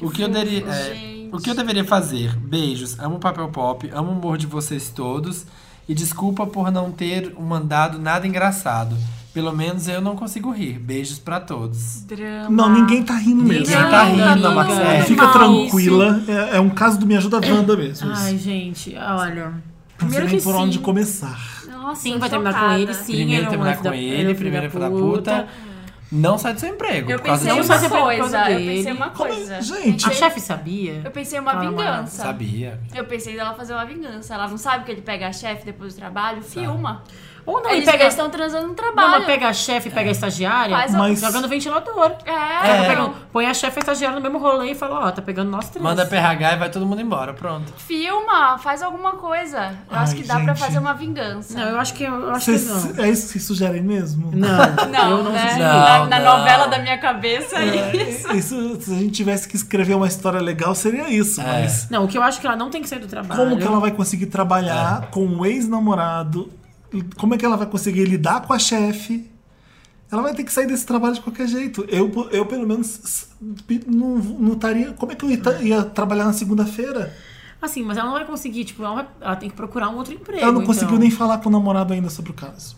Speaker 4: o, que eu deri- é,
Speaker 3: Gente.
Speaker 4: o que eu deveria fazer? Beijos. Amo o papel pop, amo o humor de vocês todos. E desculpa por não ter mandado nada engraçado. Pelo menos eu não consigo rir. Beijos pra todos.
Speaker 3: Drama.
Speaker 1: Não, ninguém tá rindo mesmo.
Speaker 4: Ninguém tá rindo,
Speaker 2: amiga. é
Speaker 4: Marcelo.
Speaker 1: Fica
Speaker 2: Mal.
Speaker 1: tranquila. É, é um caso do Me Ajuda Wanda mesmo. isso.
Speaker 2: Ai, gente, olha.
Speaker 1: Não sei
Speaker 2: Primeiro
Speaker 1: nem
Speaker 2: que
Speaker 1: por
Speaker 2: sim.
Speaker 1: onde começar.
Speaker 3: Nossa,
Speaker 2: Sim, vai terminar com
Speaker 3: chocada.
Speaker 2: ele, sim.
Speaker 4: primeiro
Speaker 2: era um
Speaker 4: terminar
Speaker 2: F
Speaker 4: com
Speaker 2: da- era
Speaker 4: ele,
Speaker 2: um
Speaker 4: primeiro
Speaker 2: filho
Speaker 4: filho da puta. Não sai do seu emprego.
Speaker 3: Eu
Speaker 4: por causa
Speaker 3: pensei
Speaker 2: Não
Speaker 4: disso.
Speaker 2: só
Speaker 3: uma
Speaker 2: se foi por causa
Speaker 3: coisa, eu
Speaker 2: dele. Ah,
Speaker 3: pensei uma
Speaker 1: Como é-
Speaker 3: coisa.
Speaker 1: gente.
Speaker 2: A
Speaker 3: Pensei-
Speaker 2: chefe sabia?
Speaker 3: Eu pensei em uma
Speaker 2: Ela namorava.
Speaker 3: vingança.
Speaker 4: Sabia.
Speaker 3: Eu pensei dela fazer uma vingança. Ela não sabe que ele pega a chefe depois do trabalho, filma.
Speaker 2: Ou Tá. não, ele
Speaker 3: Eles
Speaker 2: pega,
Speaker 3: estão transando no
Speaker 2: não,
Speaker 3: trabalho.
Speaker 2: mas pega a chefe, pega a estagiária,
Speaker 3: Faz a-
Speaker 1: Mas-
Speaker 2: joga no ventilador.
Speaker 3: É,
Speaker 2: Ela
Speaker 4: É.
Speaker 2: pega- põe a chefe e a estagiária no mesmo rolê e fala, ó, tá pegando nós três.
Speaker 4: Manda PRH e vai todo mundo embora. Pronto.
Speaker 3: filma, faz alguma coisa. Eu acho
Speaker 1: Ai,
Speaker 3: que dá pra
Speaker 1: gente.
Speaker 3: fazer uma vingança.
Speaker 2: Não, eu acho que eu acho que
Speaker 1: Vocês-
Speaker 2: não.
Speaker 1: é isso que vocês sugerem mesmo?
Speaker 2: Não,
Speaker 3: Não,
Speaker 2: eu não
Speaker 3: né?
Speaker 2: sugiro.
Speaker 4: Não,
Speaker 3: na, na
Speaker 4: não.
Speaker 3: novela da minha cabeça. E...
Speaker 1: É, isso, se a gente tivesse que escrever uma história legal, seria isso, mas.
Speaker 2: Não, o que eu acho é que ela não tem que sair do trabalho.
Speaker 1: Como que ela vai conseguir
Speaker 4: É.
Speaker 1: trabalhar com um ex-namorado? Como é que ela vai conseguir lidar com a chefe? Ela vai ter que sair desse trabalho de qualquer jeito. Eu, eu pelo menos, s- s- não não estaria. Como é que eu ia, ia trabalhar na segunda-feira?
Speaker 2: Assim, mas ela não vai conseguir, tipo, ela, vai- ela tem que procurar um outro emprego.
Speaker 1: Ela não conseguiu
Speaker 2: então.
Speaker 1: nem falar com o namorado ainda sobre o caso.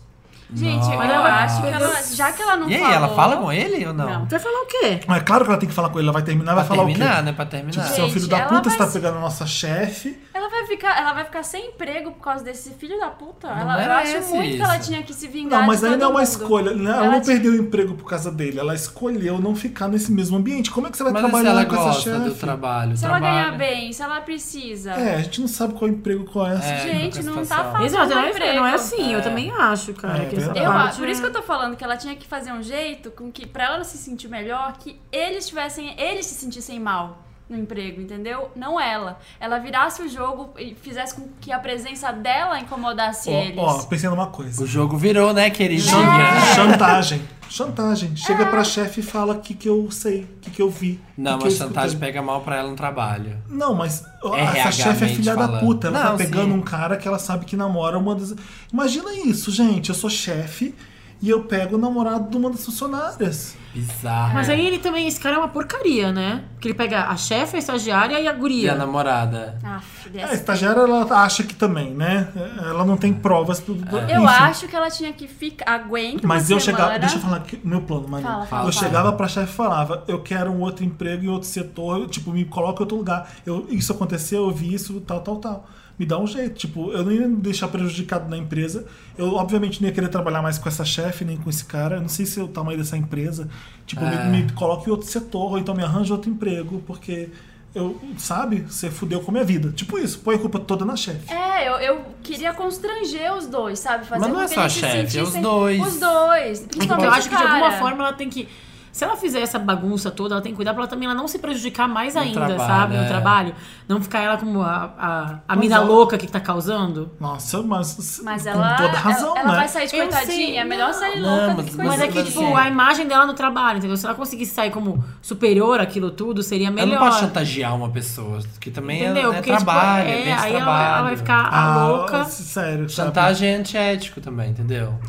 Speaker 3: Gente, eu
Speaker 2: Nossa.
Speaker 3: acho que ela, já que ela não
Speaker 4: E aí,
Speaker 3: falou,
Speaker 4: ela fala com ele ou não?
Speaker 3: Não.
Speaker 2: Vai falar o quê?
Speaker 1: Mas é claro que ela tem que falar com ele, ela vai terminar, vai
Speaker 4: Pra
Speaker 1: falar o
Speaker 4: terminar,
Speaker 1: quê?
Speaker 4: né? Pra terminar.
Speaker 1: Tipo, seu
Speaker 3: Gente,
Speaker 1: filho da
Speaker 3: ela
Speaker 1: puta, você tá
Speaker 3: vai-
Speaker 1: pegando a nossa chefe.
Speaker 3: Ela vai ficar, ela vai ficar sem emprego por causa desse filho da puta. Ela, eu
Speaker 4: merece
Speaker 3: acho muito que ela
Speaker 4: isso.
Speaker 3: tinha que se vingar.
Speaker 1: Não, mas
Speaker 3: de todo
Speaker 1: ainda é uma
Speaker 3: mundo.
Speaker 1: escolha. né? Ela,
Speaker 3: Ela
Speaker 1: não
Speaker 3: te-
Speaker 1: perdeu o emprego por causa dele. Ela escolheu não ficar nesse mesmo ambiente. Como é que você vai
Speaker 4: Mas e se
Speaker 1: trabalhar
Speaker 4: ela
Speaker 1: com essa
Speaker 4: gosta
Speaker 1: chefe?
Speaker 4: do trabalho,
Speaker 3: Se ela
Speaker 4: trabalha.
Speaker 3: ganhar bem, se ela precisa.
Speaker 1: É, a gente não sabe qual emprego qual é.
Speaker 4: É,
Speaker 3: Gente,
Speaker 4: nunca
Speaker 3: não
Speaker 4: situação.
Speaker 3: tá fácil.
Speaker 2: Exato,
Speaker 3: um
Speaker 2: não é,
Speaker 3: emprego.
Speaker 2: não é assim, eu também acho, cara.
Speaker 1: É,
Speaker 2: que esse
Speaker 1: verdade.
Speaker 3: Eu,
Speaker 2: trabalho
Speaker 3: acho. por
Speaker 2: tinha-
Speaker 3: isso que eu tô falando que ela tinha que fazer um jeito com que pra ela se sentir melhor, que eles tivessem, eles se sentissem mal no emprego, entendeu? Não ela. Ela virasse o jogo e fizesse com que a presença dela incomodasse eles.
Speaker 1: Ó, ó, pensei numa coisa.
Speaker 4: O jogo virou, né,
Speaker 1: Chan-
Speaker 4: queridinha?
Speaker 1: Chantagem. Chantagem. Chega pra chefe e fala o que, que eu sei, o que, que eu vi. o
Speaker 4: Não,
Speaker 1: que
Speaker 4: mas
Speaker 1: eu
Speaker 4: chantagem
Speaker 1: escutei.
Speaker 4: pega mal pra ela no trabalho.
Speaker 1: Não, mas ó,
Speaker 4: RH
Speaker 1: essa chefe é filha da
Speaker 4: falando.
Speaker 1: puta. Ela
Speaker 4: Não,
Speaker 1: tá pegando
Speaker 4: sim.
Speaker 1: um cara que ela sabe que namora uma das. Imagina isso, gente. Eu sou chefe e eu pego o namorado de uma das funcionárias.
Speaker 4: Bizarro.
Speaker 2: Mas aí ele também, esse cara é uma porcaria, né? Porque ele pega a chefe, a estagiária e a
Speaker 4: E a
Speaker 2: guria.
Speaker 4: namorada?
Speaker 3: Ah,
Speaker 1: É, A
Speaker 3: dessa-
Speaker 1: estagiária, ela acha que também, né? Ela não tem provas. pro-
Speaker 3: Eu
Speaker 1: enfim.
Speaker 3: acho que ela tinha que ficar. Aguenta.
Speaker 1: Mas
Speaker 3: uma
Speaker 1: eu chegava.
Speaker 3: semana.
Speaker 1: Deixa eu falar aqui, o meu plano, Marina.
Speaker 3: Fala,
Speaker 1: eu
Speaker 3: fala, fala.
Speaker 1: chegava pra chefe e falava: eu quero um outro emprego em outro setor, tipo, me coloca em outro lugar. Eu, isso aconteceu, eu vi isso, tal, tal, tal. Me dá um jeito. Tipo, eu não ia me deixar prejudicado na empresa. Eu, obviamente, não ia querer trabalhar mais com essa chefe, nem com esse cara. Eu não sei se é o tamanho dessa empresa. Tipo,
Speaker 4: É.
Speaker 1: me, me coloca em outro setor, ou então me arranja outro emprego, porque. Eu, sabe, você fudeu com a minha vida. Tipo isso, põe a culpa toda na chefe.
Speaker 3: É, eu, eu queria constranger os dois, sabe? Fazer
Speaker 4: Mas não
Speaker 3: com
Speaker 4: é
Speaker 3: que
Speaker 4: só
Speaker 3: eles
Speaker 4: a
Speaker 3: se
Speaker 4: chefe, é os
Speaker 3: sentissem-
Speaker 4: dois.
Speaker 3: Os dois.
Speaker 2: Então
Speaker 3: Principalmente
Speaker 2: eu acho que de
Speaker 3: o cara.
Speaker 2: alguma forma ela tem que. Se ela fizer essa bagunça toda, ela tem que cuidar pra ela também ela não se prejudicar mais ainda,
Speaker 4: trabalho,
Speaker 2: sabe? No
Speaker 4: é.
Speaker 2: trabalho. Não ficar ela como a, a, a
Speaker 1: Mas
Speaker 2: mina
Speaker 1: ela-
Speaker 2: louca que tá causando.
Speaker 1: Nossa, mas,
Speaker 3: Mas
Speaker 1: com
Speaker 3: ela,
Speaker 1: toda razão,
Speaker 3: ela, ela
Speaker 1: né?
Speaker 3: vai sair de
Speaker 2: Eu
Speaker 3: coitadinha.
Speaker 2: sei,
Speaker 3: é melhor
Speaker 2: não.
Speaker 3: sair
Speaker 4: Não,
Speaker 3: louca
Speaker 4: mas-
Speaker 3: do que
Speaker 4: mas
Speaker 2: Mas é
Speaker 3: coitadinha.
Speaker 2: que,
Speaker 4: ela-
Speaker 2: tipo, a imagem dela no trabalho, entendeu? Se ela conseguisse sair como superior àquilo tudo, seria
Speaker 4: Ela
Speaker 2: melhor.
Speaker 4: não pode chantagear uma pessoa, que também é,
Speaker 2: entendeu?
Speaker 4: é
Speaker 2: Porque, tipo,
Speaker 4: trabalho, é
Speaker 2: é,
Speaker 4: bem de
Speaker 2: aí ela,
Speaker 4: trabalho.
Speaker 2: ela vai ficar a
Speaker 1: Ah,
Speaker 2: louca.
Speaker 1: Sério, sabe?
Speaker 4: Chantagem é antiético também, entendeu?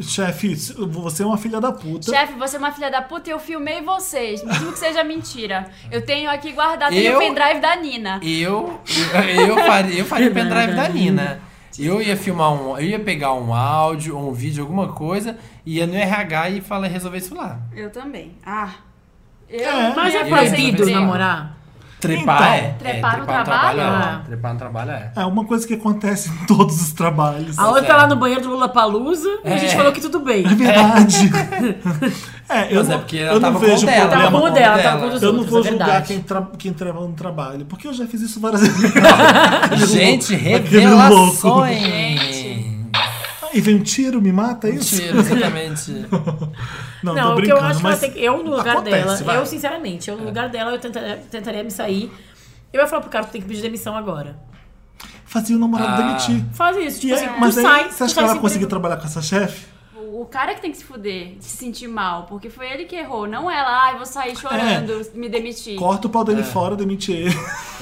Speaker 1: Chefe, você é uma filha da puta.
Speaker 3: Chefe, você é uma filha da puta e eu filmei vocês, mesmo que seja mentira. Eu tenho aqui guardado
Speaker 4: Eu-
Speaker 3: o pendrive da Nina.
Speaker 4: Eu, eu, eu faria, eu faria o pendrive da Nina. Eu ia filmar um. Eu ia pegar um áudio ou um vídeo, alguma coisa, ia no RH e falar, resolver isso lá.
Speaker 3: Eu também. Ah. Eu
Speaker 1: É.
Speaker 2: Mas é
Speaker 3: eu-
Speaker 4: Ele vai
Speaker 2: proibido
Speaker 4: fazer.
Speaker 2: namorar?
Speaker 4: Trepar
Speaker 1: Então,
Speaker 4: é.
Speaker 3: trepar
Speaker 4: é,
Speaker 3: no
Speaker 2: trabalho, Ah.
Speaker 4: é. Trepar no trabalho é.
Speaker 1: É uma coisa que acontece em todos os trabalhos.
Speaker 2: A outra
Speaker 4: é.
Speaker 2: lá no banheiro do Lula Palusa e a gente
Speaker 4: É.
Speaker 2: falou que tudo bem.
Speaker 1: É verdade. É, eu
Speaker 4: Mas é
Speaker 1: não,
Speaker 4: porque ela
Speaker 1: eu não
Speaker 4: tava com
Speaker 1: vejo
Speaker 4: o dela. né,
Speaker 2: Tava
Speaker 1: problema.
Speaker 2: com o dela, tava com o dos
Speaker 1: Eu não
Speaker 2: outros,
Speaker 1: vou
Speaker 2: é
Speaker 1: julgar
Speaker 2: verdade.
Speaker 1: quem, tra quem trabalha no trabalho, porque eu já fiz isso várias vezes.
Speaker 4: Gente,
Speaker 1: Aquele louco.
Speaker 4: revelações!
Speaker 3: Gente.
Speaker 1: E vem um tiro, me mata, é isso?
Speaker 4: Mentira, exatamente.
Speaker 1: Não,
Speaker 2: Não,
Speaker 1: tô
Speaker 2: o que eu
Speaker 1: brincando,
Speaker 2: acho que ela
Speaker 1: mas
Speaker 2: tem que. Eu, no lugar
Speaker 1: acontece,
Speaker 2: dela,
Speaker 1: vai. É.
Speaker 2: eu, sinceramente, eu, no lugar dela, eu tentaria, tentaria me sair. Eu ia falar pro cara, tu tem que pedir demissão agora.
Speaker 1: Fazia o namorado
Speaker 4: Ah.
Speaker 1: demitir.
Speaker 2: Faz isso,
Speaker 1: E
Speaker 2: tipo assim,
Speaker 1: aí-
Speaker 2: tu
Speaker 1: mas aí,
Speaker 2: sai. tu
Speaker 1: você acha que
Speaker 2: sai
Speaker 1: ela vai
Speaker 2: sem
Speaker 1: conseguir
Speaker 2: emprego.
Speaker 1: trabalhar com essa chefe?
Speaker 3: O cara que tem que se fuder, se sentir mal, porque foi ele que errou, não ela. Ai, vou sair
Speaker 1: É.
Speaker 3: chorando, me demitir.
Speaker 1: Corta o pau
Speaker 4: É.
Speaker 1: dele fora, demite ele.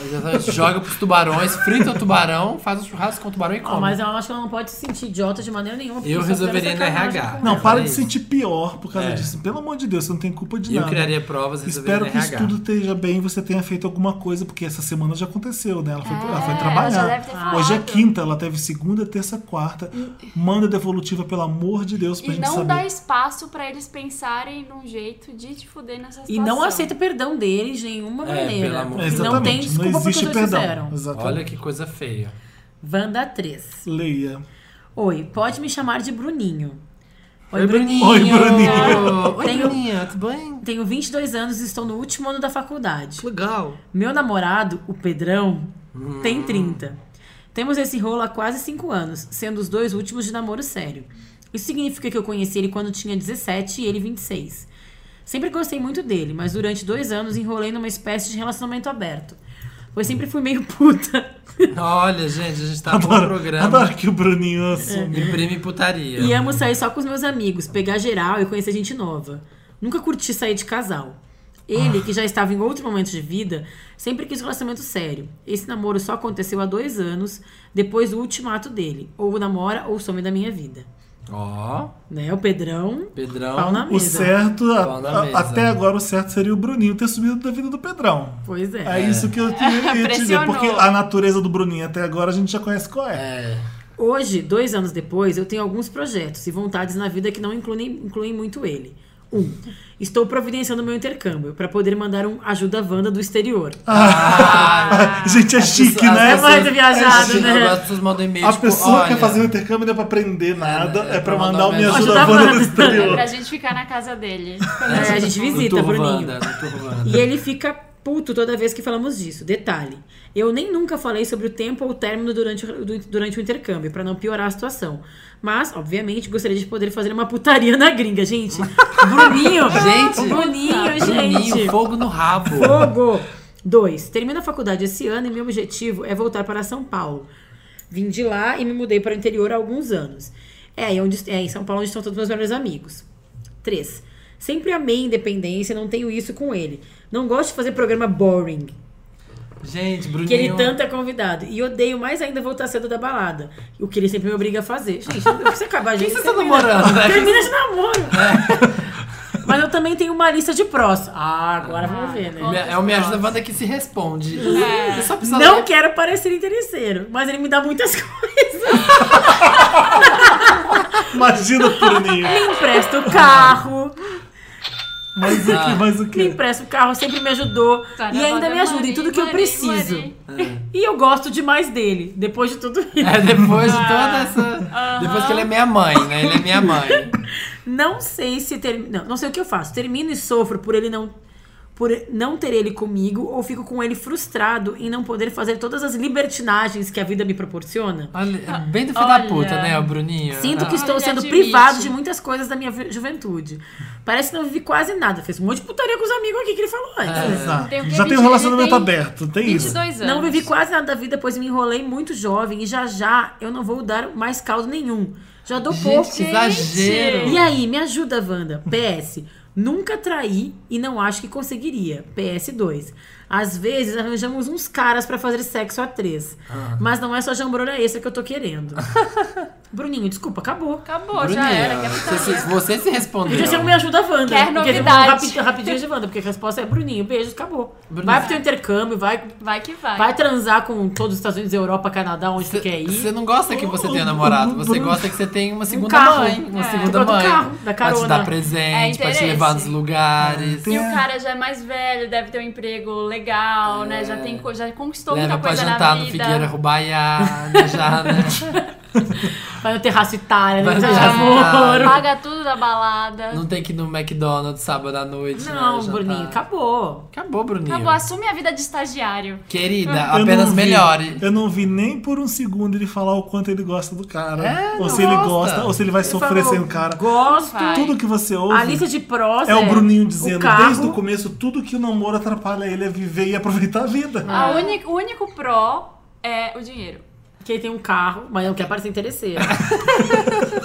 Speaker 4: Exatamente. Joga pros tubarões, frita o tubarão, faz um churrasco com o tubarão e
Speaker 2: Ó,
Speaker 4: come.
Speaker 2: Ah, mas eu acho que ela não pode se sentir idiota de maneira nenhuma. porque
Speaker 4: Eu
Speaker 2: isso é
Speaker 4: resolveria no
Speaker 2: sacanagem
Speaker 4: RH.
Speaker 2: com
Speaker 1: Não,
Speaker 2: ela.
Speaker 1: para
Speaker 4: é
Speaker 1: de
Speaker 4: isso.
Speaker 1: sentir pior por causa
Speaker 4: É.
Speaker 1: disso. Pelo amor de Deus, você não tem culpa de
Speaker 4: eu
Speaker 1: nada.
Speaker 4: criaria provas e resolveria no
Speaker 1: Espero que isso
Speaker 4: RH.
Speaker 1: tudo esteja bem e você tenha feito alguma coisa, porque essa semana já aconteceu, né? Ela foi, ela foi
Speaker 3: ela
Speaker 1: trabalhar.
Speaker 3: É, já deve ter falado.
Speaker 1: Hoje é quinta, ela teve segunda, terça, quarta. Manda devolutiva, pelo amor de Deus, pra
Speaker 3: E
Speaker 1: gente
Speaker 3: não
Speaker 1: saber.
Speaker 3: dá espaço pra eles pensarem num jeito de te fuder nessa
Speaker 2: E
Speaker 3: situação.
Speaker 2: não aceita perdão deles de nenhuma
Speaker 4: É, pelo
Speaker 2: maneira.
Speaker 4: amor de
Speaker 2: E
Speaker 4: Deus.
Speaker 2: não tem
Speaker 1: Exatamente,
Speaker 2: desculpa
Speaker 1: não
Speaker 2: porque
Speaker 1: existe
Speaker 2: os dois
Speaker 1: perdão.
Speaker 2: fizeram.
Speaker 1: Exatamente.
Speaker 4: Olha que coisa feia.
Speaker 2: Wanda 3.
Speaker 1: Leia.
Speaker 2: Oi, pode me chamar de Bruninho.
Speaker 4: Oi, Bruninho.
Speaker 1: Oi, Bruninho.
Speaker 4: Oi,
Speaker 2: Tenho-
Speaker 4: Bruninho, tudo bem?
Speaker 2: Tenho 22 anos e estou no último ano da faculdade.
Speaker 4: Legal.
Speaker 2: Meu namorado, o Pedrão, tem 30. Temos esse rolo há quase 5 anos, sendo os dois últimos de namoro sério. Isso significa que eu conheci ele quando tinha 17 e ele 26. Sempre gostei muito dele, mas durante dois anos enrolei numa espécie de relacionamento aberto. Eu sempre fui meio puta.
Speaker 4: Olha, gente, a gente tá no
Speaker 1: Adoro,
Speaker 4: programa. É,
Speaker 1: adoro que o Bruninho assume.
Speaker 4: Imprime putaria.
Speaker 2: E é- amo sair só com os meus amigos, pegar geral e conhecer gente nova. Nunca curti sair de casal. Ele, que já estava em outro momento de vida, sempre quis um relacionamento sério. Esse namoro só aconteceu há dois anos, depois do ultimato dele. Ou namora ou some da minha vida.
Speaker 4: Ó,
Speaker 2: Né? O Pedrão,
Speaker 4: Pedrão.
Speaker 2: pau na mesa.
Speaker 1: O certo, a-
Speaker 4: Pau na
Speaker 1: a-
Speaker 4: mesa.
Speaker 1: até agora o certo seria o Bruninho ter sumido da vida do Pedrão.
Speaker 2: Pois é.
Speaker 1: É, isso que eu queria queria te dizer,
Speaker 3: Pressionou.
Speaker 1: porque a natureza do Bruninho até agora a gente já conhece qual é.
Speaker 4: É.
Speaker 2: Hoje, dois anos depois, eu tenho alguns projetos e vontades na vida que não incluem, incluem muito ele. Um, estou providenciando meu intercâmbio para poder mandar um ajuda Wanda do exterior.
Speaker 1: Ah, gente, é chique,
Speaker 4: As
Speaker 1: né?
Speaker 4: pessoas-
Speaker 2: mais viajado,
Speaker 4: as-
Speaker 2: né?
Speaker 4: As pessoas mandam e-mail,
Speaker 1: A
Speaker 4: tipo,
Speaker 1: pessoa
Speaker 4: olha,
Speaker 1: quer fazer o intercâmbio não é pra aprender nada,
Speaker 4: é
Speaker 1: é, pra
Speaker 4: pra
Speaker 1: mandar o Me
Speaker 4: mandar
Speaker 1: Ajuda
Speaker 2: mensagem.
Speaker 1: a Banda do
Speaker 3: É pra
Speaker 1: exterior.
Speaker 3: gente ficar na casa dele.
Speaker 2: É, a gente
Speaker 4: no
Speaker 2: visita,
Speaker 4: Turvo
Speaker 2: Bruninho.
Speaker 4: Wanda, no Turvo Wanda.
Speaker 2: E ele fica puto toda vez que falamos disso. Detalhe, eu nem nunca falei sobre o tempo ou o término durante, o- du- durante o intercâmbio, pra não piorar a situação. Mas, obviamente, gostaria de poder fazer uma putaria na gringa, gente. Bruninho!
Speaker 4: Gente,
Speaker 2: Bruninho,
Speaker 4: Bruninho,
Speaker 2: gente!
Speaker 4: fogo no rabo.
Speaker 2: Fogo! Dois, termino a faculdade esse ano e meu objetivo é voltar para São Paulo. Vim de lá e me mudei para o interior há alguns anos. É, aí onde, é em São Paulo onde estão todos meus melhores amigos. Três, sempre amei independência, não tenho isso com ele. Não gosto de fazer programa boring,
Speaker 4: Gente, Bruninho.
Speaker 2: que ele tanto é convidado. E odeio mais ainda voltar cedo da balada, o que ele sempre me obriga a fazer. Gente, não precisa acabar, gente.
Speaker 4: você tá
Speaker 2: termina.
Speaker 4: namorando, né? É.
Speaker 2: Termina de namoro. Mas eu também tenho uma lista de prós. Ah, agora vamos ver, né?
Speaker 4: Me- É o Me Ajuda Wanda que se responde. Você só precisa
Speaker 2: Não
Speaker 4: ler-
Speaker 2: quero parecer interesseiro, mas ele me dá muitas coisas.
Speaker 1: Imagina o Bruninho.
Speaker 2: Me empresta o carro,
Speaker 1: Mas o que? Mas o
Speaker 2: me
Speaker 1: que?
Speaker 2: empresta o carro, sempre me ajudou. e ainda me ajuda em tudo que eu preciso. E eu gosto demais dele, depois de tudo isso.
Speaker 4: É depois de toda essa. Depois que ele é minha mãe, né? Ele é minha mãe.
Speaker 2: Não sei se ter... não, não sei o que eu faço. Termino e sofro por ele não por não ter ele comigo ou fico com ele frustrado em não poder fazer todas as libertinagens que a vida me proporciona.
Speaker 4: Olha, é bem do filho da
Speaker 3: Ah, Olha.
Speaker 4: puta, né, o Bruninho?
Speaker 2: Sinto que
Speaker 4: Ah,
Speaker 2: estou
Speaker 3: Olha,
Speaker 2: sendo
Speaker 3: admite.
Speaker 2: privado de muitas coisas da minha vi- juventude. Parece que não vivi quase nada. Fez um monte de putaria com os amigos aqui que ele falou antes.
Speaker 1: Exato.
Speaker 3: Tem o quê?
Speaker 1: Já tem um
Speaker 3: 20,
Speaker 1: relacionamento
Speaker 3: ele tem
Speaker 1: aberto, tem É isso.
Speaker 4: É.
Speaker 3: 22 anos.
Speaker 2: Não vivi quase nada da vida, pois me enrolei muito jovem e já já eu não vou dar mais caldo nenhum. Já dou um pouco.
Speaker 4: Gente, que exagero.
Speaker 2: E aí, me ajuda, Wanda. PS, nunca traí e não acho que conseguiria. PS2. Às vezes arranjamos uns caras pra fazer sexo a três.
Speaker 4: Ah.
Speaker 2: Mas não é só jambrolha extra que eu tô querendo. Bruninho, desculpa, acabou.
Speaker 3: Acabou,
Speaker 4: Bruninho,
Speaker 3: já era. é Quer
Speaker 4: você, se-
Speaker 3: putaria.
Speaker 4: você se respondeu.
Speaker 2: Podia ser um Me Ajuda Wanda.
Speaker 3: Quer
Speaker 2: Porque teve um
Speaker 3: novidade.
Speaker 2: rapi- rapidinho de Wanda, porque a resposta é Bruninho, beijos, acabou. Vai pro teu intercâmbio, vai,
Speaker 3: Vai que vai.
Speaker 2: vai transar com todos os Estados Unidos, Europa, Canadá, onde tu quer ir. Um
Speaker 4: Você não gosta que você tenha namorado, você gosta que você tenha uma segunda
Speaker 2: carro.
Speaker 4: mãe. Uma
Speaker 2: É.
Speaker 4: segunda
Speaker 2: Tu gosta do
Speaker 4: mãe.
Speaker 2: carro, da
Speaker 4: Pra
Speaker 2: carona.
Speaker 4: te dar
Speaker 3: É
Speaker 4: presente, pra te
Speaker 3: interesse.
Speaker 4: levar nos lugares.
Speaker 3: E o cara já é mais velho, deve ter um emprego legal, né? Já, tem, co- já conquistou
Speaker 4: É. Leva
Speaker 3: muita
Speaker 4: pra
Speaker 3: coisa
Speaker 4: jantar
Speaker 3: na
Speaker 4: no
Speaker 3: vida.
Speaker 4: Figueira Rubaiá, já, né?
Speaker 2: Vai no terraço Itália,
Speaker 4: Vai
Speaker 2: né?
Speaker 4: no
Speaker 2: Já
Speaker 4: terraço
Speaker 2: namoro.
Speaker 4: Itália.
Speaker 3: Paga tudo da balada.
Speaker 4: Não tem que ir no McDonald's sábado à noite, né?
Speaker 2: Não,
Speaker 1: tá.
Speaker 4: jantar.
Speaker 2: Bruninho, acabou.
Speaker 4: Acabou, Bruninho.
Speaker 3: Acabou, assume a vida de estagiário.
Speaker 4: Querida,
Speaker 1: Eu
Speaker 4: apenas
Speaker 1: não vi-
Speaker 4: melhore.
Speaker 1: Eu não vi nem por um segundo ele falar o quanto ele gosta do cara.
Speaker 4: É,
Speaker 1: ou
Speaker 4: não
Speaker 1: se ele
Speaker 4: gosta.
Speaker 1: gosta, ou se ele vai sofrer
Speaker 2: falou,
Speaker 1: sem o cara.
Speaker 2: Gosto.
Speaker 3: Vai.
Speaker 1: Tudo que você ouve.
Speaker 2: A lista de prós
Speaker 1: É o Bruninho dizendo,
Speaker 2: o carro,
Speaker 1: desde o começo, tudo que o namoro atrapalha ele é viver e aproveitar a vida.
Speaker 2: Ah.
Speaker 3: A uni- o único pró é o dinheiro.
Speaker 2: que ele tem um carro, mas não quer parecer interesseiro.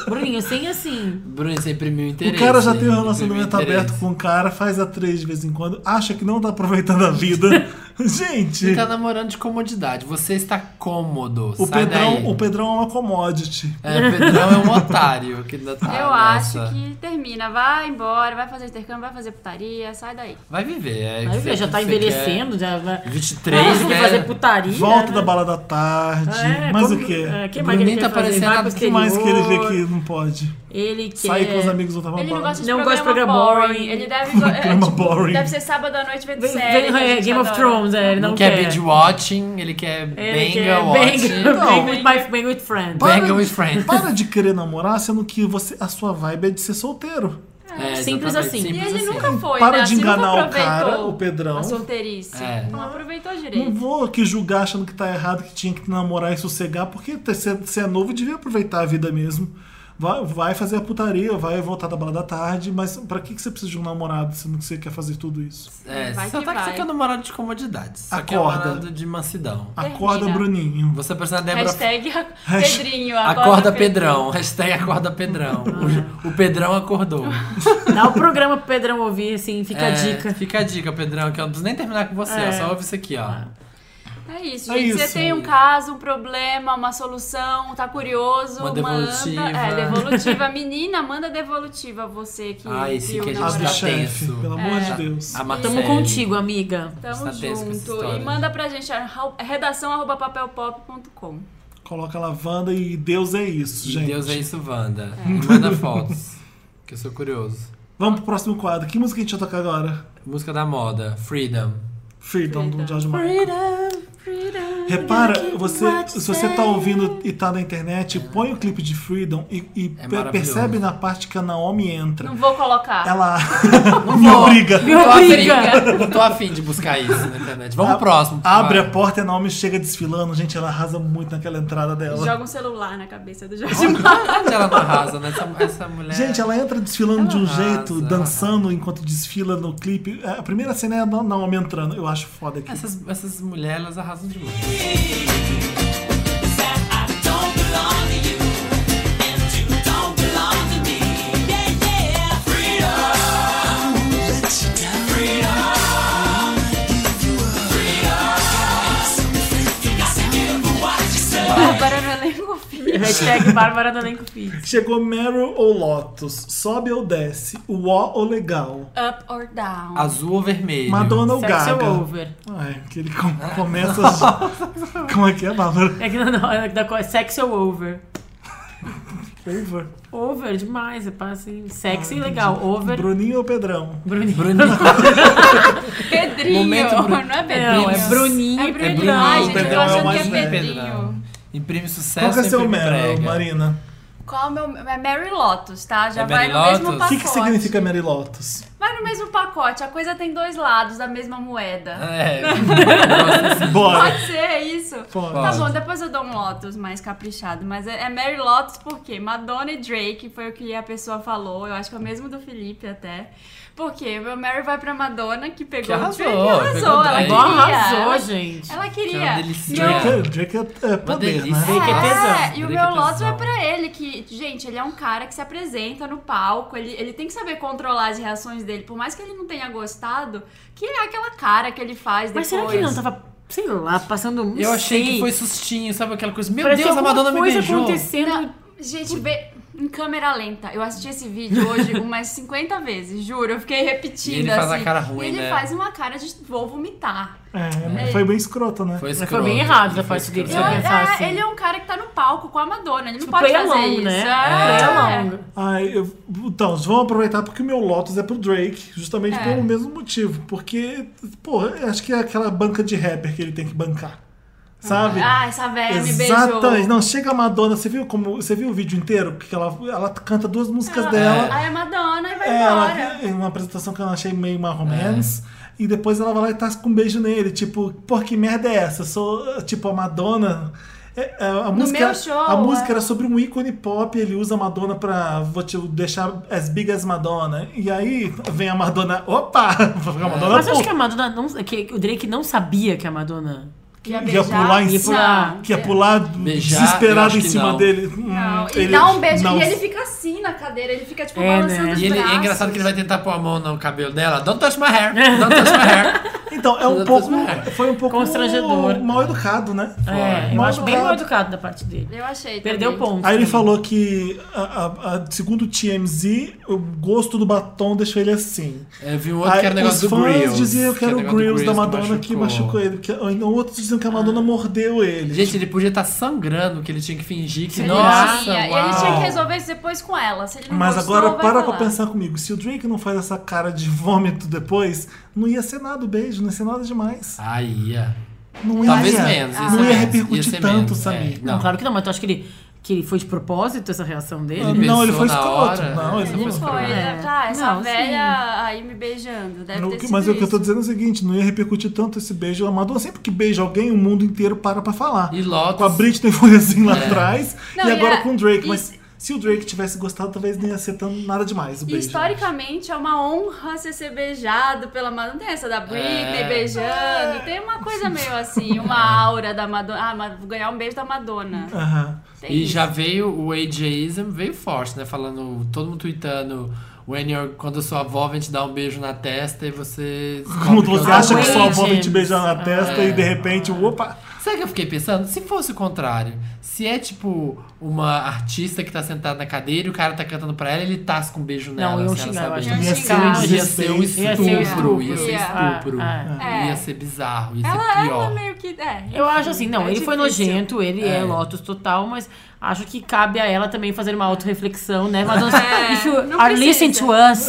Speaker 2: Bruninho, sem assim.
Speaker 4: Bruninho, você imprimiu interesse.
Speaker 1: O cara já tem um
Speaker 4: imprimiu
Speaker 1: relacionamento
Speaker 4: interesse.
Speaker 1: aberto com o cara, faz a três de vez em quando, acha que não tá aproveitando a vida. Gente,
Speaker 4: Você tá namorando de comodidade. Você está cômodo.
Speaker 1: o
Speaker 4: Sai daí.
Speaker 1: Pedrão, o Pedrão é uma commodity.
Speaker 4: É, Pedrão é um otário que ainda tá
Speaker 3: Eu acho
Speaker 4: nessa.
Speaker 3: que termina, vai embora, vai fazer intercâmbio, vai fazer putaria, sai daí.
Speaker 4: Vai viver. É,
Speaker 2: Vai ver, já tá
Speaker 4: você quer.
Speaker 2: envelhecendo, já vai.
Speaker 4: 23,
Speaker 2: Vai
Speaker 4: né?
Speaker 2: fazer putaria.
Speaker 1: Volta
Speaker 2: né?
Speaker 1: da balada à tarde.
Speaker 2: É,
Speaker 1: mas
Speaker 2: como-
Speaker 1: o quê?
Speaker 2: É, que mais que
Speaker 4: Bruninho tá
Speaker 2: ele quer fazer?
Speaker 4: parecendo
Speaker 2: Vai pro
Speaker 4: a-
Speaker 1: O que mais que ele vê
Speaker 2: exterior,
Speaker 1: que não pode?
Speaker 2: Ele quer...
Speaker 1: Sair com os amigos voltar pra
Speaker 3: Ele não
Speaker 1: balada.
Speaker 3: gosta de
Speaker 2: é. Não
Speaker 3: programa,
Speaker 2: gosta de programa
Speaker 3: boring.
Speaker 2: boring.
Speaker 3: Ele deve, go- é,
Speaker 1: Programa
Speaker 3: tipo,
Speaker 1: boring.
Speaker 3: deve ser sábado à noite vendo
Speaker 2: Vem,
Speaker 3: série.
Speaker 2: vem,
Speaker 3: que a
Speaker 2: é,
Speaker 3: gente
Speaker 2: Game of
Speaker 3: adora.
Speaker 2: Thrones, é, ele não,
Speaker 4: Não quer binge watching, ele quer
Speaker 2: Ele
Speaker 4: benga
Speaker 2: quer
Speaker 4: watching.
Speaker 2: bang, bang
Speaker 1: Não.
Speaker 2: with my bang with friends.
Speaker 1: Para
Speaker 4: Bang
Speaker 1: de-
Speaker 4: with friends.
Speaker 1: Para de querer namorar, sendo que você, a sua vibe é de ser solteiro.
Speaker 4: É,
Speaker 2: Simples
Speaker 4: exatamente,
Speaker 2: assim.
Speaker 3: E
Speaker 4: simples
Speaker 3: ele
Speaker 4: assim.
Speaker 3: nunca foi,
Speaker 1: Para
Speaker 3: né?
Speaker 1: de
Speaker 3: Assim, nunca
Speaker 1: enganar o cara,
Speaker 3: aproveitou
Speaker 1: o Pedrão.
Speaker 3: A solteirice.
Speaker 4: É.
Speaker 3: Não aproveitou
Speaker 1: Não
Speaker 3: direito.
Speaker 1: vou aqui julgar achando que tá errado, que tinha que namorar e sossegar, porque você é novo e devia aproveitar a vida mesmo. Vai, vai fazer a putaria, vai voltar da balada à tarde, mas pra que, que você precisa de um namorado se não você quer fazer tudo isso?
Speaker 4: É,
Speaker 3: Vai
Speaker 4: só
Speaker 3: que
Speaker 4: tá
Speaker 3: vai.
Speaker 4: aqui é um namorado de comodidade. Só que é um
Speaker 1: Acorda.
Speaker 4: namorado de mansidão.
Speaker 1: Acorda,
Speaker 3: Termina.
Speaker 1: Bruninho.
Speaker 4: Você precisa da Débora
Speaker 3: Hashtag
Speaker 1: Hashtag-
Speaker 3: Pedrinho.
Speaker 4: Acorda Pedrão. Hashtag acorda Pedrão. O, o Pedrão acordou.
Speaker 2: Dá o programa pro Pedrão ouvir, assim, fica a
Speaker 4: É,
Speaker 2: dica.
Speaker 4: Fica a dica, Pedrão, que eu não preciso nem terminar com você.
Speaker 2: É.
Speaker 4: ó, só ouve isso aqui, ó.
Speaker 3: É isso,
Speaker 1: É
Speaker 3: gente.
Speaker 1: isso.
Speaker 3: Você tem um caso, um problema, uma solução, tá curioso,
Speaker 4: Uma devolutiva.
Speaker 3: manda. É, devolutiva. Menina, manda devolutiva você que
Speaker 4: Ah, esse
Speaker 3: viu
Speaker 4: que a
Speaker 3: na
Speaker 1: A
Speaker 4: gente
Speaker 1: do
Speaker 4: tá
Speaker 3: moral.
Speaker 1: chefe,
Speaker 4: tenso.
Speaker 1: pelo amor de Deus.
Speaker 4: A
Speaker 2: É. Tamo
Speaker 4: Marcele.
Speaker 2: contigo, amiga.
Speaker 3: Tamo
Speaker 4: Está tenso tá com essa
Speaker 3: junto.
Speaker 4: história.
Speaker 3: E manda pra gente a arro- redação arroba papelpop.com.
Speaker 1: Coloca lavanda e Deus é isso,
Speaker 4: E
Speaker 1: gente.
Speaker 4: Deus é isso, Wanda. Me Manda fotos. Que eu sou curioso.
Speaker 1: Vamos pro próximo quadro. Que música a gente vai tocar agora?
Speaker 4: Música da moda, Freedom.
Speaker 1: Freedom, do
Speaker 3: Freedom.
Speaker 1: George Michael. Repara, você, se você tá ouvindo e tá na internet, põe o clipe de Freedom e, e
Speaker 4: É
Speaker 1: pe-
Speaker 4: maravilhoso.
Speaker 1: percebe na parte que a Naomi entra.
Speaker 3: Não vou colocar.
Speaker 1: Ela me
Speaker 4: vou.
Speaker 1: obriga.
Speaker 2: Me
Speaker 4: Tô
Speaker 2: obriga!
Speaker 4: afim- Não tô afim de buscar isso na internet. Vamos
Speaker 1: A-
Speaker 4: pro próximo.
Speaker 1: Abre
Speaker 4: vai.
Speaker 1: a porta e a Naomi chega desfilando. Gente, ela arrasa muito naquela entrada dela.
Speaker 3: Joga um celular na cabeça do Jorge Mar.
Speaker 4: Verdade, ela não arrasa, né? Essa, essa mulher.
Speaker 1: Gente, ela entra desfilando
Speaker 4: Ela
Speaker 1: de um
Speaker 4: arrasa,
Speaker 1: jeito,
Speaker 4: ela
Speaker 1: dançando enquanto desfila no clipe. A primeira cena é a Na- Naomi entrando. Eu acho foda aqui.
Speaker 4: Essas, essas mulheres, elas arrasam demais.
Speaker 3: Bárbara no elenco filho.
Speaker 2: Hashtag Bárbara do Elenco Filho.
Speaker 1: Chegou Meryl ou Lotus? Sobe ou desce? Uó ou legal?
Speaker 3: Up or down.
Speaker 4: Azul ou vermelho?
Speaker 1: Madonna ou
Speaker 2: Sexo é
Speaker 1: Gaga?
Speaker 2: over.
Speaker 1: Ai, que ele com- começa. de- Como é que é, Bárbara?
Speaker 2: É que não, não, é da coisa. Sexo over.
Speaker 1: Over.
Speaker 2: Over demais, é pá, assim. Sexy
Speaker 1: Ah,
Speaker 2: e
Speaker 1: entendi.
Speaker 2: legal. Over.
Speaker 1: Bruninho ou Pedrão?
Speaker 2: Bruninho.
Speaker 4: Bruninho.
Speaker 3: Pedrinho.
Speaker 4: Momento Bru-
Speaker 3: Não é Pedrinho.
Speaker 2: Não, é Bruninho
Speaker 3: É
Speaker 2: e
Speaker 3: Bruninho.
Speaker 2: Pedrão.
Speaker 3: Ai, gente,
Speaker 1: Pedrão
Speaker 3: eu
Speaker 1: é o
Speaker 3: tô achando que
Speaker 1: mais
Speaker 3: é
Speaker 1: velho.
Speaker 3: Pedrinho.
Speaker 4: Imprime sucesso,
Speaker 1: Qual que é seu
Speaker 4: imprime Tá
Speaker 1: Meryl,
Speaker 4: brega.
Speaker 1: Marina?
Speaker 3: Qual é o meu. É Mary Lotus, tá? Já
Speaker 4: É
Speaker 3: vai
Speaker 4: Mary
Speaker 3: no mesmo
Speaker 4: Lotus?
Speaker 1: O
Speaker 3: pacote.
Speaker 1: que, que significa Mary Lotus?
Speaker 3: Vai no mesmo pacote. A coisa tem dois lados da mesma moeda.
Speaker 4: É. Nossa, assim,
Speaker 1: Bora!
Speaker 3: Pode ser isso?
Speaker 1: Pode.
Speaker 3: Tá bom, depois eu dou um Lotus mais caprichado. Mas é é Mary Lotus porque Madonna e Drake foi o que a pessoa falou. Eu acho que é o mesmo do Felipe até. Porque o meu Mary vai pra Madonna, que pegou
Speaker 4: Que arrasou,
Speaker 3: o Drake e
Speaker 4: pegou o
Speaker 3: arrasou. Ela
Speaker 4: Drake.
Speaker 2: Agora
Speaker 3: queria.
Speaker 2: arrasou,
Speaker 3: ela-
Speaker 2: gente.
Speaker 3: Ela
Speaker 4: Que é uma
Speaker 3: queria.
Speaker 4: delícia.
Speaker 3: Meu-
Speaker 1: Drake, Drake é, é poder,
Speaker 4: delícia.
Speaker 1: né?
Speaker 2: Drake é tesão.
Speaker 3: É, e o
Speaker 4: Drake
Speaker 3: meu
Speaker 4: é
Speaker 3: Lotus
Speaker 4: tesão.
Speaker 3: é pra ele, que, gente, ele é um cara que se apresenta no palco, ele, ele tem que saber controlar as reações dele, por mais que ele não tenha gostado, que é aquela cara que ele faz
Speaker 2: Mas será
Speaker 3: depois.
Speaker 2: que ele não tá tava, sei lá, passando um.
Speaker 4: Eu achei
Speaker 2: sei.
Speaker 4: que foi sustinho, sabe aquela coisa? Meu
Speaker 2: Parecia
Speaker 4: Deus, a
Speaker 2: alguma
Speaker 4: Madonna me
Speaker 2: coisa
Speaker 4: beijou.
Speaker 2: acontecendo.
Speaker 3: Não, gente, vê em câmera lenta. Eu assisti esse vídeo hoje umas 50 vezes, juro. Eu fiquei repetindo.
Speaker 4: E ele faz
Speaker 3: assim.
Speaker 4: a cara ruim,
Speaker 3: E ele
Speaker 4: né?
Speaker 3: faz uma cara de vou vomitar.
Speaker 1: É, foi bem escroto, né?
Speaker 4: Foi
Speaker 2: Mas
Speaker 4: escroto.
Speaker 2: foi bem errado da
Speaker 4: Foi
Speaker 2: parte dele.
Speaker 4: escroto.
Speaker 2: Você vai
Speaker 3: Eu-
Speaker 2: pensar
Speaker 3: é,
Speaker 2: assim.
Speaker 3: Ele é um cara que tá no palco com a Madonna. Ele não
Speaker 2: Tipo,
Speaker 3: pode
Speaker 2: play
Speaker 3: fazer
Speaker 2: along,
Speaker 3: isso.
Speaker 2: né?
Speaker 3: É.
Speaker 2: Play along.
Speaker 1: Ai, eu- então, vamos aproveitar porque o meu Lotus é pro Drake, justamente
Speaker 3: É.
Speaker 1: pelo mesmo motivo. Porque, porra, acho que é aquela banca de rapper que ele tem que bancar. Sabe?
Speaker 3: Ah, essa velha me beijou.
Speaker 1: Exatamente. Não, chega a Madonna, você viu como. Você viu o vídeo inteiro? Que ela, ela canta duas
Speaker 3: Ah,
Speaker 1: músicas dela.
Speaker 3: É. Aí a Madonna e vai
Speaker 1: É,
Speaker 3: embora.
Speaker 1: ela, em uma apresentação que eu achei meio uma romance. E depois ela vai lá e tá com um beijo nele. Tipo, pô, que merda é essa? Eu sou, tipo, a Madonna. É, é, a música,
Speaker 3: meu show,
Speaker 1: a música
Speaker 3: é.
Speaker 1: era sobre um ícone pop, ele usa a Madonna pra vou te deixar as big as Madonna. E aí vem a Madonna, opa! A Madonna
Speaker 2: Mas eu acho
Speaker 1: pô,
Speaker 2: que a Madonna não. Que o Drake não sabia que a Madonna.
Speaker 3: Que ia
Speaker 1: ia
Speaker 3: beijar.
Speaker 1: pular em
Speaker 2: ia
Speaker 1: cima,
Speaker 3: é
Speaker 2: pular.
Speaker 1: que ia pular
Speaker 4: Beijar, eu
Speaker 1: desesperado
Speaker 4: acho
Speaker 1: em
Speaker 4: que
Speaker 1: cima
Speaker 4: não.
Speaker 1: dele. Hum,
Speaker 3: Não, e dá um beijo.
Speaker 1: não.
Speaker 3: E ele fica assim na cadeira. Ele fica, tipo,
Speaker 2: É, né?
Speaker 3: balançando os
Speaker 4: E ele, é
Speaker 3: braços.
Speaker 4: engraçado que ele vai tentar pôr a mão no cabelo dela. Don't touch my hair. Don't touch my hair.
Speaker 1: Então, é um
Speaker 4: Eu tô
Speaker 1: pouco.
Speaker 4: zoando.
Speaker 1: Foi um pouco
Speaker 2: Constrangedor.
Speaker 1: mal educado, né?
Speaker 2: É, eu
Speaker 1: Mal
Speaker 2: acho bem
Speaker 1: educado.
Speaker 2: mal educado da parte dele.
Speaker 3: Eu achei.
Speaker 2: Perdeu o
Speaker 3: também.
Speaker 2: ponto.
Speaker 1: Aí ele
Speaker 2: também.
Speaker 1: falou que, a- a- a- segundo o TMZ, o gosto do batom deixou ele assim.
Speaker 4: Eu vi um outro que
Speaker 1: Aí
Speaker 4: era o negócio
Speaker 1: os
Speaker 4: do
Speaker 1: fãs
Speaker 4: Grills.
Speaker 1: diziam eu
Speaker 4: que era
Speaker 1: quero
Speaker 4: o
Speaker 1: o
Speaker 4: negócio do
Speaker 1: Grills da
Speaker 4: que
Speaker 1: Madonna que machucou ele. Que, ou então outros diziam que a
Speaker 3: Ah.
Speaker 1: Madonna mordeu ele.
Speaker 4: Gente, ele podia estar sangrando, que ele tinha que fingir que.
Speaker 3: Ele
Speaker 4: Nossa,
Speaker 3: tinha,
Speaker 4: uau.
Speaker 3: Ele tinha que resolver isso depois com ela. Se ele não
Speaker 1: Mas
Speaker 3: gostou,
Speaker 1: agora
Speaker 3: vai
Speaker 1: para pra
Speaker 3: falar.
Speaker 1: pensar comigo. Se o Drake não faz essa cara de vômito depois, não ia ser nada o beijo, não ia ser nada demais.
Speaker 4: Aí ia.
Speaker 1: Não
Speaker 4: Talvez
Speaker 1: ia,
Speaker 4: menos. ia ser
Speaker 1: Não ia
Speaker 4: menos,
Speaker 1: repercutir
Speaker 4: ser
Speaker 1: tanto,
Speaker 4: menos, é.
Speaker 1: Samir.
Speaker 2: Não, claro que não, mas tu acha que ele, que ele foi de propósito essa reação dele?
Speaker 1: Ele- não,
Speaker 4: pensou
Speaker 1: foi
Speaker 4: na
Speaker 1: escroto.
Speaker 4: hora.
Speaker 1: Não, ele
Speaker 4: Só
Speaker 1: não
Speaker 3: Ele
Speaker 1: Vamos
Speaker 3: foi,
Speaker 1: procurar.
Speaker 4: É.
Speaker 3: ele- tá, essa
Speaker 2: Não,
Speaker 3: velha aí me beijando. Deve
Speaker 1: No
Speaker 3: ter
Speaker 1: que-
Speaker 3: sido
Speaker 1: mas o que eu tô
Speaker 3: isso.
Speaker 1: dizendo é o seguinte, não ia repercutir tanto esse beijo. A Madonna sempre que beija alguém, o mundo inteiro para pra falar.
Speaker 4: E Lotus.
Speaker 1: Com a Britney foi assim lá
Speaker 4: É.
Speaker 1: atrás
Speaker 3: Não,
Speaker 1: e
Speaker 3: e
Speaker 1: agora
Speaker 3: a-
Speaker 1: com o Drake.
Speaker 3: e-
Speaker 1: Mas Se o Drake tivesse gostado, talvez nem ia ser tão nada demais. O
Speaker 3: E
Speaker 1: beijo. né?
Speaker 3: historicamente é uma honra você ser beijado pela Madonna. Não tem essa da Britney
Speaker 4: É.
Speaker 3: beijando. Tem uma coisa meio assim, uma aura da Madonna. Ah, mas vou ganhar um beijo da Madonna.
Speaker 1: Aham.
Speaker 3: Tem
Speaker 4: E
Speaker 3: isso.
Speaker 4: já veio o AJism, veio forte, né? Falando, todo mundo tweetando. When you're, quando a sua avó vem te dar um beijo na testa e você.
Speaker 1: Quando
Speaker 4: descobre é um
Speaker 1: você
Speaker 4: ela-
Speaker 1: acha que sua avó vem
Speaker 2: Aguente.
Speaker 1: te beijar na testa e de
Speaker 4: É.
Speaker 1: repente, opa,
Speaker 4: Sabe o que eu fiquei pensando? Se fosse o contrário, se é tipo uma artista que tá sentada na cadeira e o cara tá cantando pra ela, ele tasca um beijo nela.
Speaker 2: Não, eu
Speaker 4: se ela
Speaker 2: xingar, eu
Speaker 4: sabe?
Speaker 2: acho.
Speaker 3: Eu
Speaker 1: ia ser um
Speaker 2: xingar.
Speaker 4: Ia ser um
Speaker 1: desrespeito.
Speaker 2: Ia ser um
Speaker 4: estupro, ia ser
Speaker 3: estupro.
Speaker 4: estupro.
Speaker 2: Ah,
Speaker 3: ah.
Speaker 4: Ia ser bizarro, ia ser
Speaker 3: Ela, ela
Speaker 4: pior.
Speaker 3: meio que. É,
Speaker 2: Eu acho assim, não,
Speaker 3: É
Speaker 2: ele foi
Speaker 3: difícil.
Speaker 2: nojento, ele é.
Speaker 4: É.
Speaker 2: Lotus total, mas acho que cabe a ela também fazer uma autorreflexão, né? Mas
Speaker 3: É,
Speaker 2: if you
Speaker 3: não
Speaker 2: are
Speaker 3: precisa.
Speaker 2: listening to us,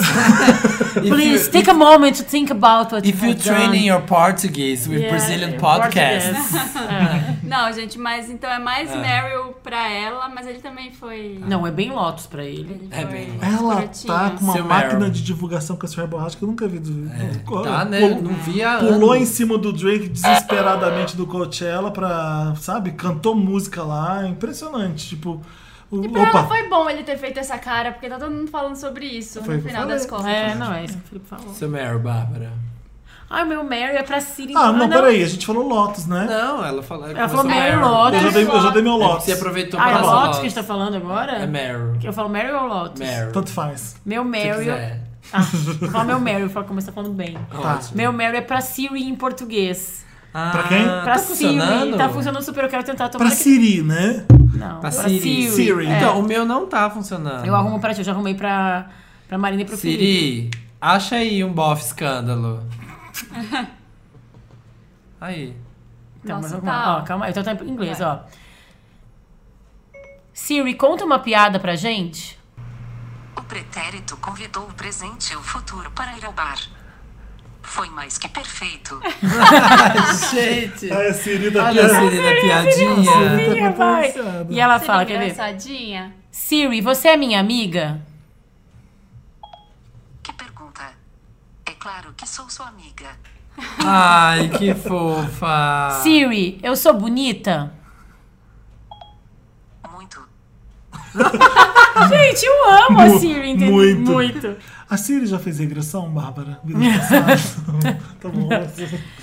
Speaker 4: If
Speaker 2: please
Speaker 4: you-
Speaker 2: take a moment to think about what
Speaker 4: If you
Speaker 2: you've
Speaker 4: train in
Speaker 2: done.
Speaker 4: your Portuguese with
Speaker 2: Yeah,
Speaker 4: Brazilian
Speaker 2: Portuguese.
Speaker 4: podcasts.
Speaker 2: É.
Speaker 3: Não, gente, mas então é mais
Speaker 4: É.
Speaker 3: Meryl pra ela, mas ele também foi.
Speaker 2: Não, é bem Lotus pra ele.
Speaker 3: Ele
Speaker 4: É
Speaker 3: foi
Speaker 4: bem-
Speaker 1: ela
Speaker 3: escrotinho.
Speaker 1: tá com uma
Speaker 4: Seu
Speaker 1: máquina
Speaker 4: Meryl.
Speaker 1: de divulgação com a senhora borracha que eu nunca vi. Do...
Speaker 4: Tá, né?
Speaker 1: Pul-
Speaker 4: Não via.
Speaker 1: Pulou em cima do Drake desesperadamente do Coachella pra, sabe, cantou música lá, é impressionante, tipo, o-
Speaker 3: E pra ela
Speaker 1: opa,
Speaker 3: foi bom ele ter feito essa cara, porque tá todo mundo falando sobre isso
Speaker 1: Foi o
Speaker 3: no
Speaker 1: que eu
Speaker 3: final
Speaker 1: falei.
Speaker 3: das contas.
Speaker 2: É, não, é isso que o Felipe falou.
Speaker 4: Seu Meryl, Bárbara.
Speaker 2: Ai, o meu Mary é pra Siri.
Speaker 1: ah, não,
Speaker 3: né?
Speaker 1: peraí, a gente falou Lotus, né?
Speaker 4: Não, ela falou.
Speaker 2: Ela falou
Speaker 4: começou
Speaker 2: Meryl,
Speaker 1: Eu já,
Speaker 2: Lotus.
Speaker 1: dei, eu já dei meu
Speaker 4: É,
Speaker 1: Lotus,
Speaker 4: Você aproveitou
Speaker 2: Ah,
Speaker 4: pra
Speaker 2: é
Speaker 4: falar
Speaker 2: Lotus que a gente tá falando agora?
Speaker 4: É Meryl.
Speaker 2: Eu falo Mary ou Lotus?
Speaker 4: Meryl.
Speaker 1: tanto faz.
Speaker 2: Meu
Speaker 4: se
Speaker 2: Mary.
Speaker 4: quiser.
Speaker 2: Ah, vou falar meu Mary, vou começar falando bem.
Speaker 4: Ótimo.
Speaker 2: Meu Mary é pra Siri em português.
Speaker 4: Ah,
Speaker 1: Tá. Pra quem?
Speaker 4: Tá
Speaker 2: Pra Siri.
Speaker 4: funcionando?
Speaker 2: Tá funcionando super, eu quero tentar tomar.
Speaker 1: Pra Siri, né?
Speaker 2: Não,
Speaker 4: Pra
Speaker 2: pra
Speaker 4: Siri.
Speaker 2: Siri.
Speaker 1: Siri.
Speaker 2: É.
Speaker 4: Então, o meu não tá funcionando.
Speaker 2: Eu arrumo pra ti, eu já arrumei pra, pra Marina e pro Felipe.
Speaker 4: Siri, acha aí um bofe escândalo. aí.
Speaker 2: Então, mas
Speaker 3: Nossa,
Speaker 2: vamos
Speaker 3: tá.
Speaker 2: lá. Ó, calma aí, então tá em inglês, ó. Siri, conta uma piada pra gente.
Speaker 7: O pretérito convidou o presente e o futuro para ir ao bar. Foi mais que perfeito.
Speaker 4: Gente!
Speaker 1: Ah, é Siri daqui.
Speaker 4: Olha a Siri da piadinha.
Speaker 1: Siri.
Speaker 2: Minha vai.
Speaker 1: balanceada.
Speaker 2: E ela
Speaker 3: Seria
Speaker 2: fala, quer ver?
Speaker 3: engraçadinha.
Speaker 2: Siri, você é minha amiga?
Speaker 7: Que pergunta. É claro que sou sua amiga.
Speaker 4: Ai, que
Speaker 2: Ah.
Speaker 4: fofa.
Speaker 2: Siri, eu sou bonita?
Speaker 7: Muito.
Speaker 2: Gente, eu amo a
Speaker 1: Mu-
Speaker 2: Siri, entendeu?
Speaker 1: muito.
Speaker 2: Muito.
Speaker 1: A Siri já fez regressão, Bárbara? Vida passada. tá bom.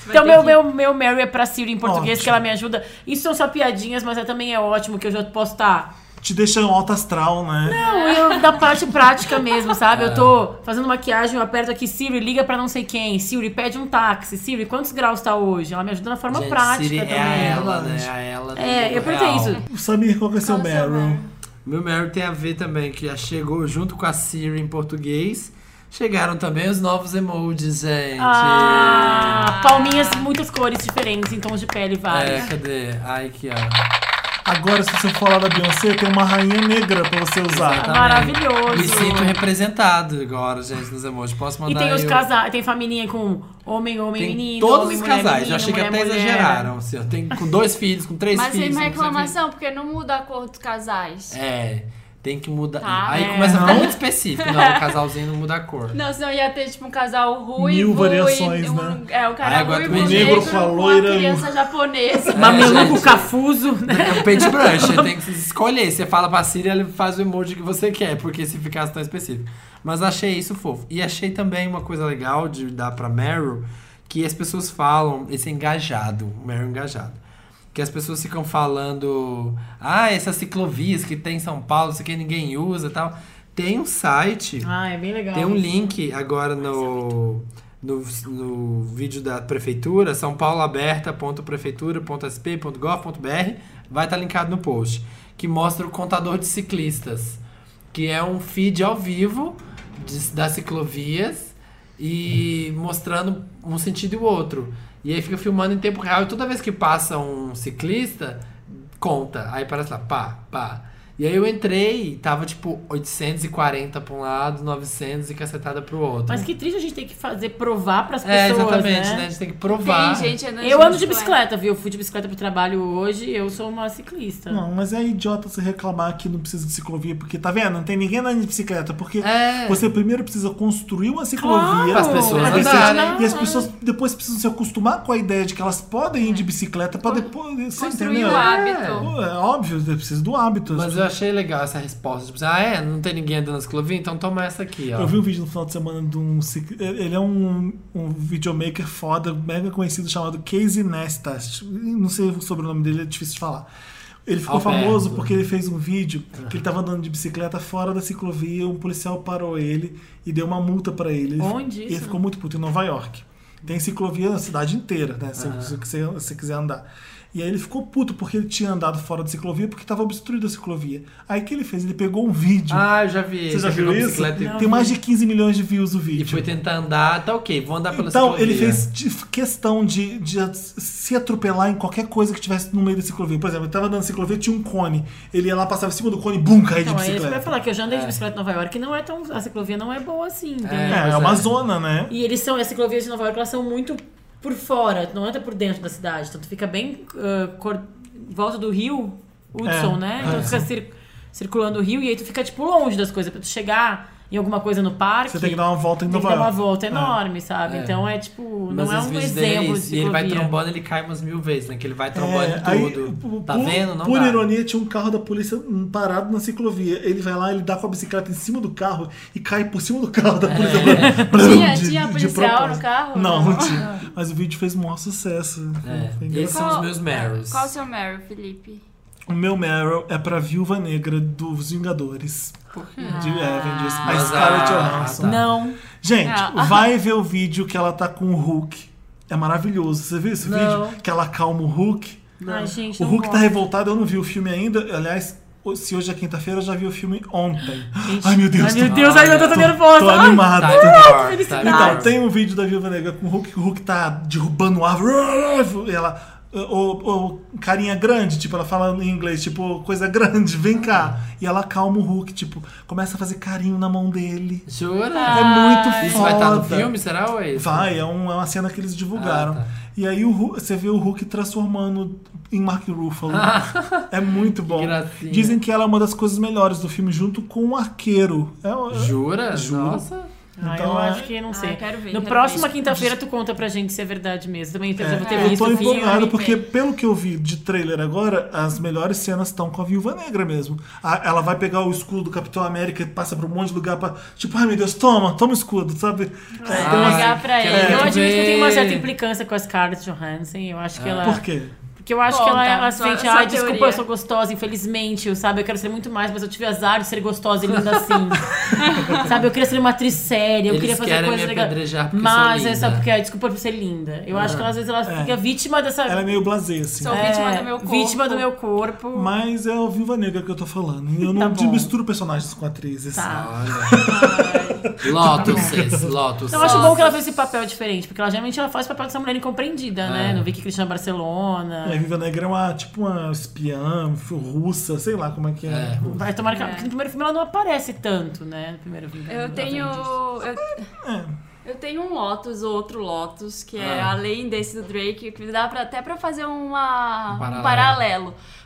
Speaker 2: Então, meu, meu, meu Mary é pra Siri em português,
Speaker 1: Ótimo.
Speaker 2: que ela me ajuda. Isso são só piadinhas, mas é, também é ótimo que eu já posso tá estar.
Speaker 1: Te deixa um alto astral, né?
Speaker 2: Não, eu da parte prática mesmo, sabe?
Speaker 4: Ah.
Speaker 2: Eu tô fazendo maquiagem, eu aperto aqui, Siri, liga pra não sei quem. Siri, pede um táxi. Siri, quantos graus tá hoje? Ela me ajuda na forma
Speaker 4: Gente,
Speaker 2: prática
Speaker 4: Siri
Speaker 2: também.
Speaker 4: é a ela,
Speaker 1: ela,
Speaker 4: né?
Speaker 1: gente.
Speaker 4: A ela do
Speaker 2: É,
Speaker 4: mundo
Speaker 2: eu perguntei
Speaker 4: real.
Speaker 2: isso.
Speaker 1: Samir, qual que é seu
Speaker 3: Qual é o seu
Speaker 1: Meryl?
Speaker 3: Meryl?
Speaker 4: Meu Meryl tem a ver também, que já chegou junto com a Siri em português. Chegaram também os novos emojis, gente.
Speaker 2: Ah, palminhas, muitas cores diferentes, em tons de pele vários.
Speaker 4: É, cadê? Ai, aqui, ó.
Speaker 1: Agora, se você for falar da Beyoncé, tem uma rainha negra pra você usar. tá?
Speaker 4: Exatamente.
Speaker 2: Maravilhoso.
Speaker 4: Me sinto representado agora, gente, nos emojis. Posso
Speaker 2: E
Speaker 4: mandar
Speaker 2: tem os
Speaker 4: aí o-
Speaker 2: casais, tem família com homem, homem,
Speaker 4: Tem
Speaker 2: menino.
Speaker 4: todos
Speaker 2: homem,
Speaker 4: os
Speaker 2: mulher,
Speaker 4: casais.
Speaker 2: menino,
Speaker 4: Eu achei que
Speaker 2: mulher,
Speaker 4: até
Speaker 2: mulher.
Speaker 4: exageraram. Assim, ó. tem com dois filhos, com três
Speaker 3: Mas tem
Speaker 1: um
Speaker 4: filhos. com
Speaker 3: uma
Speaker 4: não sei o
Speaker 3: reclamação, porque não muda a cor dos casais.
Speaker 4: quê. É, tem que mudar.
Speaker 3: Tá,
Speaker 4: Aí
Speaker 2: é.
Speaker 4: começa a ficar
Speaker 1: Não.
Speaker 4: muito específico. Não, o casalzinho não muda a cor.
Speaker 3: Não, senão ia ter tipo um casal ruim,
Speaker 1: Mil
Speaker 3: ruim,
Speaker 1: variações, né?
Speaker 3: um, É, o
Speaker 4: Aí
Speaker 3: cara
Speaker 4: agora
Speaker 3: ruivo,
Speaker 4: também
Speaker 1: negro
Speaker 3: negro
Speaker 1: com a
Speaker 3: com
Speaker 1: loira, um-
Speaker 3: a criança japonesa.
Speaker 2: Mameluco,
Speaker 4: É, gente.
Speaker 2: cafuso, né?
Speaker 4: É o paintbrush, tem que escolher. Você fala pra Siri, ela faz o emoji que você quer, porque se ficasse tão específico. Mas achei isso fofo. E achei também uma coisa legal de dar pra Meryl, que as pessoas falam, esse engajado, o Meryl engajado. Que as pessoas ficam falando, ah, essas ciclovias que tem em São Paulo, isso aqui ninguém usa e tal. Tem um site.
Speaker 2: Ah, é bem legal.
Speaker 4: Tem um link agora no, no, no vídeo da prefeitura, são pauloaberta.prefeitura.sp.gov.br, vai estar linkado no post, que mostra o contador de ciclistas, que é um feed ao vivo de- das ciclovias e mostrando um sentido e o outro. E aí fica filmando em tempo real e toda vez que passa um ciclista, conta. Aí parece lá, pá, pá. E aí eu entrei e tava tipo 840 pra um lado, 900 e cacetada pro outro.
Speaker 2: Mas que triste a gente ter que fazer, provar pras pessoas,
Speaker 4: é, exatamente, né?
Speaker 2: né?
Speaker 4: A gente tem que
Speaker 3: Tem
Speaker 4: provar.
Speaker 3: gente é andando
Speaker 2: Eu ando de bicicleta, viu? Eu fui de bicicleta pro trabalho hoje, eu sou uma ciclista.
Speaker 1: Não, mas é idiota você reclamar que não precisa de ciclovia, porque tá vendo? Não tem ninguém andando de bicicleta, porque
Speaker 4: É.
Speaker 1: você primeiro precisa construir uma ciclovia
Speaker 2: Claro, As
Speaker 4: pessoas
Speaker 1: pra você-
Speaker 4: andarem.
Speaker 1: e as pessoas depois precisam se acostumar com a ideia de que elas podem ir de bicicleta pra depois. Você
Speaker 3: Construir
Speaker 1: entendeu?
Speaker 3: o
Speaker 1: É
Speaker 3: hábito.
Speaker 1: óbvio, você precisa do hábito.
Speaker 4: Mas eu achei legal essa resposta. Tipo, assim, ah, é? Não tem ninguém andando na ciclovia? Então toma essa aqui, ó.
Speaker 1: Eu vi um vídeo no final de semana de um. cic- Ele é um, um videomaker foda, mega conhecido, chamado Casey Neistat. Não sei o sobrenome dele, é difícil de falar. Ele ficou
Speaker 4: Alberto.
Speaker 1: famoso porque ele fez um vídeo que ele tava andando de bicicleta fora da ciclovia, um policial parou ele e deu uma multa pra ele. Ele
Speaker 2: Onde
Speaker 1: fi-
Speaker 2: isso?
Speaker 1: Ele ficou muito puto, em Nova York. Tem ciclovia na cidade inteira, né? Se se você se quiser andar. E aí ele ficou puto porque ele tinha andado fora da ciclovia porque tava obstruída a ciclovia. Aí o que ele fez? Ele pegou um vídeo
Speaker 4: Ah, eu já vi.
Speaker 1: você já
Speaker 4: Ele pegou
Speaker 1: viu
Speaker 4: a
Speaker 1: isso?
Speaker 4: bicicleta e-
Speaker 1: Tem mais de 15 milhões de views o
Speaker 4: E
Speaker 1: vídeo.
Speaker 4: foi tentar andar, tá ok, vou andar pela
Speaker 1: Tipo, então,
Speaker 4: ciclovia.
Speaker 1: ele fez de- questão de, de se atropelar em qualquer coisa que tivesse no meio da ciclovia. Por exemplo, ele tava andando na ciclovia, tinha um cone. Ele ia lá, passava em cima do cone e bum, caía
Speaker 2: Então,
Speaker 1: de
Speaker 2: é isso que eu ia
Speaker 1: bicicleta.
Speaker 2: falar, que eu já andei de bicicleta em Nova York, que não é tão. A ciclovia não é boa assim, entendeu?
Speaker 1: É,
Speaker 4: Pois
Speaker 1: é uma
Speaker 4: é.
Speaker 1: zona, né?
Speaker 2: E eles são, as ciclovias de Nova York, elas são muito por fora, não entra por dentro da cidade. Então tu fica bem ah, cor- volta do rio
Speaker 1: É,
Speaker 2: Hudson, né? Então tu fica cir- circulando o rio e aí tu fica, tipo, longe das coisas. Pra tu chegar em alguma coisa no parque.
Speaker 1: Você tem que dar uma volta em
Speaker 2: tem que
Speaker 1: Nova
Speaker 2: dar uma
Speaker 1: York.
Speaker 2: volta
Speaker 1: É.
Speaker 2: enorme, sabe? Então é tipo,
Speaker 4: Mas
Speaker 2: não é
Speaker 4: esse
Speaker 2: um
Speaker 4: vídeo dele é
Speaker 2: exemplo de
Speaker 4: isso. E ele vai
Speaker 2: ciclovia.
Speaker 4: trombando, ele cai umas mil vezes, né? Que ele vai trombando
Speaker 1: É,
Speaker 4: em
Speaker 1: aí,
Speaker 4: tudo.
Speaker 1: por-
Speaker 4: tá
Speaker 1: por-
Speaker 4: vendo? Não
Speaker 1: por
Speaker 4: dá.
Speaker 1: ironia, tinha um carro da polícia hum, parado na ciclovia. Ele vai lá, ele dá com a bicicleta em cima do carro e cai por cima do carro da polícia.
Speaker 3: Tinha- tinha policial
Speaker 1: propósito.
Speaker 3: no carro? né?
Speaker 1: Não,
Speaker 3: Não.
Speaker 1: não tinha. Mas o vídeo fez um maior sucesso. Foi
Speaker 4: É.
Speaker 1: engraçado.
Speaker 4: Esses são os meus Marys.
Speaker 3: Qual é o seu Meryl, Felipe?
Speaker 1: O meu Meryl é pra Viúva Negra dos Vingadores. De Avengers. A
Speaker 4: Mas
Speaker 1: Scarlett
Speaker 4: a-
Speaker 1: Johansson.
Speaker 4: tá.
Speaker 2: Ah. Não.
Speaker 1: Gente,
Speaker 3: Ah.
Speaker 1: vai ver o vídeo que ela tá com o Hulk. É maravilhoso. Você viu esse
Speaker 2: Não.
Speaker 1: vídeo? Que ela calma o Hulk.
Speaker 2: Ai, gente,
Speaker 1: O
Speaker 2: não
Speaker 1: Hulk tá
Speaker 2: gosto.
Speaker 1: revoltado, eu não vi o filme ainda. Aliás, se hoje é quinta-feira, eu já vi o filme ontem.
Speaker 2: Gente.
Speaker 1: Ai, meu Deus.
Speaker 2: Ai, meu
Speaker 1: tô-
Speaker 2: Deus, ainda eu tô
Speaker 1: tô,
Speaker 2: nervosa.
Speaker 1: tô
Speaker 2: Ai.
Speaker 1: animado.
Speaker 4: Tá, tá, tá,
Speaker 1: Então,
Speaker 4: tá.
Speaker 1: tem um vídeo da Viúva Negra com o Hulk, que o Hulk tá derrubando árvore. E ela. Ô, ô, carinha grande, tipo, ela fala em inglês, tipo, ô, coisa grande, vem cá. E ela calma o Hulk, tipo, começa a fazer carinho na mão dele.
Speaker 4: Jura?
Speaker 1: É muito foda.
Speaker 4: Isso vai estar no filme, será? Ou é isso?
Speaker 1: Vai, é, um- é uma cena que eles divulgaram.
Speaker 4: Ah, tá.
Speaker 1: E aí o Hulk- você vê o Hulk transformando em Mark Ruffalo. é muito bom.
Speaker 4: gracinha.
Speaker 1: Dizem que ela é uma das coisas melhores do filme, junto com o arqueiro. É,
Speaker 4: Jura?
Speaker 1: Juro.
Speaker 4: Nossa.
Speaker 2: Ah,
Speaker 1: Então,
Speaker 2: eu
Speaker 1: é-
Speaker 2: acho que não sei.
Speaker 3: quero ver,
Speaker 2: no
Speaker 3: quero
Speaker 2: próxima
Speaker 3: ver.
Speaker 2: quinta-feira tu conta pra gente se é verdade mesmo. Também eu devo ter
Speaker 1: É. eu
Speaker 2: visto
Speaker 1: tô
Speaker 2: o filme.
Speaker 1: empolgado porque,
Speaker 3: bem.
Speaker 1: pelo que eu vi de trailer agora, as melhores cenas estão com a Viúva Negra mesmo. A- ela vai pegar o escudo do Capitão América e passa por um monte de lugar pra. Tipo, ai meu Deus, toma, toma o escudo, sabe? É, tem umas-
Speaker 3: Entregar pra
Speaker 4: quero
Speaker 1: é.
Speaker 3: ele.
Speaker 2: Eu admito que eu tenho uma
Speaker 4: ver.
Speaker 2: certa implicância com a Scarlett Johansson. Eu acho que ela.
Speaker 1: É. Por quê?
Speaker 2: Porque eu acho que ela,
Speaker 3: Conta,
Speaker 2: ela se
Speaker 3: sua-
Speaker 2: sente,
Speaker 3: sua
Speaker 2: ai, desculpa,
Speaker 3: teoria."
Speaker 2: eu sou gostosa, infelizmente, eu, sabe? Eu quero ser muito mais, mas eu tive azar de ser gostosa e linda assim. sabe? Eu queria ser uma atriz séria, eu
Speaker 4: Eles
Speaker 2: queria fazer
Speaker 4: querem
Speaker 2: coisas
Speaker 4: me
Speaker 2: legais.
Speaker 4: apedrejar porque
Speaker 2: Mas
Speaker 4: sou
Speaker 2: é só
Speaker 4: linda.
Speaker 2: porque, ai, desculpa por ser linda. Eu acho que ela, às vezes ela fica vítima dessa.
Speaker 1: Ah. Ela é meio blasé, assim.
Speaker 3: Sou
Speaker 2: É,
Speaker 3: vítima do meu corpo.
Speaker 2: Vítima do meu corpo.
Speaker 1: Mas é o Viúva Negra que eu tô falando. E eu
Speaker 2: Tá
Speaker 1: não
Speaker 2: bom.
Speaker 1: misturo personagens com atrizes.
Speaker 2: Tá.
Speaker 4: Lotus, Lotus.
Speaker 2: Então, Eu acho bom que ela fez esse papel diferente, porque ela geralmente ela faz o papel dessa mulher incompreendida, né? No Vicky Cristina Barcelona.
Speaker 1: A Viva Negra é uma, tipo uma espiã russa, sei lá como é que é.
Speaker 4: É.
Speaker 2: Vai tomar que... Porque no primeiro filme ela não aparece tanto, né? No primeiro filme.
Speaker 3: É, Eu tenho. Eu, eu tenho um Lotus, outro Lotus, que é
Speaker 4: Ah.
Speaker 3: além desse do Drake, que dá pra, até pra fazer uma,
Speaker 4: Um
Speaker 3: um,
Speaker 4: paralelo.
Speaker 3: paralelo.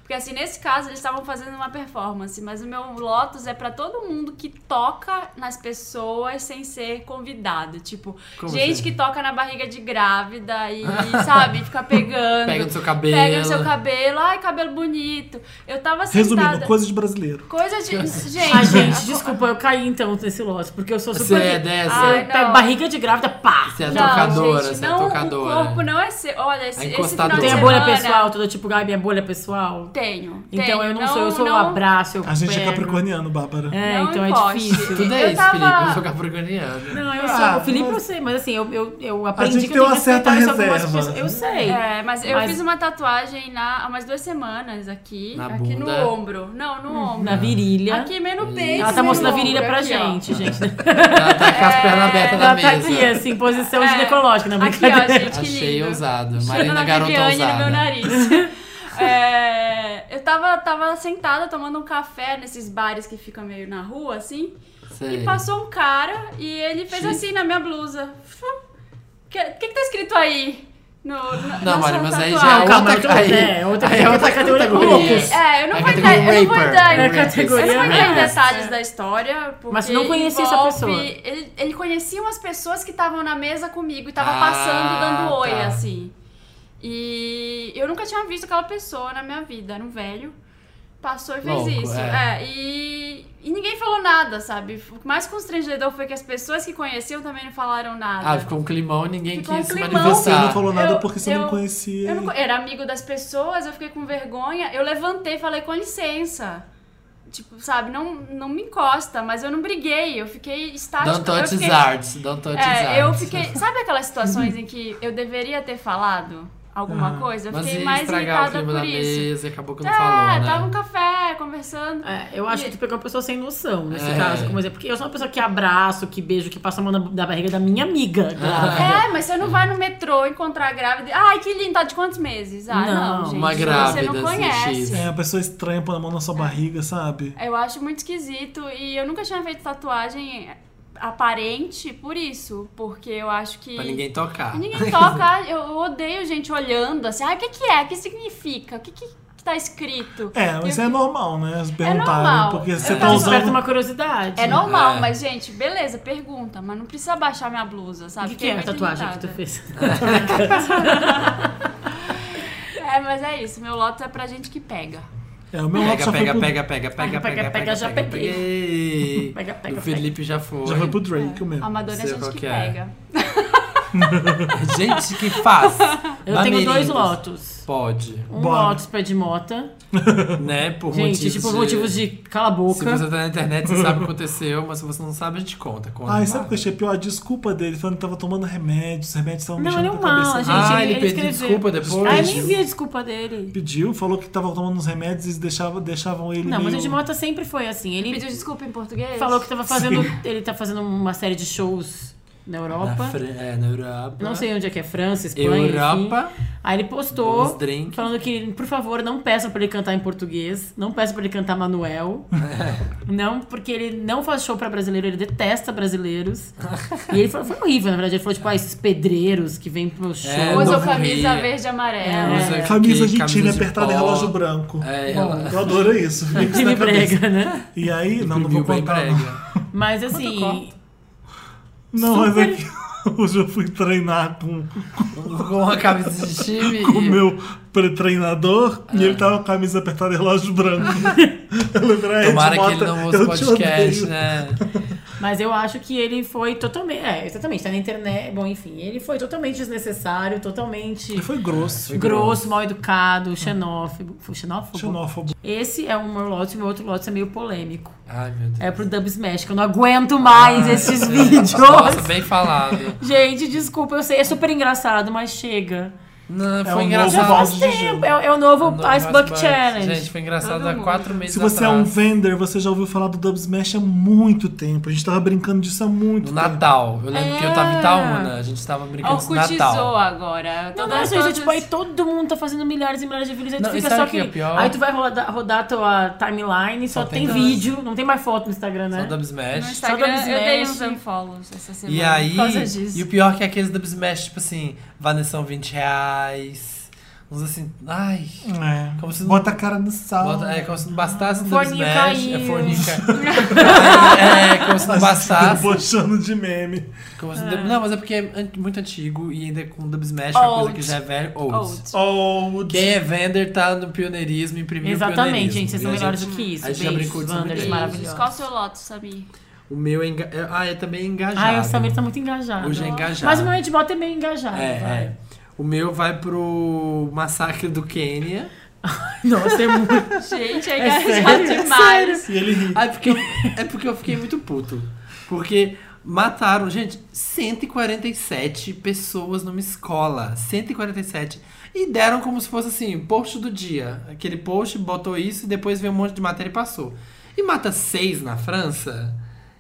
Speaker 3: Porque assim, nesse caso, eles estavam fazendo uma performance, mas o meu Lotus é pra todo mundo que toca nas pessoas sem ser convidado. Tipo,
Speaker 4: Como
Speaker 3: gente
Speaker 4: assim?
Speaker 3: que toca na barriga de grávida e, sabe, fica pegando.
Speaker 4: Pega no seu cabelo.
Speaker 3: Pega no seu cabelo, ai, cabelo bonito. Eu tava sentada.
Speaker 1: Resumindo, coisa de brasileiro.
Speaker 3: Coisa de. Gente,
Speaker 2: Ah, gente, desculpa, eu caí então nesse lote, porque eu sou super.
Speaker 4: Você é dessa?
Speaker 3: Ai,
Speaker 2: Eu pego
Speaker 3: não.
Speaker 2: barriga de grávida, pá!
Speaker 4: Você é
Speaker 3: Não,
Speaker 4: tocadora,
Speaker 3: gente,
Speaker 4: você é
Speaker 3: não,
Speaker 4: tocadora.
Speaker 3: O corpo não é seu. Olha, esse,
Speaker 4: É
Speaker 3: esse final
Speaker 4: encostadora.
Speaker 3: de
Speaker 2: Tem a
Speaker 3: semana...
Speaker 2: bolha pessoal, toda tipo, ai, minha bolha pessoal.
Speaker 3: Tenho.
Speaker 2: Então
Speaker 3: tenho.
Speaker 2: eu não, sou, eu sou o
Speaker 3: não-
Speaker 2: abraço, eu
Speaker 1: A gente é
Speaker 2: pego.
Speaker 1: capricorniano, Bárbara.
Speaker 2: É,
Speaker 3: Não
Speaker 2: então é
Speaker 3: encoste.
Speaker 2: difícil.
Speaker 4: Tudo
Speaker 3: Eu
Speaker 4: é isso,
Speaker 3: tava-
Speaker 4: Felipe. Eu sou capricorniano.
Speaker 2: Não, eu
Speaker 1: Ah,
Speaker 2: sou. O Felipe
Speaker 1: mas-
Speaker 2: eu sei, mas assim, eu, eu, eu aprendi
Speaker 1: gente
Speaker 2: que
Speaker 1: tem
Speaker 2: eu
Speaker 1: uma
Speaker 2: tenho que respeitar
Speaker 1: certa
Speaker 2: isso algumas
Speaker 1: reserva.
Speaker 2: pessoas. Eu sei.
Speaker 3: É, mas eu
Speaker 2: Mas-
Speaker 3: fiz uma tatuagem na, há umas duas semanas aqui.
Speaker 4: Na bunda?
Speaker 3: aqui no ombro. Não, no ombro.
Speaker 2: Na virilha.
Speaker 3: Aqui meio no peito.
Speaker 2: Ela tá
Speaker 3: meio
Speaker 2: mostrando a
Speaker 3: no
Speaker 2: virilha
Speaker 3: ombro,
Speaker 2: pra
Speaker 3: aqui, ó.
Speaker 2: gente, gente.
Speaker 4: Ela tá com as pernas abertas na
Speaker 2: Ela tá aqui,
Speaker 4: mesa.
Speaker 2: assim, posição
Speaker 3: É.
Speaker 2: ginecológica, na
Speaker 3: Aqui, ó,
Speaker 2: brincadeira.
Speaker 3: gente, que
Speaker 4: Achei
Speaker 3: lindo.
Speaker 4: ousado.
Speaker 3: Chegando
Speaker 4: Marina
Speaker 3: na
Speaker 4: Garota
Speaker 3: Viviane no meu
Speaker 4: ousada.
Speaker 3: nariz. É, eu tava, tava sentada tomando um café nesses bares que ficam meio na rua, assim.
Speaker 4: Sei.
Speaker 3: E passou um cara e ele fez
Speaker 4: Xiii.
Speaker 3: assim na minha blusa. O que, que, que tá escrito aí? No, na,
Speaker 4: Não,
Speaker 3: na
Speaker 4: Mari,
Speaker 3: sua
Speaker 4: mas aí
Speaker 3: tatuagem?
Speaker 4: já é
Speaker 2: Calma,
Speaker 4: outra
Speaker 2: então,
Speaker 4: categoria.
Speaker 2: é, outra
Speaker 4: Aí é outra
Speaker 2: categoria.
Speaker 4: categoria.
Speaker 2: Loucos.
Speaker 3: É, eu não
Speaker 4: É
Speaker 3: vou
Speaker 4: categoria
Speaker 3: entrar, eu não vou
Speaker 4: raper.
Speaker 3: entrar
Speaker 2: É
Speaker 3: em-
Speaker 2: categoria
Speaker 3: eu não vou entrar em
Speaker 2: raper.
Speaker 3: detalhes da história, porque
Speaker 2: Mas não conhecia essa
Speaker 3: envolve-
Speaker 2: pessoa.
Speaker 3: Ele, ele conhecia umas pessoas que estavam na mesa comigo e tava
Speaker 4: Ah,
Speaker 3: passando, dando oi,
Speaker 4: tá.
Speaker 3: assim. E eu nunca tinha visto aquela pessoa na minha vida, era um velho. passou e fez
Speaker 4: Louco,
Speaker 3: isso.
Speaker 4: é.
Speaker 3: É, e, e ninguém falou nada, sabe? O mais constrangedor foi que as pessoas que conheciam também não falaram nada.
Speaker 4: Ah, ficou um climão e ninguém
Speaker 3: Ficou
Speaker 4: quis
Speaker 3: um
Speaker 4: se
Speaker 3: climão.
Speaker 1: Você
Speaker 4: manifestar.
Speaker 1: não falou nada
Speaker 3: Eu-
Speaker 1: porque você
Speaker 3: eu-
Speaker 1: não conhecia.
Speaker 3: Eu não co- era amigo das pessoas, eu fiquei com vergonha. Eu levantei e falei, com licença. Tipo, sabe, não, não me encosta, mas eu não briguei, eu fiquei estática.
Speaker 4: Don't
Speaker 3: eu
Speaker 4: touch his
Speaker 3: fiquei-
Speaker 4: arts, don't touch his
Speaker 3: É, eu
Speaker 4: arts.
Speaker 3: fiquei. Sabe aquelas situações em que eu deveria ter falado alguma coisa? Eu
Speaker 4: Ah, Mas
Speaker 3: fiquei
Speaker 4: ia
Speaker 3: mais
Speaker 4: estragar o
Speaker 3: irritada
Speaker 4: clima
Speaker 3: por
Speaker 4: da
Speaker 3: isso.
Speaker 4: mesa e acabou que
Speaker 3: É,
Speaker 4: não falou, né?
Speaker 3: tava um café conversando.
Speaker 2: É, eu acho que tu pegou uma pessoa sem noção nesse
Speaker 4: É.
Speaker 2: caso, como exemplo. Porque eu sou uma pessoa que abraço, que beijo, que passa a mão na, na barriga da minha amiga.
Speaker 4: Ah,
Speaker 2: Tá grávida.
Speaker 3: É, mas você não vai no metrô encontrar grávida. e, Ai, que lindo, tá de quantos meses? Ah, não,
Speaker 2: Não,
Speaker 3: gente.
Speaker 4: uma
Speaker 3: Você
Speaker 4: grávida,
Speaker 3: não
Speaker 4: assim, X.
Speaker 3: conhece.
Speaker 1: É, a pessoa estranha põe a mão na
Speaker 2: É.
Speaker 1: sua barriga, sabe?
Speaker 3: Eu acho muito esquisito e eu nunca tinha feito tatuagem aparente por isso, porque eu acho que.
Speaker 4: Pra ninguém tocar.
Speaker 3: E ninguém toca, eu odeio gente olhando assim, ah, o que, que é? O que significa? O que, que tá escrito?
Speaker 1: É, mas
Speaker 3: Eu-
Speaker 1: é normal, né? Eles
Speaker 3: normal.
Speaker 1: perguntaram, porque você tá
Speaker 2: Eu acho que então, desperta
Speaker 1: usando.
Speaker 2: uma curiosidade.
Speaker 3: um- É normal,
Speaker 4: É.
Speaker 3: mas gente, beleza, pergunta, mas não precisa baixar minha blusa,
Speaker 2: O
Speaker 3: sabe?
Speaker 2: que, que
Speaker 3: Fiquei
Speaker 2: é a
Speaker 3: muito
Speaker 2: tatuagem que
Speaker 3: irritada.
Speaker 2: tu fez?
Speaker 3: É, mas é isso, meu lotus é pra gente que pega.
Speaker 1: É, o meu lote
Speaker 4: Pega,
Speaker 1: já,
Speaker 4: pega,
Speaker 1: foi
Speaker 4: pega, pega, pega, pega, pega,
Speaker 2: já
Speaker 4: pega,
Speaker 2: peguei.
Speaker 4: peguei.
Speaker 2: Pega, pega,
Speaker 4: Do Felipe já foi.
Speaker 1: pro, já foi pro Drake o
Speaker 3: A
Speaker 1: mesmo.
Speaker 3: Madonna é
Speaker 4: Sei
Speaker 3: gente
Speaker 4: qual
Speaker 3: que
Speaker 4: que é.
Speaker 3: pega.
Speaker 4: Gente, que faz?
Speaker 2: Eu tenho
Speaker 4: Bamerindos.
Speaker 2: dois lotos.
Speaker 4: Pode,
Speaker 2: Um
Speaker 1: Bora.
Speaker 2: lotus pé de mota.
Speaker 4: né? Por
Speaker 2: Gente,
Speaker 4: motivos
Speaker 2: tipo,
Speaker 4: de...
Speaker 2: motivos de cala a
Speaker 4: Se
Speaker 2: boca.
Speaker 4: você tá na internet, você sabe o que aconteceu, mas se você não sabe, a gente conta.
Speaker 2: é
Speaker 4: conta
Speaker 1: Ai,
Speaker 4: Fala.
Speaker 1: sabe o que eu achei pior? A desculpa dele, falando que tava tomando remédio, os remédios estavam
Speaker 2: Não, ele é
Speaker 1: mexendo
Speaker 2: um
Speaker 1: na
Speaker 2: mal,
Speaker 1: cabeça.
Speaker 2: a gente.
Speaker 4: Ah,
Speaker 2: ele,
Speaker 4: ele pediu
Speaker 2: escreveu.
Speaker 4: desculpa depois?
Speaker 2: Ah, eu nem vi a desculpa dele.
Speaker 1: Pediu, falou que tava tomando uns remédios e deixava, deixavam ele.
Speaker 2: Não, mas
Speaker 1: meio...
Speaker 2: o de mota sempre foi assim. Ele
Speaker 3: Pediu desculpa em português?
Speaker 2: falou que tava fazendo. Ele tá fazendo uma série de shows na
Speaker 4: Na
Speaker 2: Europa.
Speaker 4: Fran- É, na Europa.
Speaker 2: Não sei onde é que é, França, Espanha.
Speaker 4: Europa.
Speaker 2: enfim. Aí ele
Speaker 4: Uns
Speaker 2: postou
Speaker 4: drink.
Speaker 2: falando que, por favor, não peçam pra ele cantar em português, não peçam pra ele cantar Manuel.
Speaker 4: É.
Speaker 2: não, porque ele não faz show pra brasileiro, ele detesta brasileiros. e ele falou, foi horrível, na verdade. Ele falou, tipo, ah, esses pedreiros que vêm pro show.
Speaker 4: É,
Speaker 3: Usou
Speaker 4: Novo
Speaker 3: camisa
Speaker 4: Rio.
Speaker 3: verde e amarela.
Speaker 4: Usa aqui, é
Speaker 1: Camisa
Speaker 4: camisa
Speaker 1: argentina
Speaker 4: de
Speaker 1: apertada em
Speaker 4: pó.
Speaker 1: relógio branco.
Speaker 4: É,
Speaker 1: Bom,
Speaker 4: ela-
Speaker 1: Eu adoro isso. fica isso na
Speaker 2: Time
Speaker 1: cabeça.
Speaker 2: brega, né?
Speaker 1: E aí, não, não vou
Speaker 4: Imprimiu bem
Speaker 1: contar. Não,
Speaker 4: brega.
Speaker 2: Mas assim,
Speaker 1: não mas é que hoje eu fui treinar com
Speaker 4: Com uma camisa de time.
Speaker 1: com o meu pre-treinador e
Speaker 4: É.
Speaker 1: ele tava com a camisa apertada e relógio branco. eu lembrei aí
Speaker 4: Tomara
Speaker 1: de
Speaker 4: que
Speaker 1: Mota,
Speaker 4: ele não ouça o
Speaker 1: eu te
Speaker 4: podcast,
Speaker 1: odeio.
Speaker 4: né?
Speaker 2: Mas eu acho que ele foi totalmente. É, exatamente, tá na internet. Bom, enfim, ele foi totalmente desnecessário, totalmente
Speaker 1: Ele foi grosso.
Speaker 4: Foi
Speaker 2: grosso, mal educado, xenófobo. Foi xenófobo?
Speaker 1: Xenófobo.
Speaker 2: Esse é um meu lote, meu outro lote é meio polêmico.
Speaker 4: Ai, meu Deus.
Speaker 2: É pro Dub Smash, que eu não aguento mais esses vídeos.
Speaker 4: Nossa, bem falado.
Speaker 2: Gente, desculpa, eu sei, é super engraçado, mas chega.
Speaker 4: Não,
Speaker 1: um
Speaker 4: foi
Speaker 1: novo
Speaker 4: engraçado.
Speaker 1: balde de
Speaker 2: É,
Speaker 4: um
Speaker 1: gelo.
Speaker 2: é o novo
Speaker 4: Não,
Speaker 2: Ice Bucket
Speaker 4: mas-
Speaker 2: Challenge.
Speaker 4: Gente, foi engraçado
Speaker 3: Todo
Speaker 4: há
Speaker 3: mundo.
Speaker 4: quatro meses
Speaker 1: Se você é um
Speaker 4: atrás.
Speaker 1: vender, você já ouviu falar do Dub Smash há muito tempo. A gente tava brincando disso há muito
Speaker 4: No
Speaker 1: tempo.
Speaker 4: Natal. Eu lembro que eu tava em Itaúna. A gente tava brincando de Natal.
Speaker 3: Orcutizou agora.
Speaker 2: Não,
Speaker 3: Todas-
Speaker 2: não, gente,
Speaker 3: todas-
Speaker 2: tipo, aí todo mundo tá fazendo milhares e milhares de vídeos, aí tu
Speaker 4: Não, e
Speaker 2: fica
Speaker 4: sabe
Speaker 2: só
Speaker 4: o que
Speaker 2: que...
Speaker 4: é pior?
Speaker 2: Aí tu vai rodar, rodar tua timeline e só,
Speaker 4: Só tem
Speaker 2: tem,
Speaker 4: dois.
Speaker 2: vídeo, não tem mais foto no Instagram, né?
Speaker 4: Só Dub
Speaker 3: No
Speaker 4: Smash.
Speaker 3: Instagram,
Speaker 2: Só
Speaker 3: eu dei
Speaker 2: Smash.
Speaker 3: uns unfollows essa semana.
Speaker 4: E aí.
Speaker 3: Por causa disso.
Speaker 4: E o pior que é aqueles Dub Smash, tipo assim, Vanessão 20 reais. Uns assim. Ai.
Speaker 1: É.
Speaker 4: Como se não-
Speaker 1: Bota a cara no sal.
Speaker 4: Bota- é como se não bastasse o Dub
Speaker 2: Um Forninho
Speaker 4: Smash. É
Speaker 2: caiu.
Speaker 4: forninho caiu. é, é como se não bastasse.
Speaker 1: Debochando de meme.
Speaker 4: Como se não- Não, mas é porque é an- muito antigo e ainda com Dub Smash, é uma coisa que
Speaker 3: Old.
Speaker 4: já é velho. Old.
Speaker 3: Old.
Speaker 1: Oh,
Speaker 4: Quem é vender tá no pioneirismo, imprimiu o
Speaker 2: Exatamente,
Speaker 4: pioneirismo.
Speaker 2: gente, vocês
Speaker 4: E
Speaker 2: são
Speaker 4: a
Speaker 2: melhores
Speaker 4: gente-
Speaker 2: do que isso.
Speaker 4: a gente já
Speaker 2: Beijos,
Speaker 4: brincou disso
Speaker 2: Wanders,
Speaker 4: muito.
Speaker 2: maravilhosos.
Speaker 3: Qual o seu lotus, Samir?
Speaker 4: O meu é, enga- é- Ah, é também engajado.
Speaker 2: Ai, o Samir tá muito engajado.
Speaker 4: Hoje é engajado.
Speaker 2: Mas o meu Edbot é meio engajado.
Speaker 4: É,
Speaker 2: vai.
Speaker 4: é. O meu vai pro massacre do Quênia.
Speaker 2: Nossa, é muito.
Speaker 3: Gente, é
Speaker 2: É
Speaker 3: engajado
Speaker 2: sério?
Speaker 3: demais.
Speaker 1: e ele ri.
Speaker 4: Ah, é porque, é porque eu fiquei muito puto. Porque mataram, gente, 147 pessoas numa escola. 147. E deram como se fosse assim, o post do dia. Aquele post botou isso e depois veio um monte de matéria e passou. E mata seis na França.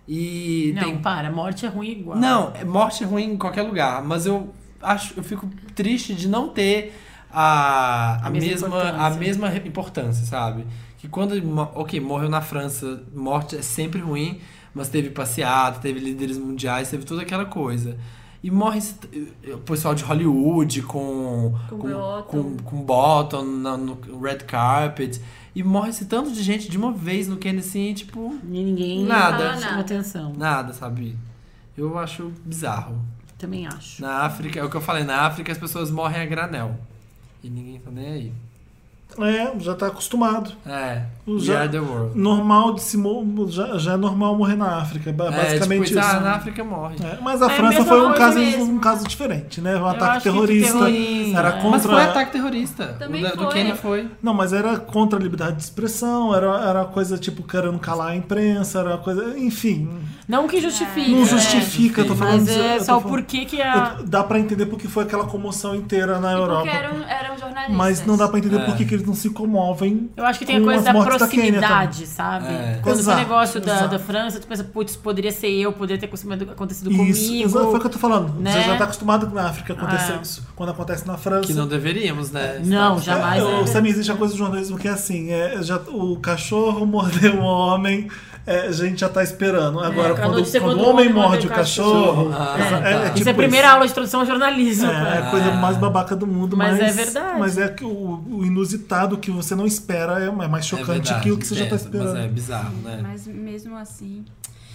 Speaker 4: E
Speaker 2: Não,
Speaker 4: tem
Speaker 2: para, morte é ruim igual.
Speaker 4: Não, é- morte é ruim em qualquer lugar, mas eu acho, eu fico triste de não ter a, a,
Speaker 2: A
Speaker 4: mesma,
Speaker 2: mesma
Speaker 4: a
Speaker 2: importância.
Speaker 4: mesma re- importância, sabe? Que quando, mo- ok, morreu na França, morte é sempre ruim, mas teve passeata, teve líderes mundiais, teve toda aquela coisa. E morre esse t- eh, o pessoal de Hollywood com
Speaker 3: Com
Speaker 4: com,
Speaker 3: bottom.
Speaker 4: com, com bottom na- no red carpet. E morre esse tanto de gente de uma vez no Kenny, assim, tipo,
Speaker 2: E ninguém
Speaker 4: Nada.
Speaker 2: chamou atenção.
Speaker 4: nada, sabe? Eu acho bizarro.
Speaker 2: Também acho.
Speaker 4: Na África, é o que eu falei, na África as pessoas morrem a granel. E ninguém tá nem aí.
Speaker 1: É, já tá acostumado.
Speaker 4: É.
Speaker 1: O
Speaker 4: We
Speaker 1: já,
Speaker 4: are the world.
Speaker 1: normal de se mo- já, já é normal morrer na África, ba- basicamente
Speaker 4: é, tipo,
Speaker 1: isso. né?
Speaker 4: Ah, na África morre.
Speaker 1: É, mas a
Speaker 2: É a
Speaker 1: França
Speaker 2: mesma
Speaker 1: foi um
Speaker 2: coisa
Speaker 1: caso,
Speaker 2: mesmo.
Speaker 1: um caso diferente, né? Um
Speaker 2: acho
Speaker 1: ataque
Speaker 2: que
Speaker 1: terrorista.
Speaker 2: terrorista,
Speaker 1: Era
Speaker 2: é.
Speaker 1: contra.
Speaker 4: Mas foi ataque terrorista.
Speaker 3: Também
Speaker 4: o da- do
Speaker 3: foi.
Speaker 4: Quênia foi.
Speaker 1: Não, mas era contra a liberdade de expressão, era, era coisa tipo querendo calar a imprensa, era coisa. Enfim.
Speaker 2: Não que justifique.
Speaker 1: Não
Speaker 2: né?
Speaker 1: justifica, eu tô falando
Speaker 2: Mas
Speaker 1: isso,
Speaker 2: é
Speaker 1: eu tô
Speaker 2: só o
Speaker 1: falando-
Speaker 2: porquê que
Speaker 1: eu-
Speaker 2: a.
Speaker 1: Dá pra entender porque foi aquela comoção inteira na
Speaker 3: Tipo, Porque
Speaker 1: Europa.
Speaker 3: eram, eram jornalistas.
Speaker 1: Mas não dá pra entender
Speaker 4: É.
Speaker 1: por que que eles não se comovem.
Speaker 2: Eu acho que tem a
Speaker 1: com
Speaker 2: coisa
Speaker 1: as
Speaker 2: da
Speaker 1: mortes tá da Quênia
Speaker 2: proximidade, sabe?
Speaker 4: É.
Speaker 2: Quando foi o
Speaker 1: Exato,
Speaker 2: negócio da,
Speaker 1: exato.
Speaker 2: da França, tu pensa, putz, poderia ser eu, poderia ter acontecido acontecido
Speaker 1: Isso,
Speaker 2: comigo.
Speaker 1: exato, foi o que eu tô falando.
Speaker 2: né?
Speaker 1: Você já tá acostumado na África acontecer
Speaker 2: Ah.
Speaker 1: isso. Quando acontece na França.
Speaker 4: Que não deveríamos, né?
Speaker 2: Não,
Speaker 4: Estamos-
Speaker 2: jamais.
Speaker 1: É,
Speaker 2: né?
Speaker 1: o Samir, existe a coisa do jornalismo que é assim: é, já, o cachorro mordeu o homem, é, a gente já tá esperando. Agora,
Speaker 2: a
Speaker 1: quando,
Speaker 2: notícia é
Speaker 1: quando o homem morde o
Speaker 4: cachorro.
Speaker 1: cachorro. exa-
Speaker 4: Ah, tá. Isso é
Speaker 2: Isso é a
Speaker 1: tipo
Speaker 2: primeira aula de introdução ao jornalismo.
Speaker 1: É,
Speaker 2: cara.
Speaker 1: é a coisa mais babaca do mundo,
Speaker 2: Mas
Speaker 1: mas,
Speaker 2: é verdade.
Speaker 1: Mas é que o, o inusitado que você não espera é mais
Speaker 4: É
Speaker 1: chocante
Speaker 4: verdade,
Speaker 1: que o que você já tá
Speaker 4: intenso,
Speaker 1: esperando.
Speaker 4: Mas é bizarro, né?
Speaker 3: Mas mesmo assim.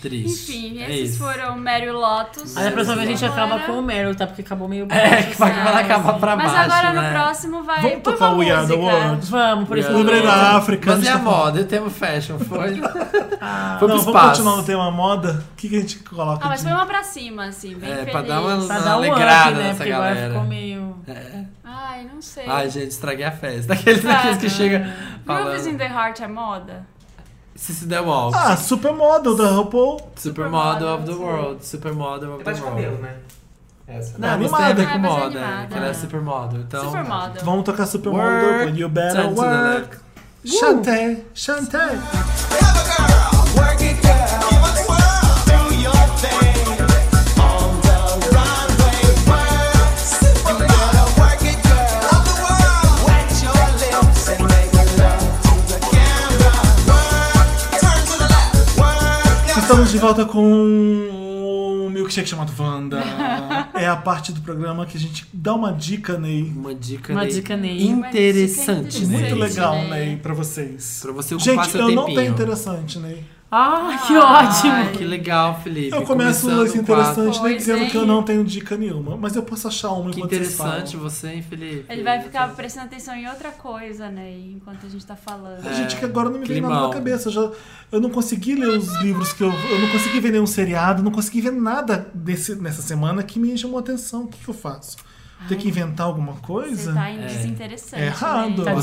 Speaker 4: Triste.
Speaker 3: Enfim,
Speaker 4: É
Speaker 3: esses
Speaker 4: isso.
Speaker 3: foram Mary Lotus.
Speaker 2: Mas a próxima vez a gente
Speaker 3: Agora-
Speaker 2: acaba com o Meryl, tá? Porque acabou meio.
Speaker 4: É, que vai, vai acabar pra
Speaker 3: Mas
Speaker 4: baixo.
Speaker 3: agora no
Speaker 4: né?
Speaker 3: próximo vai.
Speaker 1: Vamos
Speaker 3: põe
Speaker 1: tocar
Speaker 3: uma
Speaker 1: We Are the
Speaker 3: música.
Speaker 1: World?
Speaker 2: Vamos, por isso.
Speaker 4: Eu
Speaker 1: Eu lembrei da África.
Speaker 4: Mas
Speaker 1: a
Speaker 4: é
Speaker 1: gente
Speaker 4: a
Speaker 1: tá falando-
Speaker 4: moda, o tema fashion foi. foi pro
Speaker 1: Não, vamos
Speaker 4: espaço.
Speaker 1: continuar um no tema moda. O que, que a gente coloca?
Speaker 3: Ah, mas
Speaker 1: de-
Speaker 3: foi uma pra cima, assim, bem
Speaker 4: É,
Speaker 3: feliz.
Speaker 4: pra dar uma-
Speaker 2: Pra dar um
Speaker 4: Alegrada
Speaker 2: up, né?
Speaker 4: nessa
Speaker 2: Porque agora
Speaker 4: galera.
Speaker 2: ficou meio.
Speaker 3: Ai, não sei.
Speaker 4: Ai, gente, estraguei a festa. Daqueles, daqueles que chega.
Speaker 3: Grooves in
Speaker 4: falando.
Speaker 3: the Heart é moda?
Speaker 4: Se se der Walls.
Speaker 1: Ah, Supermodel da
Speaker 4: Então.
Speaker 1: RuPaul.
Speaker 4: Supermodel of the World. Supermodel of the
Speaker 8: Tá de
Speaker 4: World.
Speaker 8: cabelo, né? Essa.
Speaker 4: Não, mas tem a
Speaker 1: Animada.
Speaker 4: ver com
Speaker 3: É, mas é
Speaker 4: moda.
Speaker 3: animada.
Speaker 4: é, que ela é supermodel. Então. tá né?
Speaker 3: Supermodel.
Speaker 1: Vamos tocar Supermodel.
Speaker 4: Work,
Speaker 1: When you better
Speaker 4: turn to the
Speaker 1: work. Chantay, Chantay. Estamos de volta com o milkshake chamado Wanda. é a parte do programa que a gente dá uma dica, Ney.
Speaker 4: Uma dica,
Speaker 2: Uma
Speaker 4: Ney,
Speaker 2: dica, Ney.
Speaker 3: é
Speaker 4: interessante,
Speaker 3: Uma dica
Speaker 1: Muito
Speaker 4: Ney.
Speaker 1: legal, né?
Speaker 3: Ney.
Speaker 1: Ney, pra vocês.
Speaker 4: Pra você ocupar
Speaker 1: Gente,
Speaker 4: seu
Speaker 1: eu
Speaker 4: um tempinho.
Speaker 1: não tenho interessante, Ney.
Speaker 2: Ah, que ótimo!
Speaker 4: Que legal, Felipe.
Speaker 1: Eu começo o
Speaker 4: Começando um
Speaker 1: lance
Speaker 4: o quadro.
Speaker 1: interessante, Ney,
Speaker 3: Pois
Speaker 1: dizendo
Speaker 3: é.
Speaker 1: que eu não tenho dica nenhuma. Mas eu posso achar uma
Speaker 4: Que
Speaker 1: enquanto vocês
Speaker 4: interessante
Speaker 1: falam.
Speaker 4: você, hein, Felipe?
Speaker 3: Ele vai ficar prestando atenção em outra coisa, né? Enquanto a gente tá falando.
Speaker 4: É.
Speaker 1: Gente, que agora não me vem
Speaker 4: Climão.
Speaker 1: nada na cabeça. Eu, já, eu não consegui ler os livros que eu. Eu não consegui ver nenhum seriado, não consegui ver nada desse, nessa semana que me chamou a atenção. O que, que eu faço? Ter que inventar alguma
Speaker 3: Você
Speaker 1: coisa?
Speaker 3: tá em
Speaker 4: É.
Speaker 3: desinteressante.
Speaker 1: É errado.
Speaker 3: Né?
Speaker 4: Você é
Speaker 2: Tá
Speaker 4: uma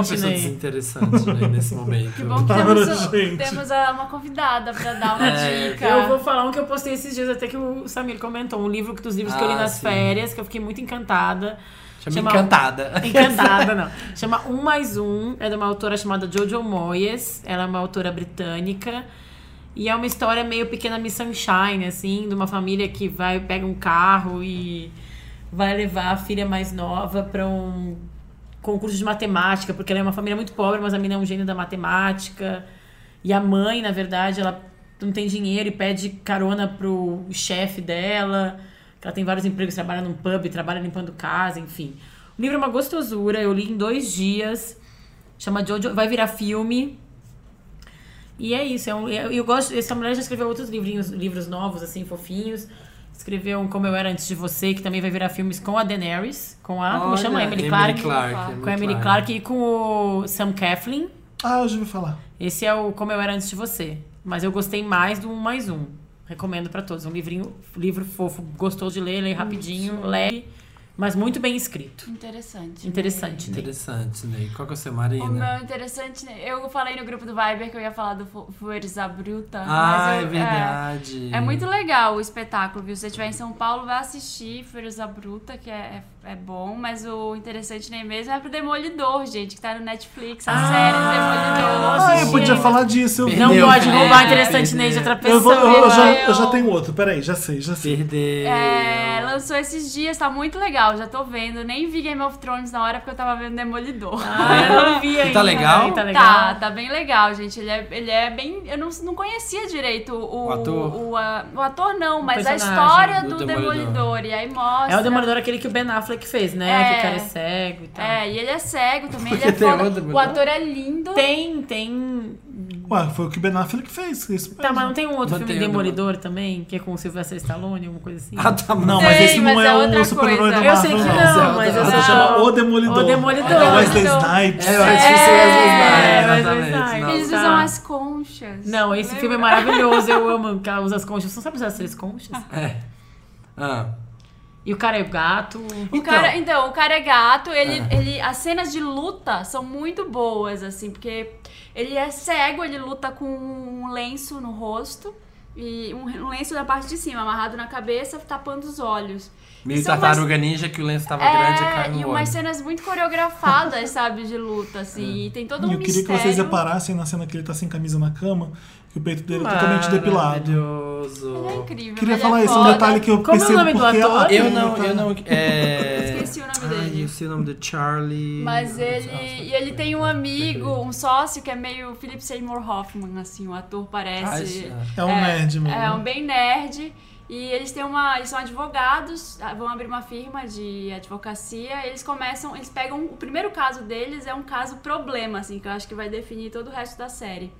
Speaker 2: desinteressante,
Speaker 4: pessoa
Speaker 2: Ney.
Speaker 4: desinteressante, né, nesse momento.
Speaker 3: Que bom que
Speaker 1: Para,
Speaker 3: temos,
Speaker 1: Tá, gente.
Speaker 3: temos a- uma convidada pra dar uma
Speaker 4: É.
Speaker 3: dica.
Speaker 2: Eu vou falar um que eu postei esses dias até que o Samir comentou, um livro dos livros que eu li
Speaker 4: Ah,
Speaker 2: nas
Speaker 4: sim.
Speaker 2: férias, que eu fiquei muito encantada.
Speaker 4: Chama
Speaker 2: Chama-
Speaker 4: encantada.
Speaker 2: Encantada, não. Chama Um Mais Um, é de uma autora chamada Jojo Moyes, ela é uma autora britânica. E é uma história meio pequena Miss Sunshine, assim, de uma família que vai, pega um carro e vai levar a filha mais nova pra um concurso de matemática, porque ela é uma família muito pobre, mas a menina é um gênio da matemática. E a mãe, na verdade, ela não tem dinheiro e pede carona pro chefe dela. que Ela tem vários empregos, trabalha num pub, trabalha limpando casa, enfim. O livro é uma gostosura, eu li em dois dias. Chama Jojo, vai virar filme. E é isso, é um, eu, eu gosto. Essa mulher já escreveu outros livrinhos, livros novos, assim, fofinhos. Escreveu um Como Eu Era Antes de Você, que também vai virar filmes com a Daenerys, com a. como chama?
Speaker 4: Olha,
Speaker 2: Emily Clark.
Speaker 4: Clarke,
Speaker 2: Com a Emily Clark e com o Sam Claflin.
Speaker 1: Ah, eu já ouvi falar.
Speaker 2: Esse é o Como Eu Era Antes de Você. Mas eu gostei mais do Um Mais Um. Recomendo pra todos. Um livrinho, livro fofo, gostoso de ler, lê rapidinho, leve, mas muito bem escrito.
Speaker 3: Interessante.
Speaker 2: Interessante, né?
Speaker 4: Interessante, Ney. Qual que é o seu,
Speaker 3: O
Speaker 4: Marina?
Speaker 3: meu interessante, né? eu falei no grupo do Viber que eu ia falar do Fu- Fuerza Bruta.
Speaker 4: Ah,
Speaker 3: mas
Speaker 4: é
Speaker 3: eu-
Speaker 4: verdade.
Speaker 3: É, muito legal o espetáculo, viu? Se você estiver em São Paulo, vai assistir Fuerza Bruta, que é, é, é bom, mas o interessante nem mesmo é pro Demolidor, gente, que tá no Netflix, a
Speaker 2: Ah,
Speaker 3: série do Demolidor.
Speaker 2: Nossa,
Speaker 1: Ah, eu
Speaker 2: gente.
Speaker 1: podia falar disso. Eu, vi.
Speaker 4: Perdeu,
Speaker 2: Não pode
Speaker 4: Felipe.
Speaker 2: roubar interessante
Speaker 4: Perdeu.
Speaker 2: Ney de outra pessoa.
Speaker 1: eu, vou, eu, eu já, eu já
Speaker 3: eu-
Speaker 1: tenho outro. Peraí, já sei, já sei.
Speaker 4: Perdeu.
Speaker 3: É, lançou esses dias, tá muito legal, já tô vendo. Nem vi Game of Thrones na hora porque eu tava vendo Demolidor.
Speaker 2: Ah, eu não vi ainda.
Speaker 4: tá legal?
Speaker 2: Tá legal?
Speaker 3: Tá, tá bem legal, gente. Ele é, ele é bem. Eu não, não conhecia direito o,
Speaker 4: O ator?
Speaker 3: O, a- o ator não, mas a
Speaker 2: personagem
Speaker 3: história
Speaker 4: do
Speaker 3: do,
Speaker 4: Demolidor.
Speaker 3: Demolidor. E aí mostra.
Speaker 2: É o Demolidor aquele que o Ben Affleck fez, né?
Speaker 3: É.
Speaker 2: Que o cara é cego e tal.
Speaker 3: É, e ele é cego também. Ele
Speaker 4: Porque
Speaker 3: é
Speaker 4: tem
Speaker 3: foda.
Speaker 4: o Demolidor?
Speaker 3: O ator é lindo.
Speaker 2: Tem, tem.
Speaker 1: O Opa, foi o que o Ben Affleck fez. é Isso mesmo.
Speaker 2: Tá, mas não tem um outro
Speaker 4: Manteiga,
Speaker 2: filme Demolidor também, que é com o Sylvester Stallone, alguma coisa assim?
Speaker 4: Ah, tá,
Speaker 1: Não,
Speaker 4: não.
Speaker 1: mas
Speaker 3: Sei,
Speaker 1: esse não
Speaker 3: mas é
Speaker 1: é,
Speaker 3: outra
Speaker 1: o super-herói da
Speaker 3: coisa.
Speaker 1: Marvel.
Speaker 2: Eu sei que não,
Speaker 1: não.
Speaker 2: mas eu
Speaker 1: Essa
Speaker 2: sei-
Speaker 1: chama O Demolidor.
Speaker 2: O Demolidor.
Speaker 1: É Wesley
Speaker 3: Então,
Speaker 1: Snipes.
Speaker 4: É, eu acho que
Speaker 3: É,
Speaker 4: é,
Speaker 2: mas
Speaker 4: exatamente.
Speaker 2: verdade.
Speaker 4: não.
Speaker 3: Eles
Speaker 2: Tá.
Speaker 3: usam as conchas.
Speaker 2: Não, esse
Speaker 3: Lembra?
Speaker 2: filme é maravilhoso. Eu amo que ela usa as conchas. Você não sabe usar as três conchas?
Speaker 4: É. Ah,
Speaker 2: E o cara é o gato.
Speaker 3: O cara, então, o cara é gato, ele, ele, as cenas de luta são muito boas, assim, porque ele é cego, ele luta com um lenço no rosto, e um, um lenço na parte de cima, amarrado na cabeça, tapando os olhos.
Speaker 4: meio
Speaker 3: E são
Speaker 4: tartaruga ninja que o lenço tava
Speaker 3: umas,
Speaker 4: Ah, grande e caiu
Speaker 3: é, e
Speaker 4: no
Speaker 3: umas
Speaker 4: olho.
Speaker 3: cenas muito coreografadas, sabe, de luta, assim, e tem todo um
Speaker 1: E eu queria
Speaker 3: mistério.
Speaker 1: que vocês reparassem na cena que ele tá sem camisa na cama, que o peito dele é totalmente depilado.
Speaker 4: Maravilhoso.
Speaker 3: Ele é incrível,
Speaker 1: Queria
Speaker 3: ele
Speaker 1: falar
Speaker 3: é
Speaker 1: isso, um
Speaker 3: foda.
Speaker 1: detalhe que eu
Speaker 2: Como é o
Speaker 1: percebo
Speaker 2: nome do
Speaker 1: porque
Speaker 2: ator?
Speaker 1: a-
Speaker 4: Eu não, eu não. É...
Speaker 3: Esqueci o nome
Speaker 4: Ai,
Speaker 3: dele.
Speaker 4: eu sei o nome do Charlie.
Speaker 3: Mas
Speaker 4: Nossa,
Speaker 3: ele.
Speaker 4: nossa.
Speaker 3: E ele tem um amigo, um sócio que é meio Philip Seymour Hoffman, assim, o ator parece.
Speaker 4: Ai,
Speaker 1: É um nerd mesmo.
Speaker 3: É um bem nerd. E eles têm uma. Eles são advogados, ah, vão abrir uma firma de advocacia. Eles começam. Eles pegam. O primeiro caso deles é um caso problema, assim, que eu acho que vai definir todo o resto da série.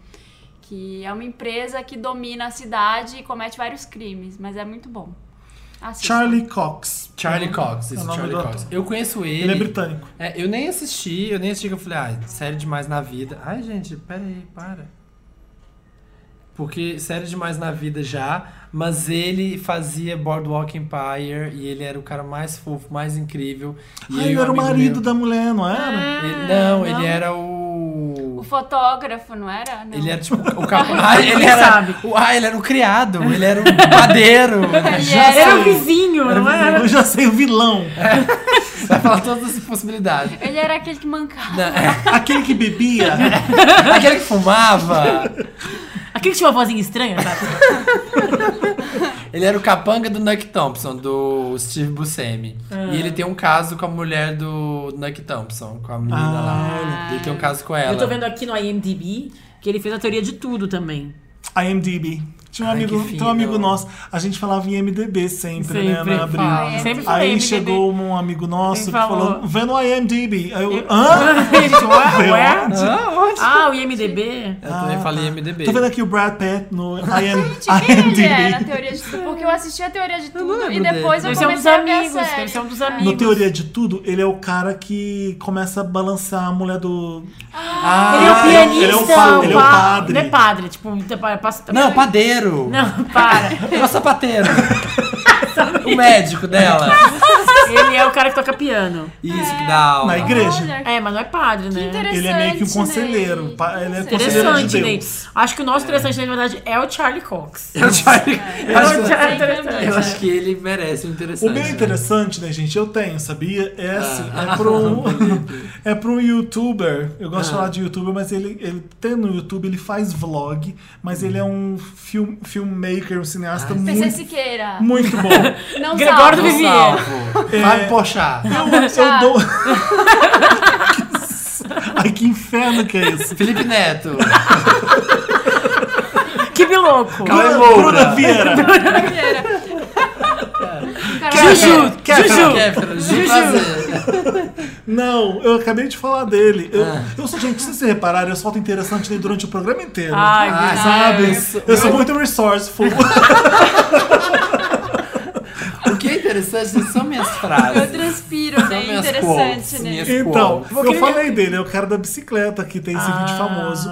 Speaker 3: Que é uma empresa que domina a cidade e comete vários crimes, mas é muito bom. Assistam.
Speaker 1: Charlie Cox.
Speaker 4: Charlie Cox,
Speaker 1: É o
Speaker 4: isso,
Speaker 1: nome
Speaker 4: Charlie
Speaker 1: do
Speaker 4: Cox.
Speaker 1: ator.
Speaker 4: Eu conheço ele.
Speaker 1: Ele é britânico.
Speaker 4: É, eu nem assisti, eu nem assisti que eu falei, ai, sério demais na vida. Ai, gente, pera aí, para. Porque sério demais na vida já, mas ele fazia Boardwalk Empire e ele era o cara mais fofo, mais incrível. E eu
Speaker 1: Ah,
Speaker 4: e
Speaker 1: ele
Speaker 4: um
Speaker 1: era o
Speaker 4: amigo
Speaker 1: marido Ah,
Speaker 4: meu-
Speaker 1: da mulher, não era?
Speaker 4: Ele- não, ele era o.
Speaker 3: O fotógrafo, não era? Não.
Speaker 4: Ele
Speaker 2: é
Speaker 4: era tipo o capa- Ah, ele era,
Speaker 2: sabe.
Speaker 4: o- ah, ele era o criado, ele era o padeiro.
Speaker 3: Ele
Speaker 1: é.
Speaker 4: Já
Speaker 3: era- um
Speaker 2: Era o
Speaker 4: sei.
Speaker 2: vizinho, não era?
Speaker 1: Eu já sei o vilão.
Speaker 4: Você vai falar todas as possibilidades.
Speaker 3: Ele era aquele que mancava.
Speaker 4: Não, é.
Speaker 1: Aquele que bebia.
Speaker 4: Aquele que fumava,
Speaker 2: Aquele que tinha uma vozinha estranha, sabe?
Speaker 4: ele era o capanga do Nuck Thompson, do Steve Buscemi. E
Speaker 1: Ah.
Speaker 4: ele tem um caso com a mulher do Nuck Thompson, com a menina
Speaker 1: Ah,
Speaker 4: lá. Ele tem um caso com ela.
Speaker 2: Eu tô vendo aqui no IMDb que ele fez a teoria de tudo também.
Speaker 1: IMDB. Tinha um,
Speaker 4: Ai,
Speaker 1: amigo,
Speaker 4: que
Speaker 1: tinha um amigo
Speaker 4: fino.
Speaker 1: nosso. A gente falava em MDB sempre, né?
Speaker 2: Sempre
Speaker 1: Na abril.
Speaker 4: fala.
Speaker 2: Sempre falei
Speaker 1: Aí
Speaker 2: IMDb.
Speaker 1: chegou um amigo nosso
Speaker 2: Ele
Speaker 1: que falou,
Speaker 2: falou.
Speaker 1: vendo a IMDB. Aí eu,
Speaker 2: Eu-
Speaker 1: hã? Foi
Speaker 2: Ué?
Speaker 1: onde?
Speaker 4: Ah, ótimo.
Speaker 2: Ah, o IMDB.
Speaker 4: Eu também
Speaker 1: Ah,
Speaker 4: falei
Speaker 1: tá.
Speaker 4: MDB.
Speaker 1: Tô vendo aqui o Brad Pitt no IM,
Speaker 3: Gente, quem ele é na
Speaker 1: IMDB.
Speaker 3: teoria de tudo? Porque eu assisti a teoria de
Speaker 4: não
Speaker 3: tudo e
Speaker 4: lembro
Speaker 3: depois
Speaker 2: Deve
Speaker 3: eu
Speaker 2: ser um
Speaker 3: comecei
Speaker 2: dos
Speaker 3: a ver a
Speaker 2: amigos,
Speaker 3: série. É.
Speaker 2: deve ser um dos
Speaker 1: No
Speaker 2: amigos.
Speaker 1: Teoria de Tudo, ele é o cara que começa a balançar a mulher do...
Speaker 4: Ah,
Speaker 2: Ele é o pianista,
Speaker 1: ele é o pa- ele é o
Speaker 2: pa-
Speaker 1: padre.
Speaker 2: Não é padre, tipo, não é pa- passa-
Speaker 4: Não, padeiro.
Speaker 2: Não, para.
Speaker 4: Ele é o sapateiro. o médico dela.
Speaker 2: Ele é o cara que toca piano.
Speaker 4: Isso, que dá aula.
Speaker 1: Na igreja.
Speaker 3: Olha,
Speaker 2: É, mas não é padre, né?
Speaker 3: interessante,
Speaker 1: Ele é meio que um
Speaker 3: Ney.
Speaker 1: conselheiro. pa- Ele é conselheiro de
Speaker 2: Interessante, Ney.
Speaker 1: Deus.
Speaker 2: Acho que o nosso interessante, na verdade, é o Charlie Cox.
Speaker 4: Eu, acho- eu acho-
Speaker 2: É o Charlie
Speaker 3: interessante.
Speaker 4: eu acho que ele merece um interessante.
Speaker 1: O meu interessante, né, gente? Eu tenho, sabia? É assim,
Speaker 4: Ah.
Speaker 1: é para um, é para um youtuber. Eu
Speaker 4: Ah.
Speaker 1: gosto de falar de youtuber, mas ele, ele tem no YouTube, ele faz vlog, mas ele é um film, filmmaker, um cineasta
Speaker 3: PC
Speaker 1: muito,
Speaker 3: Siqueira.
Speaker 1: muito bom.
Speaker 3: Não
Speaker 4: Tô
Speaker 2: Gregório do
Speaker 3: salvo.
Speaker 2: Vivi-
Speaker 4: salvo.
Speaker 1: É.
Speaker 4: Vai poxar.
Speaker 1: Eu dou. Ai, que inferno que é isso?
Speaker 4: Felipe Neto.
Speaker 2: Que biloco.
Speaker 4: Cauê
Speaker 1: Bruna
Speaker 4: Moura.
Speaker 1: Vieira.
Speaker 3: Caraca,
Speaker 2: Juju,
Speaker 4: Kéfera,
Speaker 2: Juju.
Speaker 4: Kéfera, Juju.
Speaker 2: Juju.
Speaker 4: prazer.
Speaker 1: Não, eu acabei de falar dele. Eu,
Speaker 4: Ah.
Speaker 1: eu sou- gente, se vocês repararem, eu solto interessante dele durante o programa inteiro.
Speaker 2: Ai,
Speaker 4: Ah,
Speaker 2: Deus.
Speaker 1: sabe?
Speaker 4: isso.
Speaker 1: Eu sou muito resourceful.
Speaker 4: O que é interessante são minhas frases.
Speaker 3: Eu transpiro,
Speaker 4: São
Speaker 3: né?
Speaker 4: minhas
Speaker 3: Interessante,
Speaker 4: quotes,
Speaker 3: né?
Speaker 4: minhas
Speaker 1: Então,
Speaker 4: quotes.
Speaker 1: eu falei dele, é o cara da bicicleta que tem esse vídeo
Speaker 2: Ah,
Speaker 1: famoso.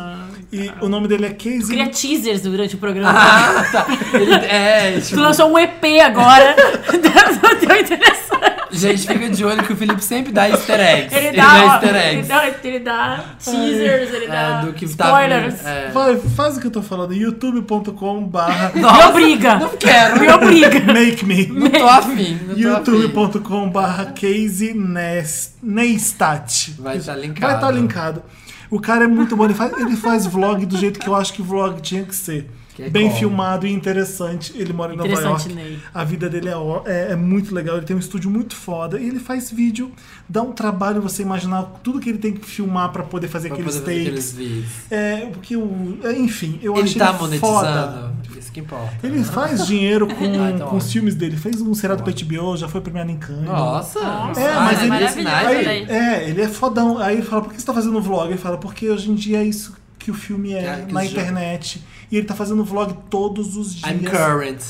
Speaker 1: E o nome dele é Casey.
Speaker 2: Cria teasers durante o programa.
Speaker 4: Ah, tá. Ele, é,
Speaker 2: Tu
Speaker 4: tipo,
Speaker 2: lançou um EP agora. Deu- Deu interessante.
Speaker 4: gente, fica de olho que o Felipe sempre dá easter eggs.
Speaker 2: Ele dá, ó,
Speaker 4: easter
Speaker 2: ele
Speaker 4: eggs.
Speaker 2: dá, ele dá teasers, ele dá
Speaker 4: É, do que tá vindo.
Speaker 2: spoilers.
Speaker 4: É.
Speaker 1: Vai, faz o que eu tô falando, youtube.com barra
Speaker 2: Me
Speaker 4: Nossa,
Speaker 2: obriga.
Speaker 4: não quero.
Speaker 2: Me obriga.
Speaker 1: make me.
Speaker 4: Não tô afim. Não tô afim.
Speaker 1: youtube.com barra Casey Nes- Neistat.
Speaker 4: Vai tá linkado.
Speaker 1: Vai estar linkado. O cara é muito bom, ele faz, ele faz vlog do jeito que eu acho que vlog tinha que ser.
Speaker 4: Que é
Speaker 1: Bem
Speaker 4: como?
Speaker 1: filmado e interessante. Ele mora em Nova
Speaker 2: Interessante,
Speaker 1: York.
Speaker 2: Ney.
Speaker 1: A vida dele é, ó- é- é muito legal, ele tem um estúdio muito foda. E ele faz vídeo, dá um trabalho você imaginar tudo que ele tem que filmar pra poder fazer
Speaker 4: Pra
Speaker 1: aqueles
Speaker 4: poder fazer aqueles
Speaker 1: takes.
Speaker 4: vídeos.
Speaker 1: É, porque o. é, Enfim, eu
Speaker 4: Ele
Speaker 1: acho
Speaker 4: tá
Speaker 1: ele foda.
Speaker 4: monetizando. Isso que importa. né?
Speaker 1: Ele é faz dinheiro com,
Speaker 4: Ah, então
Speaker 1: com os
Speaker 4: ótimo.
Speaker 1: filmes dele. Fez um seriado pra HBO, já foi premiado em Cannes.
Speaker 4: Nossa.
Speaker 1: É,
Speaker 4: Ah,
Speaker 1: mas
Speaker 4: né,
Speaker 1: ele-
Speaker 4: Disney,
Speaker 3: maravilhoso,
Speaker 4: né?
Speaker 1: um Aí, é, ele é fodão. Aí ele fala, por que você tá fazendo vlog? Ele fala, porque hoje em dia é isso que o filme é
Speaker 4: Ah, que
Speaker 1: na
Speaker 4: já-
Speaker 1: internet. E ele tá fazendo vlog todos os dias.
Speaker 4: I'm current.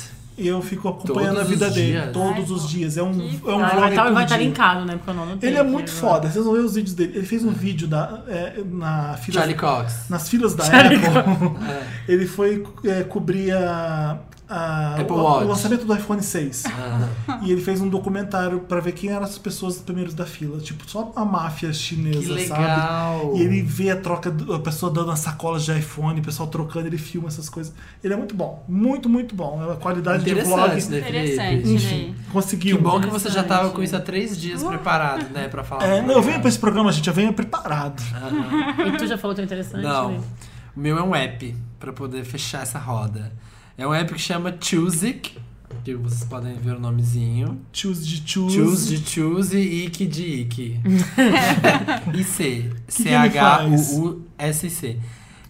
Speaker 1: Eu fico acompanhando
Speaker 4: Todos
Speaker 1: a vida
Speaker 4: os
Speaker 1: dele
Speaker 4: dias?
Speaker 1: todos
Speaker 3: Ai,
Speaker 1: os
Speaker 3: pô,
Speaker 1: dias. É um,
Speaker 3: que
Speaker 1: é um
Speaker 2: Ah,
Speaker 1: vlog
Speaker 2: vai tá-
Speaker 1: por
Speaker 2: vai estar
Speaker 1: dia.
Speaker 2: linkado, né? Porque eu não, não tenho
Speaker 1: Ele é
Speaker 2: aqui
Speaker 1: muito
Speaker 2: agora.
Speaker 1: foda. Vocês vão ver os vídeos dele. Ele fez um vídeo da, é, na fila,
Speaker 4: Uhum. Charlie Cox.
Speaker 1: nas filas da
Speaker 2: Charlie
Speaker 1: Apple.
Speaker 4: É.
Speaker 1: Ele foi é, cobrir a, a-
Speaker 4: Apple
Speaker 1: o, o
Speaker 4: Watch.
Speaker 1: lançamento do iPhone 6.
Speaker 4: Ah,
Speaker 1: E ele fez um documentário pra ver quem eram as pessoas primeiros da fila. Tipo, só a máfia chinesa,
Speaker 4: que
Speaker 1: sabe?
Speaker 4: legal.
Speaker 1: E ele vê a troca, do- a pessoa dando as sacolas de iPhone, o pessoal trocando, ele filma essas coisas. Ele é muito bom, muito, muito bom. É A qualidade de vlog.
Speaker 4: Interessante, né,
Speaker 3: Interessante.
Speaker 4: Felipe?
Speaker 1: Enfim,
Speaker 4: Que
Speaker 1: conseguiu.
Speaker 4: bom que você já tava com isso há três dias preparado, né? Pra falar.
Speaker 1: É, não, eu venho pra esse programa, gente, eu venho preparado.
Speaker 2: E tu já falou teu interessante?
Speaker 4: Não.
Speaker 2: né?
Speaker 4: O meu é um app, pra poder fechar essa roda. É um app que chama Choosic, que vocês podem ver o nomezinho.
Speaker 1: Choose de choose.
Speaker 4: Choose de Choose e Ike de Ike. IC.
Speaker 1: que ele faz?
Speaker 4: C-H-U-U-S-C.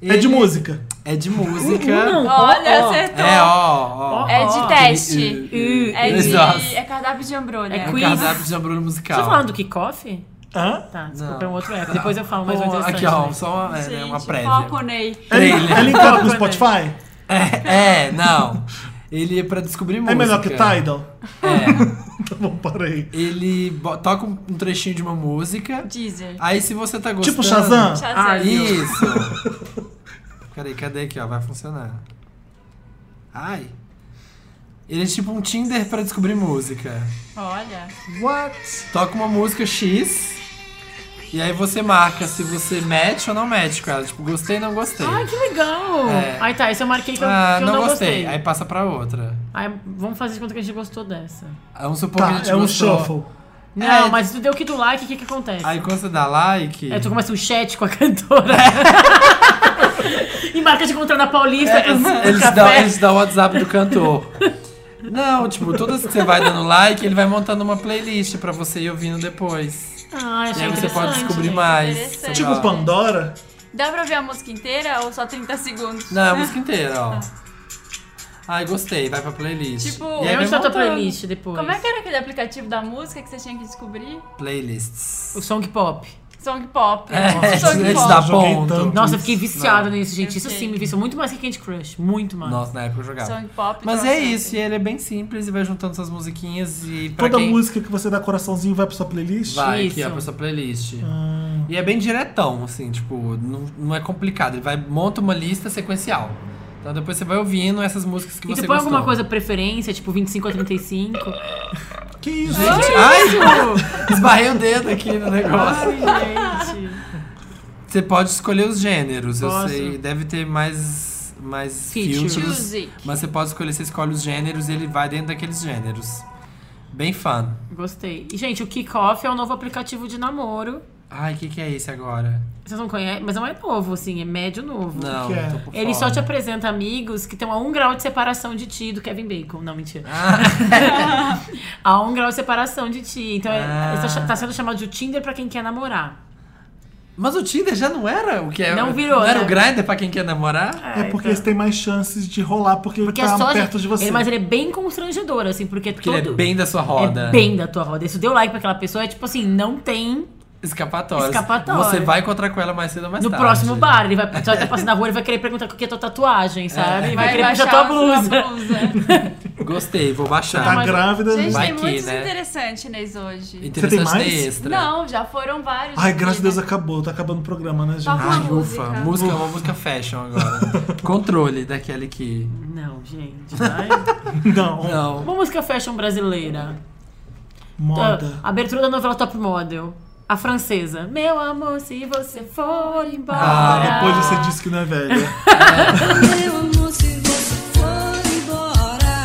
Speaker 1: É de música.
Speaker 4: É de música.
Speaker 3: Olha,
Speaker 2: Ó, ó.
Speaker 3: acertou.
Speaker 4: É, ó, ó.
Speaker 3: É
Speaker 2: Ó.
Speaker 3: de
Speaker 4: Ih,
Speaker 3: teste.
Speaker 4: ih,
Speaker 3: É
Speaker 4: exato.
Speaker 3: de. É cardápio de ambrolha.
Speaker 2: É
Speaker 4: É um
Speaker 2: quiz.
Speaker 4: cardápio de jambrulho musical.
Speaker 2: Você tá falando do kickoff?
Speaker 1: Hã?
Speaker 2: Tá,
Speaker 4: Não.
Speaker 2: desculpa, é um outro app. Depois eu falo mais um
Speaker 4: Bom,
Speaker 2: interessante.
Speaker 4: Aqui, ó,
Speaker 2: né?
Speaker 4: só uma, é, né, uma
Speaker 3: Gente,
Speaker 4: prévia.
Speaker 3: Foco, Ney.
Speaker 1: É, lin-
Speaker 4: Trailer.
Speaker 1: é linkado no Spotify?
Speaker 4: É, é, não. Ele é pra descobrir música.
Speaker 1: É melhor que o Tidal?
Speaker 4: É.
Speaker 1: Tá bom, parei.
Speaker 4: Ele bo- toca um um trechinho de uma música.
Speaker 3: Deezer.
Speaker 4: Aí se você tá gostando.
Speaker 1: Tipo Shazam?
Speaker 3: Shazam.
Speaker 2: Ah, isso.
Speaker 4: Isso! Peraí, cadê aqui, ó? Vai funcionar. Ai. Ele é tipo um Tinder pra descobrir música.
Speaker 3: Olha.
Speaker 1: What?
Speaker 4: Toca uma música X. E aí você marca se você match ou não match com ela. Tipo, gostei ou não gostei.
Speaker 2: Ai, Ah, que legal!
Speaker 4: É.
Speaker 2: Aí tá, esse eu marquei que eu,
Speaker 4: Ah,
Speaker 2: que eu
Speaker 4: não,
Speaker 2: não
Speaker 4: gostei.
Speaker 2: gostei.
Speaker 4: Aí passa pra outra.
Speaker 2: Aí vamos fazer de conta que a gente gostou dessa.
Speaker 4: Vamos supor que a
Speaker 1: Tá,
Speaker 4: gente
Speaker 1: é um
Speaker 4: gostou.
Speaker 1: shuffle.
Speaker 2: Não,
Speaker 4: É,
Speaker 2: mas tu deu que do like, o que que acontece?
Speaker 4: Aí quando você dá like.
Speaker 2: É, tu começa um chat com a cantora. e marca de encontrar na Paulista. com um
Speaker 4: É, Eles
Speaker 2: café.
Speaker 4: dão, eles dão o WhatsApp do cantor. Não, tipo, todas que você vai dando like, ele vai montando uma playlist pra você ir ouvindo depois.
Speaker 2: Ah,
Speaker 4: E
Speaker 2: achei
Speaker 4: aí você
Speaker 2: interessante,
Speaker 4: pode descobrir
Speaker 2: gente.
Speaker 4: mais.
Speaker 3: Interessante.
Speaker 4: sobre
Speaker 1: Tipo
Speaker 4: ela.
Speaker 1: Pandora?
Speaker 3: Dá pra ver a música inteira ou só 30 segundos?
Speaker 4: Não, é a música inteira, ó. Ai, gostei, vai pra playlist.
Speaker 3: Tipo,
Speaker 4: e aí
Speaker 2: E
Speaker 4: vai
Speaker 2: onde tá a tua
Speaker 4: montando.
Speaker 2: playlist depois?
Speaker 3: Como é que era aquele aplicativo da música que você tinha que descobrir?
Speaker 4: Playlists.
Speaker 2: O Song Pop.
Speaker 3: Song Pop.
Speaker 4: É,
Speaker 3: Song
Speaker 4: eles
Speaker 3: Pop.
Speaker 4: dá
Speaker 1: Joguei
Speaker 4: ponto.
Speaker 1: tanto.
Speaker 2: Nossa, eu fiquei viciada
Speaker 4: Não.
Speaker 2: nisso, gente.
Speaker 3: Eu
Speaker 2: Isso sim
Speaker 3: sei.
Speaker 2: me viciou muito mais que Candy Crush. Muito mais.
Speaker 4: Nossa, na época eu jogava.
Speaker 3: Song Pop.
Speaker 4: Mas
Speaker 3: pra
Speaker 4: é
Speaker 3: sempre.
Speaker 4: isso, e ele é bem simples e vai juntando essas musiquinhas e pra
Speaker 1: Toda
Speaker 4: quem
Speaker 1: música que você dá coraçãozinho vai pra sua playlist?
Speaker 4: vai
Speaker 2: Isso.
Speaker 4: que é pra sua playlist.
Speaker 2: Ah.
Speaker 4: E é bem diretão, assim, tipo, não, não é complicado. Ele vai, monta uma lista sequencial. Então depois você vai ouvindo essas músicas que
Speaker 2: E
Speaker 4: você
Speaker 2: tu põe
Speaker 4: gostou.
Speaker 2: alguma coisa preferência, tipo 25 a 35?
Speaker 1: Que isso?
Speaker 4: Gente, ai, esbarrei o dedo aqui no negócio.
Speaker 2: gente.
Speaker 4: Você pode escolher os gêneros, eu
Speaker 2: Posso.
Speaker 4: sei, deve ter mais, mais
Speaker 2: Features.
Speaker 4: filtros.
Speaker 3: Music.
Speaker 4: Mas você pode escolher, você escolhe os gêneros e ele vai dentro daqueles gêneros. Bem fã.
Speaker 2: Gostei. E, gente, o Kickoff é um novo aplicativo de namoro.
Speaker 4: Ai, o que, que é esse agora?
Speaker 2: Vocês não conhecem, mas não é novo, assim, é médio novo.
Speaker 4: Não,
Speaker 1: que é?
Speaker 4: tô por
Speaker 2: Ele
Speaker 4: fora.
Speaker 2: só te apresenta amigos que estão a um grau de separação de ti e do Kevin Bacon. Não, mentira.
Speaker 4: Ah.
Speaker 2: a um grau de separação de ti. Então, é-
Speaker 4: Ah.
Speaker 2: isso tá, tá sendo chamado de Tinder pra quem quer namorar.
Speaker 4: Mas o Tinder já não era o que é.
Speaker 2: Não virou,
Speaker 4: Não era
Speaker 2: né?
Speaker 4: o grinder pra quem quer namorar?
Speaker 1: É porque eles têm mais chances de rolar porque,
Speaker 2: Porque
Speaker 1: tá
Speaker 2: é só
Speaker 1: perto de você.
Speaker 2: Ele, mas ele é bem constrangedor, assim, porque,
Speaker 4: Porque
Speaker 2: todo...
Speaker 4: ele é bem da sua roda.
Speaker 2: É bem da tua roda. Isso deu like pra aquela pessoa, é tipo assim, não tem
Speaker 4: Escapatória.
Speaker 2: Escapatória.
Speaker 4: Você vai encontrar com ela mais cedo ou mais
Speaker 2: no
Speaker 4: tarde.
Speaker 2: próximo bar. Ele vai só tá passando na rua, ele vai querer perguntar o que é tua tatuagem, sabe? Ele vai,
Speaker 3: Vai
Speaker 2: querer
Speaker 3: baixar
Speaker 2: puxar
Speaker 3: a
Speaker 2: tua
Speaker 3: sua
Speaker 2: blusa.
Speaker 3: blusa.
Speaker 4: Gostei, vou
Speaker 1: Tá
Speaker 4: baixar.
Speaker 2: mas-
Speaker 1: grávida.
Speaker 3: Gente,
Speaker 4: Vai
Speaker 3: tem
Speaker 4: que,
Speaker 3: muitos
Speaker 4: né?
Speaker 3: interessantes neles hoje.
Speaker 4: Interessante
Speaker 1: Você tem mais?
Speaker 4: ter extra.
Speaker 3: Não, já foram vários.
Speaker 1: Ai, graças
Speaker 2: né?
Speaker 1: a Deus
Speaker 3: aqui,
Speaker 1: acabou. Tá acabando o programa, né, gente?
Speaker 3: Tá
Speaker 4: Ai,
Speaker 3: Uma
Speaker 4: ufa.
Speaker 3: música.
Speaker 4: Música é uma música fashion agora. Controle daquele que.
Speaker 2: Não, gente. Ai.
Speaker 1: Não,
Speaker 4: Não.
Speaker 2: Uma música fashion brasileira.
Speaker 1: moda.
Speaker 2: Ah, Abertura da novela Top Model. A francesa. Meu amor, se você for embora.
Speaker 4: Ah,
Speaker 1: Depois você disse que não é velha.
Speaker 8: Meu amor, se você for embora,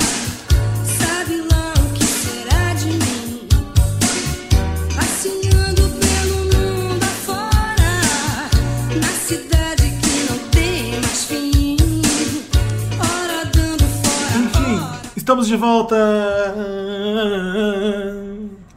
Speaker 8: sabe lá o que será de mim? Passeando pelo mundo afora, na cidade que não tem mais fim. Ora dando fora,
Speaker 1: Enfim, estamos de volta.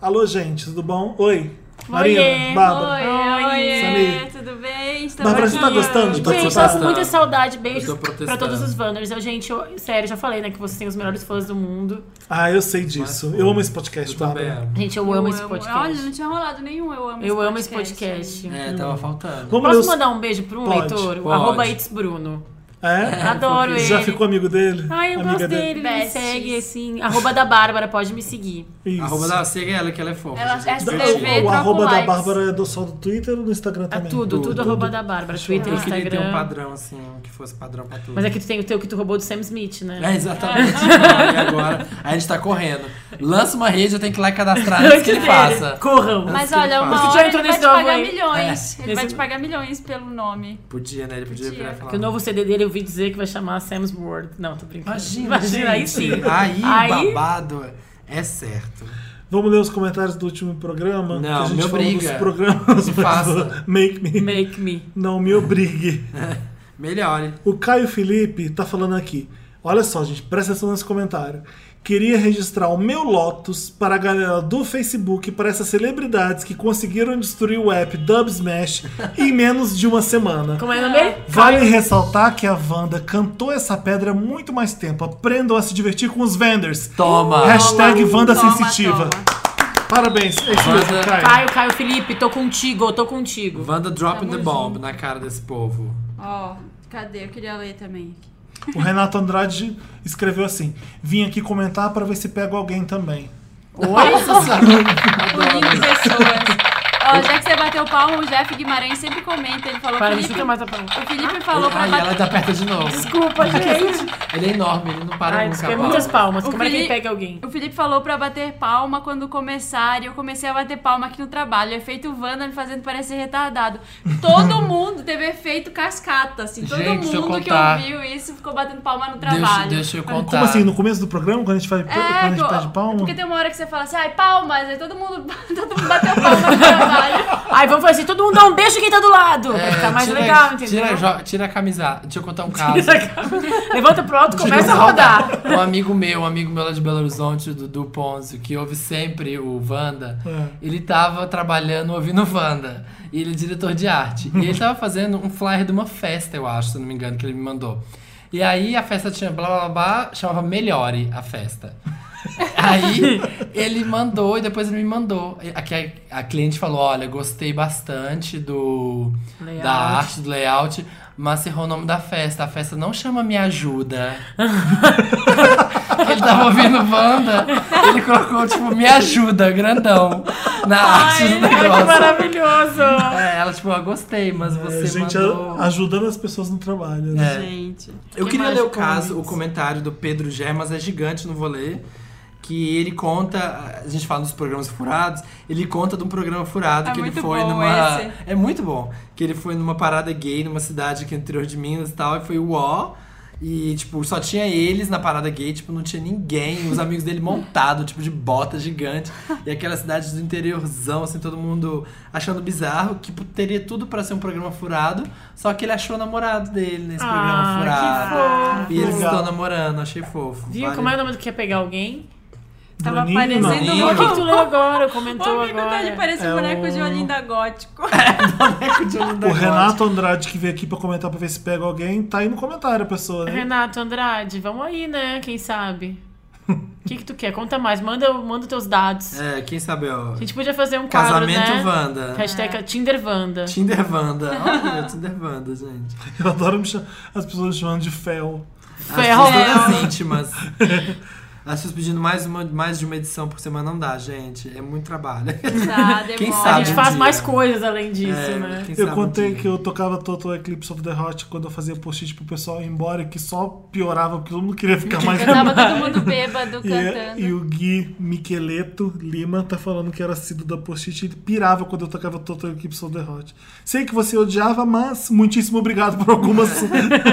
Speaker 1: Alô, gente, tudo bom? Oi. Marina, Baba.
Speaker 3: né? Oi, oi,
Speaker 1: Samir.
Speaker 3: tudo bem? Estamos
Speaker 1: Bárbara, você tá
Speaker 3: aqui.
Speaker 1: gostando de
Speaker 2: Gente,
Speaker 1: participar?
Speaker 2: tô com muita saudade.
Speaker 4: Eu
Speaker 2: Beijos
Speaker 4: tô
Speaker 2: pra
Speaker 4: protestando.
Speaker 2: todos os Wanders. Eu, gente, eu- sério, já falei, né? Que vocês têm os melhores fãs do mundo.
Speaker 1: Ah, eu sei disso. Eu amo esse podcast,
Speaker 4: Eu também
Speaker 1: Bárbara.
Speaker 4: amo.
Speaker 2: Gente, eu, amo esse podcast.
Speaker 3: Olha, não tinha rolado nenhum. Eu amo
Speaker 2: eu
Speaker 3: esse
Speaker 2: amo esse podcast. né?
Speaker 4: É, tava faltando.
Speaker 1: Vamos ler
Speaker 2: Posso
Speaker 1: os...
Speaker 2: mandar um beijo pro um
Speaker 1: Pode,
Speaker 2: leitor?
Speaker 4: pode.
Speaker 2: Arroba It's Bruno.
Speaker 1: É?
Speaker 2: Adoro ele.
Speaker 1: Já ficou amigo dele?
Speaker 2: Ai, eu
Speaker 1: Amiga
Speaker 2: gosto dele, ele me
Speaker 3: Besties.
Speaker 2: segue assim. Arroba da Bárbara, pode me seguir.
Speaker 1: Isso.
Speaker 4: Arroba da siga ela, que ela é fofa.
Speaker 3: Ela-
Speaker 4: gente.
Speaker 3: essa-
Speaker 1: Da-
Speaker 3: TV,
Speaker 1: o- o
Speaker 3: troca
Speaker 1: arroba da
Speaker 3: likes.
Speaker 1: Bárbara é do só do Twitter ou do Instagram
Speaker 2: É
Speaker 1: também?
Speaker 2: tudo, tudo arroba da Bárbara. Twitter,
Speaker 4: Eu queria ter um
Speaker 2: Instagram.
Speaker 4: padrão, assim, que fosse padrão pra tudo.
Speaker 2: Mas é que tu tem o teu que tu roubou do Sam Smith, né?
Speaker 4: É, exatamente. E agora a gente tá correndo. Lança uma rede, eu tenho que ir lá cadastrar antes que ele faça.
Speaker 2: Corram.
Speaker 3: Mas
Speaker 4: Antes que
Speaker 3: olha,
Speaker 4: ele
Speaker 3: uma
Speaker 4: faça.
Speaker 2: Você já
Speaker 3: hora
Speaker 2: entrou
Speaker 3: ele vai
Speaker 2: nesse
Speaker 3: te
Speaker 2: novo
Speaker 3: pagar
Speaker 2: aí?
Speaker 3: milhões. Ele vai
Speaker 2: Esse-
Speaker 3: te pagar milhões pelo nome.
Speaker 4: Podia, né? Ele podia,
Speaker 3: Podia.
Speaker 4: virar e falar.
Speaker 2: Que o novo CD dele eu ouvi dizer que vai chamar Sam's World. Não, tô brincando.
Speaker 4: Imagina,
Speaker 2: aí sim.
Speaker 4: gente. Aí,
Speaker 2: Aí-
Speaker 4: o babado é certo.
Speaker 1: Vamos ler os comentários do último programa?
Speaker 4: Não,
Speaker 1: que a gente
Speaker 4: me
Speaker 1: falou
Speaker 4: obriga.
Speaker 1: Dos programas,
Speaker 4: Faça.
Speaker 1: Make me.
Speaker 2: Make me.
Speaker 1: Não me obrigue.
Speaker 4: Melhore.
Speaker 1: O Caio Felipe tá falando aqui. Olha só, gente, presta atenção nesse comentário. Queria registrar o meu Lotus para a galera do Facebook, para essas celebridades que conseguiram destruir o app Dub Smash em menos de uma semana.
Speaker 2: Como é o nome?
Speaker 1: Vale ressaltar que a Wanda cantou essa pedra há muito mais tempo. Aprendam a se divertir com os vendors.
Speaker 4: Toma.
Speaker 1: Hashtag
Speaker 3: Toma,
Speaker 1: Wanda
Speaker 3: toma,
Speaker 1: Sensitiva.
Speaker 3: toma.
Speaker 1: Parabéns. É isso
Speaker 4: Wanda.
Speaker 1: mesmo, Caio.
Speaker 2: Caio, Caio Felipe, tô contigo, tô contigo.
Speaker 4: Wanda dropping
Speaker 3: Tamo
Speaker 4: the bomb na cara desse povo.
Speaker 3: Ó, cadê? Eu queria ler também.
Speaker 1: O Renato Andrade escreveu assim: vim aqui comentar para ver se pego alguém também.
Speaker 4: Nossa senhora.
Speaker 3: Unindo pessoas. Ó, já que você bateu palma, o Jeff Guimarães sempre comenta. Ele falou
Speaker 2: Para,
Speaker 3: Felipe,
Speaker 2: gente nunca mais tá falando.
Speaker 3: O Felipe falou pra
Speaker 4: Ai,
Speaker 3: bater.
Speaker 4: ela tá perto de novo.
Speaker 2: Desculpa, gente.
Speaker 4: Ele é enorme, ele não para
Speaker 2: Ai,
Speaker 4: nunca.
Speaker 2: desculpa, é
Speaker 4: Paulo.
Speaker 2: muitas palmas.
Speaker 3: O
Speaker 2: Como é que ele
Speaker 3: Felipe-
Speaker 2: pega alguém?
Speaker 3: O Felipe falou pra bater palma quando começar e eu comecei a bater palma aqui no trabalho. É Efeito Wanda me fazendo parecer retardado. Todo mundo teve efeito cascata, assim. Todo
Speaker 4: Gente, deixa eu
Speaker 3: mundo que
Speaker 4: contar.
Speaker 3: ouviu isso ficou batendo palma no
Speaker 4: Deixa,
Speaker 3: trabalho.
Speaker 4: deixa eu contar.
Speaker 1: Como assim? No começo do programa, quando a gente, faz, quando a gente
Speaker 3: co-
Speaker 1: pede palma?
Speaker 3: É, porque tem uma hora que você fala assim, ai, palmas, aí todo mundo, todo mundo bateu palma no trabalho.
Speaker 2: Ai, vamos fazer assim, todo mundo dá um beijo quem tá do lado. Vai ficar mais
Speaker 4: É, tira,
Speaker 2: legal, entendeu?
Speaker 4: Tira, jo- tira a camisa. Deixa eu contar um caso.
Speaker 2: Levanta pro alto,
Speaker 4: Deixa eu
Speaker 2: começa a
Speaker 4: contar.
Speaker 2: rodar.
Speaker 4: Um amigo meu, um amigo meu lá de Belo Horizonte, o Dudu Ponzio, que ouve sempre o Wanda,
Speaker 1: É.
Speaker 4: ele tava trabalhando ouvindo o Wanda. E ele é diretor de arte. E ele tava fazendo um flyer de uma festa, eu acho, se não me engano, que ele me mandou. E aí a festa tinha blá blá blá, chamava Melhore a festa. Aí ele mandou e depois ele me mandou. A, a, a cliente falou: olha, gostei bastante do
Speaker 2: Layout.
Speaker 4: da arte, do layout, mas errou o nome da festa. A festa não chama Me Ajuda. ele tava ouvindo Wanda, ele colocou, tipo, Me Ajuda, grandão, na arte
Speaker 2: Ai,
Speaker 4: do
Speaker 2: que
Speaker 4: negócio.
Speaker 2: maravilhoso.
Speaker 4: É, ela, tipo, eu gostei, mas você
Speaker 1: É, a gente a-
Speaker 4: mandou...
Speaker 1: ajudando as pessoas no trabalho. né?
Speaker 4: É.
Speaker 3: Gente.
Speaker 4: Eu
Speaker 2: Que
Speaker 4: queria
Speaker 2: mais
Speaker 4: ler o
Speaker 2: de
Speaker 4: caso, o
Speaker 2: comentários?
Speaker 4: comentário do Pedro Germas, é gigante, não vou ler. Que ele conta, a gente fala dos programas furados, ele conta de um programa furado
Speaker 3: É
Speaker 4: que ele
Speaker 3: muito
Speaker 4: foi
Speaker 3: bom
Speaker 4: numa.
Speaker 3: esse.
Speaker 4: É muito bom. Que ele foi numa parada gay numa cidade aqui no interior de Minas e tal, e foi o ó. E, tipo, só tinha eles na parada gay, tipo, não tinha ninguém. Os amigos dele montado, tipo, de bota gigante. E aquela cidade do interiorzão, assim, todo mundo achando bizarro. Que tipo, teria tudo pra ser um programa furado. Só que ele achou o namorado dele nesse
Speaker 2: Ah,
Speaker 4: programa
Speaker 2: que
Speaker 4: furado.
Speaker 2: fofo.
Speaker 4: E eles
Speaker 1: Ah, Legal.
Speaker 4: estão namorando, achei fofo.
Speaker 2: Viu
Speaker 4: Vale.
Speaker 2: como é o nome do que quer pegar alguém?
Speaker 3: Tava
Speaker 1: Bruninho,
Speaker 3: parecendo
Speaker 4: Bruninho.
Speaker 2: O que, que tu
Speaker 3: um...
Speaker 2: leu agora?
Speaker 3: O
Speaker 2: Comentou
Speaker 3: amigo dele
Speaker 2: agora.
Speaker 3: parece
Speaker 1: É
Speaker 3: um boneco de
Speaker 1: o-
Speaker 3: Olinda Gótico.
Speaker 1: É
Speaker 4: Boneco de Olinda
Speaker 1: O
Speaker 4: Gótica.
Speaker 1: Renato Andrade, que veio aqui pra comentar pra ver se pega alguém, tá aí no comentário a pessoa, né?
Speaker 2: Renato Andrade, vamos aí, né? Quem sabe? O que, que tu quer? Conta mais, manda, manda teus dados.
Speaker 4: É, quem sabe, ó.
Speaker 2: A gente podia fazer um quadro,
Speaker 4: Casamento
Speaker 2: né?
Speaker 4: Wanda.
Speaker 2: Hashtag Tinder Wanda.
Speaker 4: Tinder Wanda. Olha, Tinder Wanda, gente.
Speaker 1: Eu adoro me cham- as pessoas me chamando de fel.
Speaker 2: Ferro.
Speaker 4: As pessoas todas íntimas. As pessoas pedindo mais, uma, mais de uma edição por semana não dá, gente. É muito trabalho. Quem
Speaker 3: Tá, demora.
Speaker 2: A
Speaker 4: sabe?
Speaker 2: gente
Speaker 4: um
Speaker 2: faz
Speaker 4: dia.
Speaker 2: mais coisas além disso,
Speaker 4: É,
Speaker 2: né?
Speaker 4: quem
Speaker 1: Eu
Speaker 4: sabe um
Speaker 1: contei
Speaker 4: dia.
Speaker 1: que eu tocava Total Eclipse of the Hot quando eu fazia post-it pro pessoal ir embora, que só piorava, porque todo mundo queria ficar mais
Speaker 3: Eu tava todo mundo bêbado
Speaker 1: E, é,
Speaker 3: cantando.
Speaker 1: e o Gui Miqueleto Lima tá falando que era sido da Post-it ele pirava quando eu tocava Total Eclipse of the Hot. Sei que você odiava, mas muitíssimo obrigado por algumas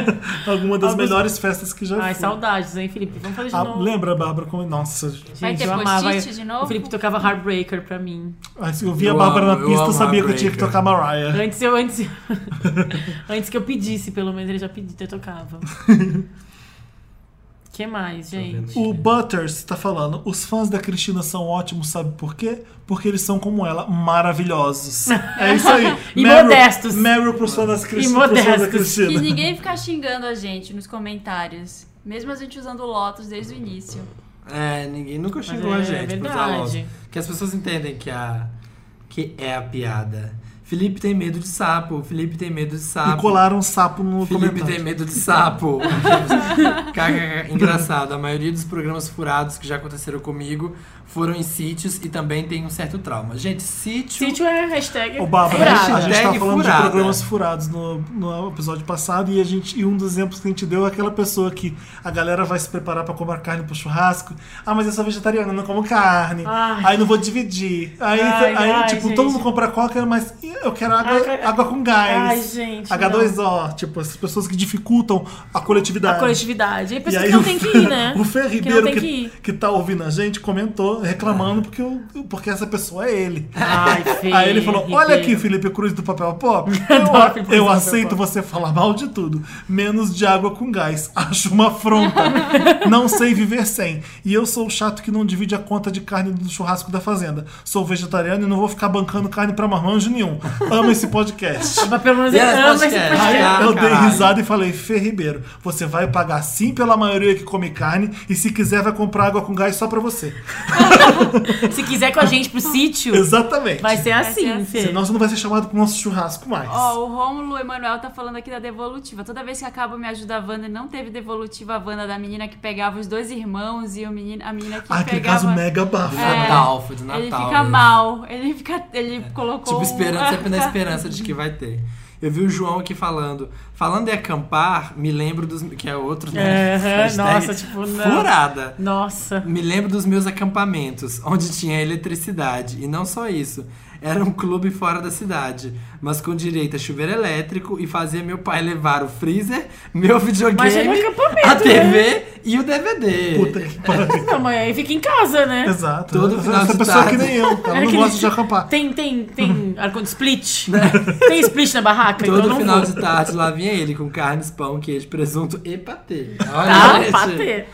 Speaker 1: alguma das melhores festas que já
Speaker 2: Ai,
Speaker 1: fui.
Speaker 2: saudades, hein, Felipe? Vamos fazer de
Speaker 1: Ah,
Speaker 2: novo.
Speaker 1: lembra, Bárbara, como... é? Nossa,
Speaker 3: Vai
Speaker 2: Gente,
Speaker 3: ter
Speaker 2: eu amava.
Speaker 3: post-it de novo?
Speaker 2: O Felipe tocava Heartbreaker pra mim.
Speaker 1: assim, eu via a
Speaker 4: Eu
Speaker 1: Bárbara
Speaker 4: amo,
Speaker 1: na
Speaker 4: eu
Speaker 1: pista, eu
Speaker 4: amo
Speaker 1: sabia que eu tinha que
Speaker 4: Heartbreaker.
Speaker 1: tocar Mariah.
Speaker 2: Antes eu antes antes que eu pedisse, pelo menos ele já pediu, eu tocava. que mais, gente?
Speaker 1: O Butters tá falando, os fãs da Cristina são ótimos, sabe por quê? Porque eles são como ela, maravilhosos. É isso aí.
Speaker 2: E
Speaker 1: Meryl-
Speaker 2: modestos.
Speaker 1: Meryl pros fãs, das Cristi-
Speaker 2: E
Speaker 1: pros fãs da
Speaker 2: modestos.
Speaker 3: E
Speaker 1: Cristina.
Speaker 3: ninguém fica xingando a gente nos comentários. Mesmo a gente usando o Lotus desde o início.
Speaker 4: É, ninguém nunca xingou
Speaker 2: é
Speaker 4: a gente por usar
Speaker 2: verdade.
Speaker 4: Lotus. Que as pessoas entendem que, a, que é a piada. Felipe tem medo de sapo, Felipe tem medo de
Speaker 1: E
Speaker 4: sapo.
Speaker 1: colaram um sapo no
Speaker 4: Felipe tem
Speaker 1: comentário.
Speaker 4: medo de sapo. KKK. Engraçado, a maioria dos programas furados que já aconteceram comigo foram em sítios e também tem um certo trauma. Gente, sítio.
Speaker 2: Sítio é hashtag.
Speaker 1: Ô, Bárbara,
Speaker 2: furada.
Speaker 1: a gente
Speaker 4: Hashtag
Speaker 1: tava falando
Speaker 4: furada.
Speaker 1: de programas furados no, no episódio passado e, a gente, e um dos exemplos que a gente deu é aquela pessoa que a galera vai se preparar pra comer carne pro churrasco. Ah, mas eu sou vegetariana, não como carne.
Speaker 2: Ai.
Speaker 1: Aí não vou dividir. Aí,
Speaker 2: Ai,
Speaker 1: aí
Speaker 2: ai,
Speaker 1: tipo,
Speaker 2: gente.
Speaker 1: todo mundo compra coca, mas eu quero água,
Speaker 2: Ai, cara.
Speaker 1: água com gás.
Speaker 2: Ai, gente,
Speaker 1: H2O, tipo, essas pessoas que dificultam a coletividade.
Speaker 2: A coletividade. E
Speaker 1: E
Speaker 2: pessoas
Speaker 1: aí
Speaker 2: que não
Speaker 1: o
Speaker 2: tem que
Speaker 1: Fer-
Speaker 2: ir, né?
Speaker 1: O Fer
Speaker 2: que
Speaker 1: Ribeiro,
Speaker 2: não tem
Speaker 1: que,
Speaker 2: que ir.
Speaker 1: que tá ouvindo a gente, comentou, reclamando porque, o- porque essa pessoa é ele.
Speaker 2: Ai, Fer
Speaker 1: Aí ele falou: Olha aqui,
Speaker 2: Ribeiro.
Speaker 1: Felipe Cruz do Papel Pop.
Speaker 2: Adoro Felipe
Speaker 1: Eu,
Speaker 2: Cruz
Speaker 1: eu
Speaker 2: do Papel
Speaker 1: aceito
Speaker 2: Pop."
Speaker 1: você falar mal de tudo, menos de água com gás. Acho uma afronta. não sei viver sem. E eu sou o chato que não divide a conta de carne do churrasco da fazenda. Sou vegetariano e não vou ficar bancando carne pra marmanjo nenhum. Amo esse podcast.
Speaker 2: Mas pelo menos
Speaker 4: E
Speaker 2: ele
Speaker 4: as
Speaker 2: ama esse
Speaker 4: podcasts?
Speaker 2: podcast.
Speaker 1: Aí
Speaker 4: Ah,
Speaker 1: eu dei
Speaker 4: caralho.
Speaker 1: risada e falei, Fê Ribeiro, você vai pagar sim pela maioria que come carne e se quiser vai comprar água com gás só pra você.
Speaker 2: Se quiser com a gente pro sítio,
Speaker 1: Exatamente.
Speaker 2: vai ser assim,
Speaker 3: assim.
Speaker 2: Fê.
Speaker 1: Senão você não vai ser chamado pro nosso churrasco mais.
Speaker 3: Ó, o Rômulo Emanuel tá falando aqui da devolutiva. Toda vez que acaba o Me Ajuda a Wanda, não teve devolutiva a Wanda da menina que pegava os dois irmãos e o menino, a menina que
Speaker 1: Ah, aquele
Speaker 3: pegava...
Speaker 1: caso mega bafo.
Speaker 4: É. Natal, foi de Natal.
Speaker 3: Ele
Speaker 4: né?
Speaker 3: fica mal. Ele fica... Ele
Speaker 4: Tipo,
Speaker 3: colocou... um-
Speaker 4: esperando, sempre na esperança de que vai ter. Eu vi o João aqui falando. Falando em acampar, me lembro dos. Que é outro, né?
Speaker 2: Aham,
Speaker 4: Hashtag
Speaker 2: nossa, tipo, não.
Speaker 4: Furada.
Speaker 2: Nossa.
Speaker 4: Me lembro dos meus acampamentos, onde tinha eletricidade. E não só isso. Era um clube fora da cidade, mas com direito a chuveiro elétrico e fazia meu pai levar o freezer, meu
Speaker 2: Mas é
Speaker 4: videogame,
Speaker 2: no acampamento,
Speaker 4: a TV e o DVD.
Speaker 1: Puta que pariu.
Speaker 2: Não, mas aí fica em casa, né?
Speaker 1: Exato.
Speaker 4: Todo
Speaker 1: essa
Speaker 4: final
Speaker 1: essa
Speaker 4: de
Speaker 1: pessoa
Speaker 4: tarde.
Speaker 1: que nem eu, ela
Speaker 2: Era
Speaker 1: não
Speaker 2: aquele
Speaker 1: gosta de
Speaker 2: tipo-
Speaker 1: acampar. Né?
Speaker 2: Tem, tem, tem ar split? Tem split na barraca?
Speaker 4: Todo
Speaker 2: então não
Speaker 4: final
Speaker 2: vou.
Speaker 4: de tarde lá vinha ele com carnes, pão, queijo, presunto e patê.
Speaker 2: Tá,
Speaker 4: gente.
Speaker 2: patê.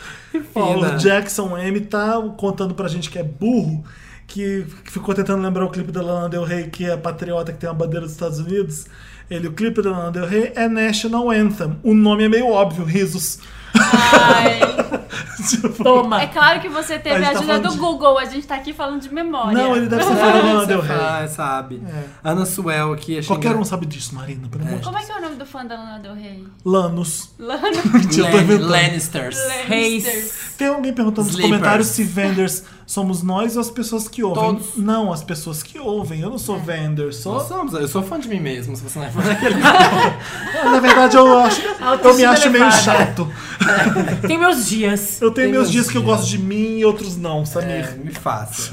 Speaker 1: Ó,
Speaker 4: Fina.
Speaker 1: o Jackson M tá contando pra gente que é burro, que ficou tentando lembrar o clipe da Lana Del Rey, que é patriota, que tem uma bandeira dos Estados Unidos. Ele, o clipe da Lana Del Rey é National Anthem. O nome é meio óbvio, risos.
Speaker 3: Ah, Ai.
Speaker 1: Tipo,
Speaker 2: Toma.
Speaker 3: É claro que você
Speaker 1: A
Speaker 3: teve
Speaker 1: gente
Speaker 3: a
Speaker 1: tá
Speaker 3: ajuda
Speaker 1: falando
Speaker 3: do
Speaker 1: de-
Speaker 3: Google. A gente tá aqui falando de memória.
Speaker 1: não, ele deve ser fã da Lana
Speaker 4: Ah, Você
Speaker 1: Del Rey.
Speaker 4: fala, sabe? Ana Suel aqui. achei
Speaker 1: É. Qualquer um
Speaker 4: engra-
Speaker 1: sabe disso, Marina, pelo amor de
Speaker 3: Como é que é o nome do fã da Lana Del Rey?
Speaker 1: Lanos.
Speaker 3: Lana...
Speaker 1: Eu um tô
Speaker 4: Lan-
Speaker 1: inventando.
Speaker 4: Lannisters.
Speaker 3: é
Speaker 2: Reis.
Speaker 1: Tem alguém perguntando
Speaker 4: Sleepers.
Speaker 1: nos comentários se venders somos nós ou as pessoas que ouvem.
Speaker 4: Todos. É.
Speaker 1: Não, as pessoas que ouvem. Eu não sou vender, sou.
Speaker 4: Nós somos, eu sou fã de mim mesmo, se você não é fã daquele.
Speaker 1: Ah, Na verdade, eu acho. Eu me
Speaker 2: Autoestima
Speaker 1: acho meio
Speaker 2: elevada.
Speaker 1: chato.
Speaker 2: Tem meus dias.
Speaker 1: Eu tenho
Speaker 4: Tem
Speaker 1: meus
Speaker 4: meus
Speaker 1: dias que eu
Speaker 4: dias.
Speaker 1: gosto de mim e outros não,
Speaker 4: É,
Speaker 1: Samir.
Speaker 4: me faça.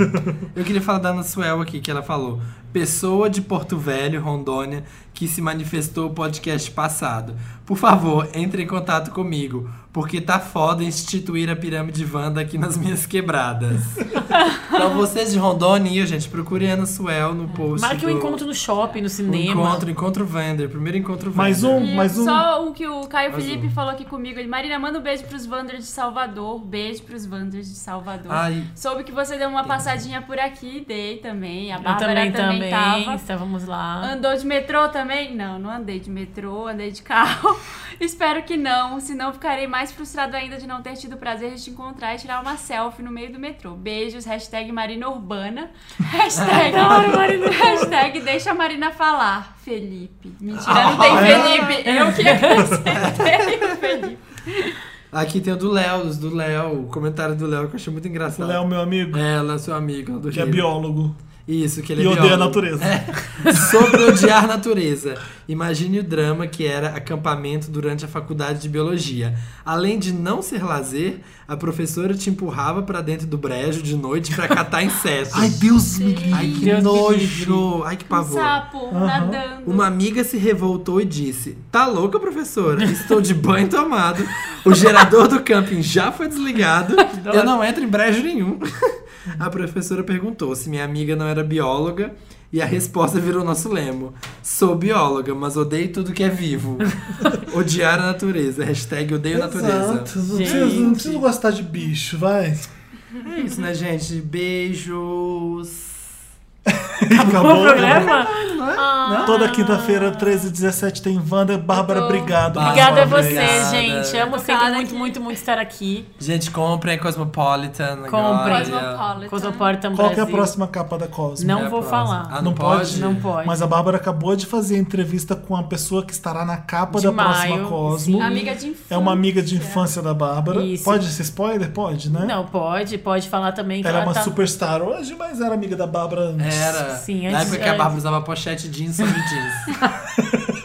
Speaker 4: Eu queria falar da Ana Suel aqui, que ela falou. Pessoa de Porto Velho, Rondônia, que se manifestou no podcast passado. Por favor, entre em contato comigo, porque tá foda instituir a pirâmide Wanda aqui nas minhas quebradas. então vocês de Rondônia, gente, procurem a Ana Suel no post.
Speaker 2: Marque um
Speaker 4: do-
Speaker 2: encontro no shopping, no
Speaker 4: Um
Speaker 2: cinema.
Speaker 4: encontro, encontro Vander, primeiro encontro Vander.
Speaker 1: Mais um,
Speaker 3: E
Speaker 1: mais um.
Speaker 3: Só o que o Caio Felipe falou aqui comigo. Ele, Marina, manda um beijo pros Wanders de Salvador. Beijo pros Wanders de Salvador.
Speaker 4: Ai.
Speaker 3: Soube que você deu uma passadinha por aqui, dei também. A
Speaker 2: Eu
Speaker 3: Bárbara
Speaker 2: também,
Speaker 3: também,
Speaker 2: também.
Speaker 3: tava.
Speaker 2: Estávamos lá.
Speaker 3: Andou de metrô também? Não, não andei de metrô, andei de carro. Espero que não, senão ficarei mais frustrado ainda de não ter tido o prazer de te encontrar e tirar uma selfie no meio do metrô. Beijos, hashtag Marina Urbana. Hashtag, hashtag deixa a Marina falar. Felipe. Mentira, não tem Felipe. Eu que acrescentei o Felipe.
Speaker 4: Aqui tem o do Léo, os do Léo, o comentário do Léo que eu achei muito engraçado.
Speaker 1: Léo, meu amigo,
Speaker 4: tá. É, Léo, seu amigo, lá do
Speaker 1: que é
Speaker 4: Rio.
Speaker 1: biólogo.
Speaker 4: Isso, que ele
Speaker 1: E
Speaker 4: é
Speaker 1: odeia
Speaker 4: biólogo.
Speaker 1: a natureza.
Speaker 4: É. Sobre odiar a natureza. Imagine o drama que era acampamento durante a faculdade de biologia. Além de não ser lazer, a professora te empurrava pra dentro do brejo de noite pra catar insetos.
Speaker 1: Ai, Deus me
Speaker 4: Ai,
Speaker 1: livre.
Speaker 4: que
Speaker 2: Deus me
Speaker 4: nojo! Ai, que
Speaker 3: Um
Speaker 4: pavor.
Speaker 3: sapo nadando.
Speaker 4: Uma amiga se revoltou e disse: Tá louca, professora? Estou de banho tomado. O gerador do camping já foi desligado. Eu não entro em brejo nenhum. A professora perguntou se minha amiga não era bióloga E a resposta virou nosso lema. Sou bióloga, mas odeio tudo que é vivo. Odiar a natureza. Hashtag odeio a É natureza.
Speaker 1: Exato. Não preciso, não preciso gostar de bicho, vai.
Speaker 4: É isso, né, gente? Beijos.
Speaker 1: Acabou né?
Speaker 2: O programa?
Speaker 1: Toda quinta-feira, 13 e 17, tem Wanda. Bárbara,
Speaker 3: Tô.
Speaker 1: obrigado.
Speaker 2: Obrigada
Speaker 1: mais
Speaker 2: a
Speaker 1: uma
Speaker 2: você,
Speaker 1: vez.
Speaker 4: Obrigada.
Speaker 2: gente. Amo sempre
Speaker 3: Obrigada,
Speaker 2: muito,
Speaker 3: gente.
Speaker 2: muito, muito estar aqui.
Speaker 4: Gente, comprem Cosmopolitan.
Speaker 2: Comprem.
Speaker 4: Agora.
Speaker 3: Cosmopolitan.
Speaker 2: Cosmopolitan
Speaker 1: Qual que é a
Speaker 2: Brasil.
Speaker 1: próxima capa da Cosmo?
Speaker 2: Não
Speaker 4: É a
Speaker 2: vou
Speaker 4: próxima.
Speaker 2: falar.
Speaker 4: Ah,
Speaker 1: Não
Speaker 4: não
Speaker 1: pode?
Speaker 4: pode?
Speaker 2: Não pode.
Speaker 1: Mas a Bárbara acabou de fazer entrevista com a pessoa que estará na capa
Speaker 2: De
Speaker 1: da próxima
Speaker 2: maio,
Speaker 1: Cosmo.
Speaker 2: sim.
Speaker 3: Amiga de infância.
Speaker 1: É uma amiga de infância da Bárbara.
Speaker 2: Isso.
Speaker 1: Pode ser spoiler? Pode, né?
Speaker 2: Não, pode. Pode falar também que
Speaker 1: Ela é
Speaker 2: ela
Speaker 1: uma
Speaker 2: tá...
Speaker 1: superstar hoje, mas era amiga da Bárbara antes.
Speaker 4: Era.
Speaker 2: Sim,
Speaker 4: Na
Speaker 2: antes-
Speaker 4: época que a
Speaker 2: antes.
Speaker 4: Bárbara usava pochete jeans sobre jeans.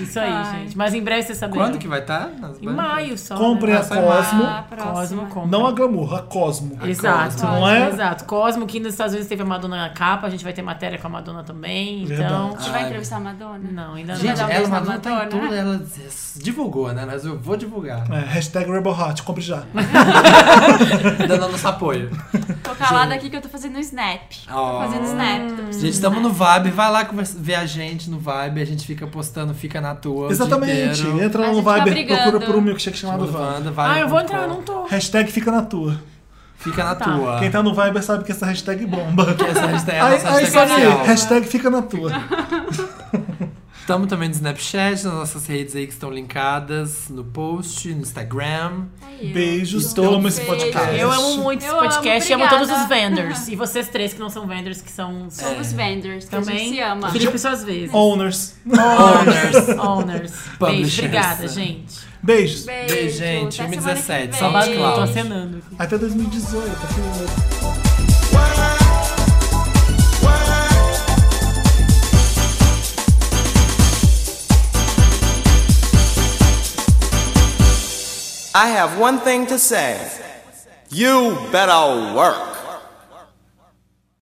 Speaker 2: Isso aí,
Speaker 3: Ai.
Speaker 2: gente. Mas em breve você saberá.
Speaker 4: Quando que vai estar? Nas
Speaker 2: Em
Speaker 4: bancas?
Speaker 2: maio só.
Speaker 1: Comprem
Speaker 2: né?
Speaker 1: a Cosmo.
Speaker 3: Ah, próxima.
Speaker 2: Cosmo, compra.
Speaker 1: Não a Glamour, a Cosmo.
Speaker 2: Exato,
Speaker 1: Cosmo, não é?
Speaker 2: exato. Cosmo, que nos Estados Unidos teve a Madonna na capa, a gente vai ter matéria com a Madonna também. Então.
Speaker 3: Você vai entrevistar a Madonna?
Speaker 2: Não, ainda não.
Speaker 4: Gente,
Speaker 3: Vai dar um
Speaker 4: ela
Speaker 3: beijo na
Speaker 4: Madonna tá em
Speaker 3: Madonna,
Speaker 4: tudo,
Speaker 3: né?
Speaker 4: ela des- divulgou, né? Mas eu vou divulgar.
Speaker 1: É, hashtag Rebel Hot, compre já.
Speaker 4: Dando nosso apoio.
Speaker 3: Tô calada aqui que eu tô fazendo snap. Tô
Speaker 4: Oh.
Speaker 3: fazendo snap. Tô
Speaker 4: Gente, estamos no Vibe, vai lá conversa- ver a gente no Vibe, a gente fica postando, fica na tua. o dia
Speaker 1: Exatamente. né?
Speaker 4: inteiro.
Speaker 1: Entra
Speaker 3: A
Speaker 1: no
Speaker 3: gente tá
Speaker 1: Viber,
Speaker 3: brigando.
Speaker 1: procura por um milkshake chamado
Speaker 4: Chamando
Speaker 1: Vanda.
Speaker 4: Wanda, vai
Speaker 2: Ah,
Speaker 4: lá
Speaker 2: eu vou
Speaker 4: com-
Speaker 2: entrar, eu não tô.
Speaker 1: Hashtag fica na tua.
Speaker 4: Fica na
Speaker 2: Tá.
Speaker 4: tua.
Speaker 1: Quem tá no Viber sabe que essa hashtag bomba.
Speaker 4: Essa hashtag é a
Speaker 1: Aí,
Speaker 4: nossa
Speaker 1: aí só
Speaker 4: hashtag
Speaker 1: aí,
Speaker 4: oficial.
Speaker 1: hashtag fica na tua.
Speaker 4: Estamos também no Snapchat, nas nossas redes aí que estão linkadas, no post, no Instagram.
Speaker 3: aí, ó.
Speaker 1: Beijos,
Speaker 4: Estou
Speaker 1: eu amo esse
Speaker 3: feliz.
Speaker 1: podcast.
Speaker 2: Eu amo muito esse
Speaker 3: Eu amo,
Speaker 2: podcast e amo todos os
Speaker 3: obrigada.
Speaker 2: vendors. E vocês três que não são vendors, que são os-
Speaker 3: Somos
Speaker 4: É.
Speaker 3: vendors, que a
Speaker 2: também.
Speaker 3: gente se ama.
Speaker 2: Felipe suas vezes.
Speaker 1: Owners.
Speaker 2: Owners. Owners. Beijo,
Speaker 4: Publishers.
Speaker 2: obrigada, gente.
Speaker 1: Beijos.
Speaker 3: Beijo,
Speaker 4: Beijo, gente.
Speaker 3: até
Speaker 4: 1.17,
Speaker 3: semana que
Speaker 4: saudade,
Speaker 3: vem.
Speaker 4: Cláudia.
Speaker 2: Tô acenando aqui.
Speaker 1: Até 2018. até
Speaker 9: I have one thing to say. You better work.